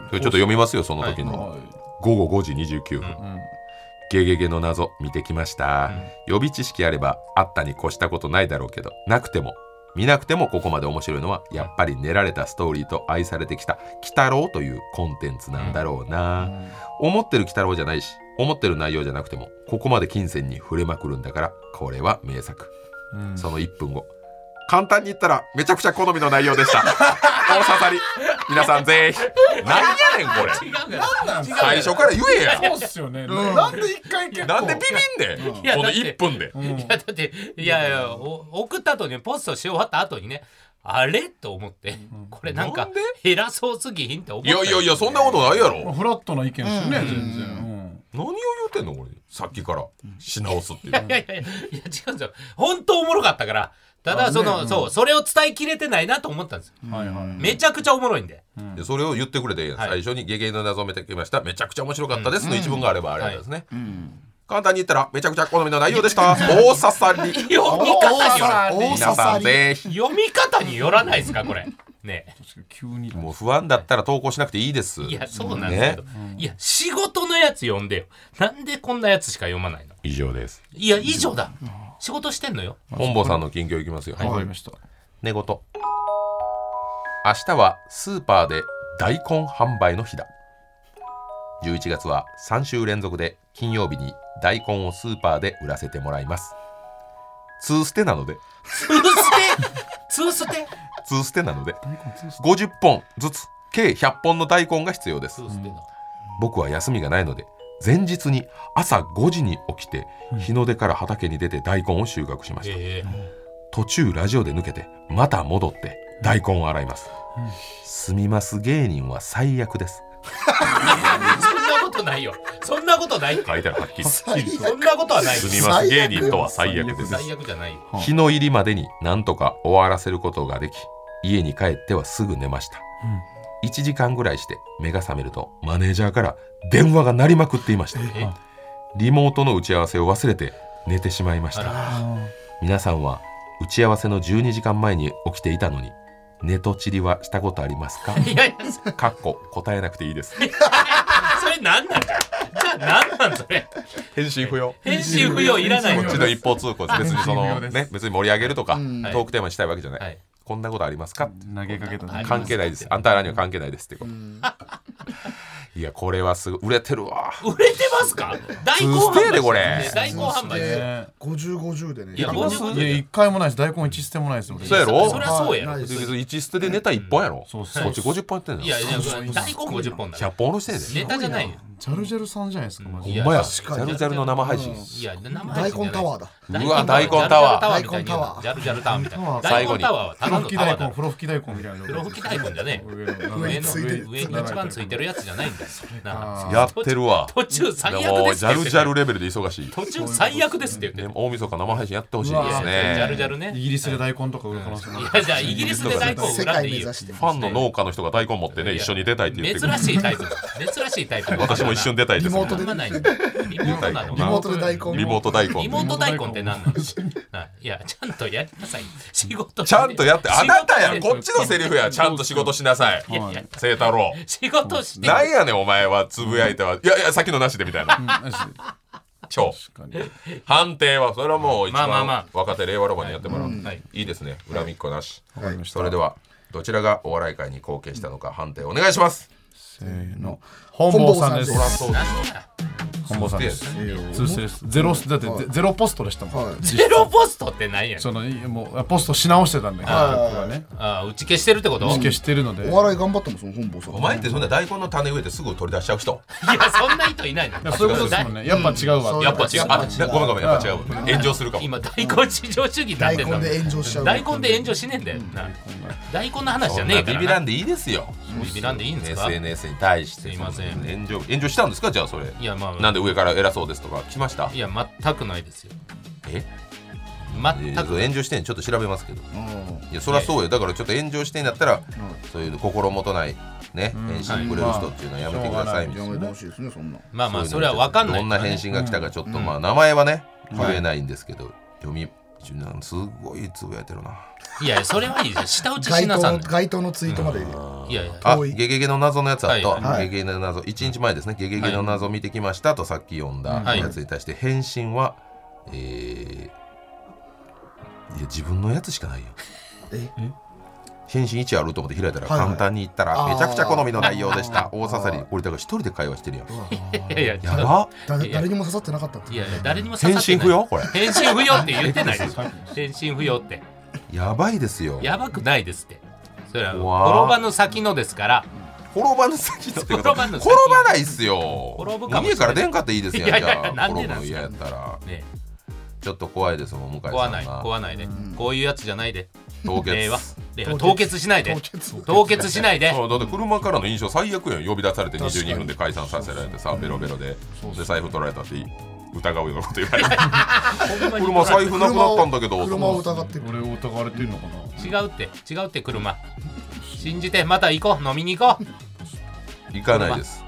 Speaker 1: それちょっと読みますよその時の、午後5時29分、ゲゲゲの謎見てきました、予備知識あればあったに越したことないだろうけどなくても見なくてもここまで面白いのはやっぱり練られたストーリーと愛されてきた「鬼太郎」というコンテンツなんだろうな、思ってる鬼太郎じゃないし思ってる内容じゃなくてもここまで金銭に触れまくるんだからこれは名作、その1分後簡単に言ったらめちゃくちゃ好みの内容でした 大刺さり皆さんぜひ何やねんこれ
Speaker 2: 違うから。
Speaker 1: 最初から言えや
Speaker 7: そうっすよね、なんで一回結構
Speaker 1: なんでビビんねん、
Speaker 2: いや
Speaker 1: この
Speaker 2: だって
Speaker 1: 1分で、
Speaker 2: いやだっていやいやお送った後にポストし終わった後にねあれと思ってこれなんか偉そうすぎひんって思っ
Speaker 1: い
Speaker 2: た
Speaker 1: やいやいやそんなことないやろ
Speaker 7: フラットな意見ですよね、全然、うん
Speaker 1: 何を言うてんの俺さっきからし直すっていう
Speaker 2: いやいやいやいや違うんですよ本当おもろかったからただその、そうそれを伝えきれてないなと思ったんですよ、
Speaker 7: はいはい
Speaker 2: めちゃくちゃおもろいんで、
Speaker 1: でそれを言ってくれて、
Speaker 2: はい
Speaker 1: 最初に「ゲゲゲの謎を見てきましためちゃくちゃ面白かったです」の一文があればあれなんですね、簡単に言ったらめちゃくちゃ好みの内容でした大刺 さり
Speaker 2: 読み方によら
Speaker 4: 大刺
Speaker 1: 皆さ
Speaker 4: さ
Speaker 1: ん
Speaker 4: り
Speaker 1: ぜひ
Speaker 2: 読み方によらないですかこれね
Speaker 7: 急に
Speaker 1: もう不安だったら投稿しなくていいです
Speaker 2: いやそうなんですけど、
Speaker 1: ね
Speaker 2: いや仕事のやつ読んでよなんでこんなやつしか読まないの
Speaker 1: 以上です
Speaker 2: いや以上だ仕事してんのよ
Speaker 1: 本坊さんの近況いきますよ、
Speaker 7: わかりました
Speaker 1: 寝言明日はスーパーで大根販売の日だ11月は3週連続で金曜日に大根をスーパーで売らせてもらいます通捨てなので
Speaker 2: 通捨て通捨て
Speaker 1: 通捨てなので50本ずつ計100本の大根が必要です
Speaker 2: 通捨てだ
Speaker 1: 僕は休みがないので前日に朝5時に起きて日の出から畑に出て大根を収穫しました
Speaker 2: ええ
Speaker 1: 途中ラジオで抜けてまた戻って大根を洗います、すみます芸人は最悪です
Speaker 2: そんなことないよそんなことないって
Speaker 1: 書いてあるはっきりす
Speaker 2: そんなことはない
Speaker 1: みます芸人とは最悪です
Speaker 2: 最悪じゃないよ
Speaker 1: 日の入りまでになんとか終わらせることができ家に帰ってはすぐ寝ました、1時間ぐらいして目が覚めるとマネージャーから電話が鳴りまくっていました
Speaker 2: え
Speaker 1: リモートの打ち合わせを忘れて寝てしまいまし
Speaker 2: あ
Speaker 1: た
Speaker 2: ら
Speaker 1: 皆さんは打ち合わせの12時間前に起きていたのに寝とちりはしたことあります か
Speaker 2: いやいや
Speaker 1: かっこ答えなくていいです
Speaker 2: それ何なんだよじゃあ何なんそれ
Speaker 1: 返信不要
Speaker 2: 返信不要いらない
Speaker 1: こ
Speaker 2: よ
Speaker 1: っちの一方通行です別にそ
Speaker 7: はい
Speaker 1: の
Speaker 7: 微妙です
Speaker 1: ね別に盛り上げるとかト
Speaker 4: ん
Speaker 1: ークテーマにしたいわけじゃな
Speaker 2: はいい
Speaker 1: こんなことありますか
Speaker 7: 投げかけたね
Speaker 1: 関係ないですあんたらには関係ないですってこと いやこれはすごい売れてるわ
Speaker 2: 売れてますか大根販
Speaker 1: 通捨て
Speaker 2: 売
Speaker 1: やでこれ
Speaker 2: 大根販売ですよ
Speaker 4: 5050でね
Speaker 2: いや
Speaker 4: あ
Speaker 2: 50
Speaker 4: の
Speaker 7: いや一回もないし大根一捨てもないですよ
Speaker 1: そうやろ
Speaker 2: そりゃそうや
Speaker 4: は
Speaker 2: ろ
Speaker 4: い
Speaker 1: 別に一捨てでネタ一本やろこ
Speaker 7: そ
Speaker 1: っ
Speaker 7: う
Speaker 1: ち
Speaker 7: そう
Speaker 1: 50本やってんの
Speaker 2: いやいや大根50本だ
Speaker 1: 100
Speaker 2: よ
Speaker 1: 本おろしてんね
Speaker 2: ネタじゃないよ
Speaker 7: ジャルジャルさんじゃないですかマジ
Speaker 2: い
Speaker 1: ん
Speaker 2: や
Speaker 1: ほんまやジ
Speaker 4: 確か
Speaker 1: ャ
Speaker 4: に
Speaker 1: ルジャルの生配信
Speaker 2: いや名前
Speaker 4: 大根タワーだ
Speaker 1: うわ大根タワー
Speaker 2: ージャルジャルタワーみたいにジャルジャルタワーみたいな
Speaker 1: 最
Speaker 2: 大
Speaker 1: 後
Speaker 2: 根
Speaker 1: に
Speaker 2: タワーはた
Speaker 7: 風
Speaker 2: だ
Speaker 7: 呂
Speaker 2: の
Speaker 7: 吹
Speaker 2: タ
Speaker 7: き
Speaker 2: ワ
Speaker 7: 大
Speaker 2: ーだ
Speaker 7: 根風呂吹き大根みたいな
Speaker 2: 黒吹き大根じゃね
Speaker 7: 上
Speaker 2: え
Speaker 7: の
Speaker 2: 上の
Speaker 4: ついてる
Speaker 2: 上に一番ついてるやつじゃないんだよなあ
Speaker 1: やってるわ
Speaker 2: 途中最悪
Speaker 1: でも
Speaker 2: です
Speaker 1: ジ
Speaker 2: っ
Speaker 1: ャ
Speaker 2: て言っ
Speaker 1: ル
Speaker 2: て
Speaker 1: ジャルレベルで忙しい
Speaker 2: 途中最悪ですって言って
Speaker 1: ね
Speaker 2: る
Speaker 1: 大晦日生配信やってほしいです
Speaker 2: いやジャルジャ
Speaker 1: ね
Speaker 2: ルね
Speaker 7: イギリスで大根とか売る可能性もある
Speaker 2: いやじゃあイギリスで大根を
Speaker 4: 世
Speaker 2: 売らん
Speaker 4: 界
Speaker 2: でい
Speaker 4: 目
Speaker 2: いよ
Speaker 4: 指して
Speaker 1: ファンの農家の人が大根持ってね一緒に出たいって言って
Speaker 2: 珍
Speaker 1: くる
Speaker 2: しいタイプ珍しいタイプ
Speaker 1: 私も一瞬出たいです
Speaker 4: リモート
Speaker 2: あん
Speaker 4: で
Speaker 2: まないんだリモートなの
Speaker 1: リ
Speaker 4: リ
Speaker 1: モー
Speaker 4: モー
Speaker 1: ト
Speaker 4: トで大根
Speaker 1: リモート大根
Speaker 2: リモート大根って何なのないやちゃんとやりなさい仕事
Speaker 1: ちゃんとやって、あなたや、
Speaker 2: 仕事
Speaker 1: こっちのセリフや、ちゃんと仕事しなさい。
Speaker 2: いやいや
Speaker 1: 聖太郎。
Speaker 2: 仕事して
Speaker 1: なんやねん、お前は、つぶやいては。いやいや、さっきのなしでみたいな。
Speaker 7: マジで
Speaker 1: 超。
Speaker 7: 確かに
Speaker 1: 判定は、それはもう一
Speaker 2: まあまあま
Speaker 1: 番若手令和ロマンにやってもらう。
Speaker 2: はい
Speaker 1: いいですね、恨みっこなし。
Speaker 7: わかりました
Speaker 1: それでは、どちらがお笑い界に貢献したのか、判定お願いします。
Speaker 7: せーの本坊さんです
Speaker 4: 本坊
Speaker 1: そう
Speaker 7: 本坊さんです
Speaker 1: で
Speaker 7: 通捨てですゼロ捨てだってゼゼロポストでしたもん
Speaker 4: はい
Speaker 2: ゼロポストって何やねん
Speaker 7: そのいもうポストし直してたんで僕はね
Speaker 2: ああ打ち消してるってことい
Speaker 7: 打ち消してるので
Speaker 4: お笑い頑張ったもんその本坊さん
Speaker 1: お前ってそんな大根の種植えてすぐ取り出しちゃう人。
Speaker 2: やそんな人いない
Speaker 7: い
Speaker 2: の
Speaker 7: やそういうことですもんねやっぱ違うわ
Speaker 1: やっぱ違う。あ、ごめんごめん、やっぱ違う。炎上するかも。
Speaker 2: 今大根至上主義になっ
Speaker 4: 大
Speaker 2: て
Speaker 4: 根
Speaker 2: んだもん
Speaker 4: で炎上しちゃう
Speaker 2: 大根で炎上しねえんだよな大根の話じゃねえから
Speaker 1: ビ
Speaker 2: な
Speaker 1: ビらんでいいですよ。
Speaker 2: ビビらんでいいんですか
Speaker 1: SNS に対して。
Speaker 2: すいません
Speaker 1: 炎上、炎上したんですかじゃあそれ。
Speaker 2: いやまあ
Speaker 1: なんで上から偉そうですとか来ました
Speaker 2: いや全くないですよ
Speaker 1: え
Speaker 2: 全
Speaker 1: えー
Speaker 2: く
Speaker 1: そう炎上してんちょっと調べますけど
Speaker 4: うん
Speaker 1: いやそりゃそうよだからちょっと炎上してんだったら、そういう心もとないね、返信くれる人っていうのはやめてくださいみたい
Speaker 4: や
Speaker 1: な、
Speaker 4: めてほしいですねそんな
Speaker 2: まあまあそれは分かんない
Speaker 1: どんな
Speaker 2: からね
Speaker 1: 返信が来たかちょっと、まあ名前はね言えないんですけど、読みなんすごいつぶやいてるない
Speaker 2: やいやそれはいいですよ舌打ちし
Speaker 4: 街
Speaker 2: なさん
Speaker 4: 頭の
Speaker 2: ね
Speaker 4: 街頭のツイートまで
Speaker 2: いやいや
Speaker 1: あ
Speaker 4: 遠い
Speaker 1: ゲゲゲの謎のやつあと、
Speaker 2: はい
Speaker 4: はい
Speaker 1: ゲゲゲの謎1日前ですねゲゲゲの謎見てきましたとさっき読んだ
Speaker 2: はい
Speaker 1: やつに対して返信は、えーいや自分のやつしかないよ
Speaker 4: え
Speaker 1: 返信1あると思って開いたら
Speaker 4: はいはい
Speaker 1: 簡単に言ったら
Speaker 4: あー
Speaker 1: めちゃくちゃ好みの内容でした大刺さり俺だから一人で会話してるやん
Speaker 2: いやいや
Speaker 1: やば
Speaker 4: 誰誰にも刺さってなかったって
Speaker 2: いやいや誰にも刺さ
Speaker 1: 返
Speaker 2: ってない
Speaker 1: 信不要これ
Speaker 2: 返信不要って言っ てないです返信不要って
Speaker 1: やばいですよ
Speaker 2: やばくないですってそれは
Speaker 1: うわー
Speaker 2: 転ばぬ先のですから
Speaker 1: 転ばぬ先だってこと
Speaker 2: 転ばぬ
Speaker 1: 転
Speaker 2: 先
Speaker 1: ばないっすよ
Speaker 2: 転ぶかもしれない
Speaker 1: 家から出んかったらいいですよ
Speaker 2: い
Speaker 1: じ
Speaker 2: やいやいや
Speaker 1: ゃあ
Speaker 2: なんで
Speaker 1: 転ぶ
Speaker 2: なん
Speaker 1: の
Speaker 2: です
Speaker 1: 嫌
Speaker 2: か
Speaker 1: やったら
Speaker 2: ね
Speaker 1: ちょっと怖いですもん向井さん
Speaker 2: 壊ない
Speaker 1: が
Speaker 2: 壊ないでこういうやつじゃないで
Speaker 1: 凍
Speaker 2: 令
Speaker 1: 結
Speaker 2: 和令和凍結しないで凍結しないで
Speaker 1: そうだって車からの印象最悪やん呼び出されて22分で解散させられてさベロベロでで財布取られたって疑うようなこと言われて車財布なくなったんだけど
Speaker 4: 車を疑ってる
Speaker 7: 俺を疑われてるのかな
Speaker 2: 違うって違うって車信じてまた行こう飲みに行こう
Speaker 1: 行かないです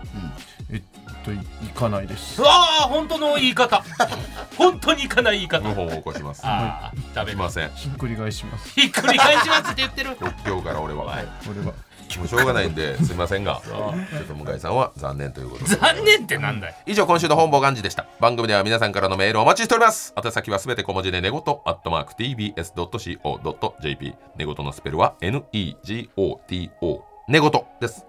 Speaker 7: えっとい行かないです
Speaker 2: うわあ本当の言い方本当に行かない言い方
Speaker 1: 謀反を起こします
Speaker 2: ああダメ
Speaker 1: いません
Speaker 7: ひっくり返します
Speaker 2: ひっくり返しますって言ってる
Speaker 1: 国境から俺は
Speaker 7: 俺は
Speaker 1: もうしょうがないんですいませんがちょっと向井さんは残念ということで
Speaker 2: 残念ってなんだよ
Speaker 1: 以上今週の本望願寺でした番組では皆さんからのメールをお待ちしております宛先はすべて小文字で寝言アットマーク tbs.co.jp 寝言のスペルは negoto 寝言です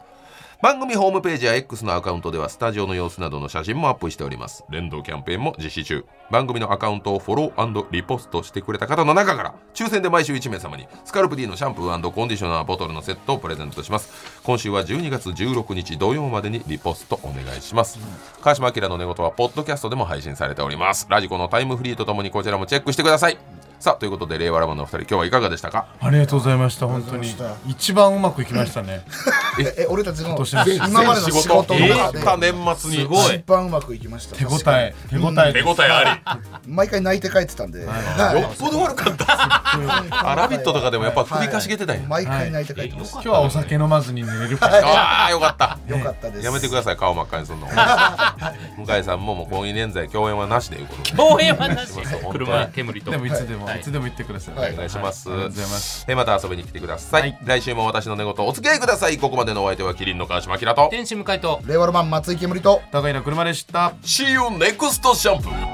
Speaker 1: 番組ホームページや X のアカウントではスタジオの様子などの写真もアップしております連動キャンペーンも実施中番組のアカウントをフォローリポストしてくれた方の中から抽選で毎週1名様にスカルプ D のシャンプーコンディショナーボトルのセットをプレゼントします今週は12月16日土曜までにリポストお願いします川島明の寝言はポッドキャストでも配信されておりますラジコのタイムフリーとともにこちらもチェックしてくださいさあということで令和ラマンのお二人今日はいかがでしたか
Speaker 7: ありがとうございました本当に一番うまくいきましたね
Speaker 4: え俺たちの
Speaker 7: 年です
Speaker 4: 今までの仕事の
Speaker 1: え
Speaker 4: 中
Speaker 1: ー
Speaker 4: で
Speaker 1: た年末に
Speaker 2: すごい
Speaker 4: 一番うまくいきました
Speaker 7: 手応
Speaker 4: 確か
Speaker 7: え手応えで
Speaker 1: 手応えあ
Speaker 4: に毎回泣いて帰ってたんで
Speaker 1: り
Speaker 4: は
Speaker 1: よっぽど悪 かった
Speaker 4: い
Speaker 1: あラビットとかでもやっぱ首かしげてたんや
Speaker 4: 毎回泣いて帰ってます
Speaker 7: 今日はお酒飲まずに寝れるか
Speaker 1: ああよかった
Speaker 4: よかったです
Speaker 1: やめてください顔真っ赤にするの向井さんももう婚姻年在共演はなしでいうことで
Speaker 2: 応援はなし
Speaker 1: そうそう
Speaker 2: 車煙と
Speaker 7: でもいつでも、
Speaker 2: はい
Speaker 7: い、つでも言ってください、
Speaker 4: はい
Speaker 1: お願いします。
Speaker 7: ありがとうございます
Speaker 1: えまた遊びに来てください。
Speaker 7: はい
Speaker 1: 来週も私の寝言お付き合いください。ここまでのお相手はキリンの川島明と。
Speaker 2: 天使向かいと
Speaker 4: 令和ロマン松井煙と
Speaker 7: 高井の車でした
Speaker 1: See you next シャンプー。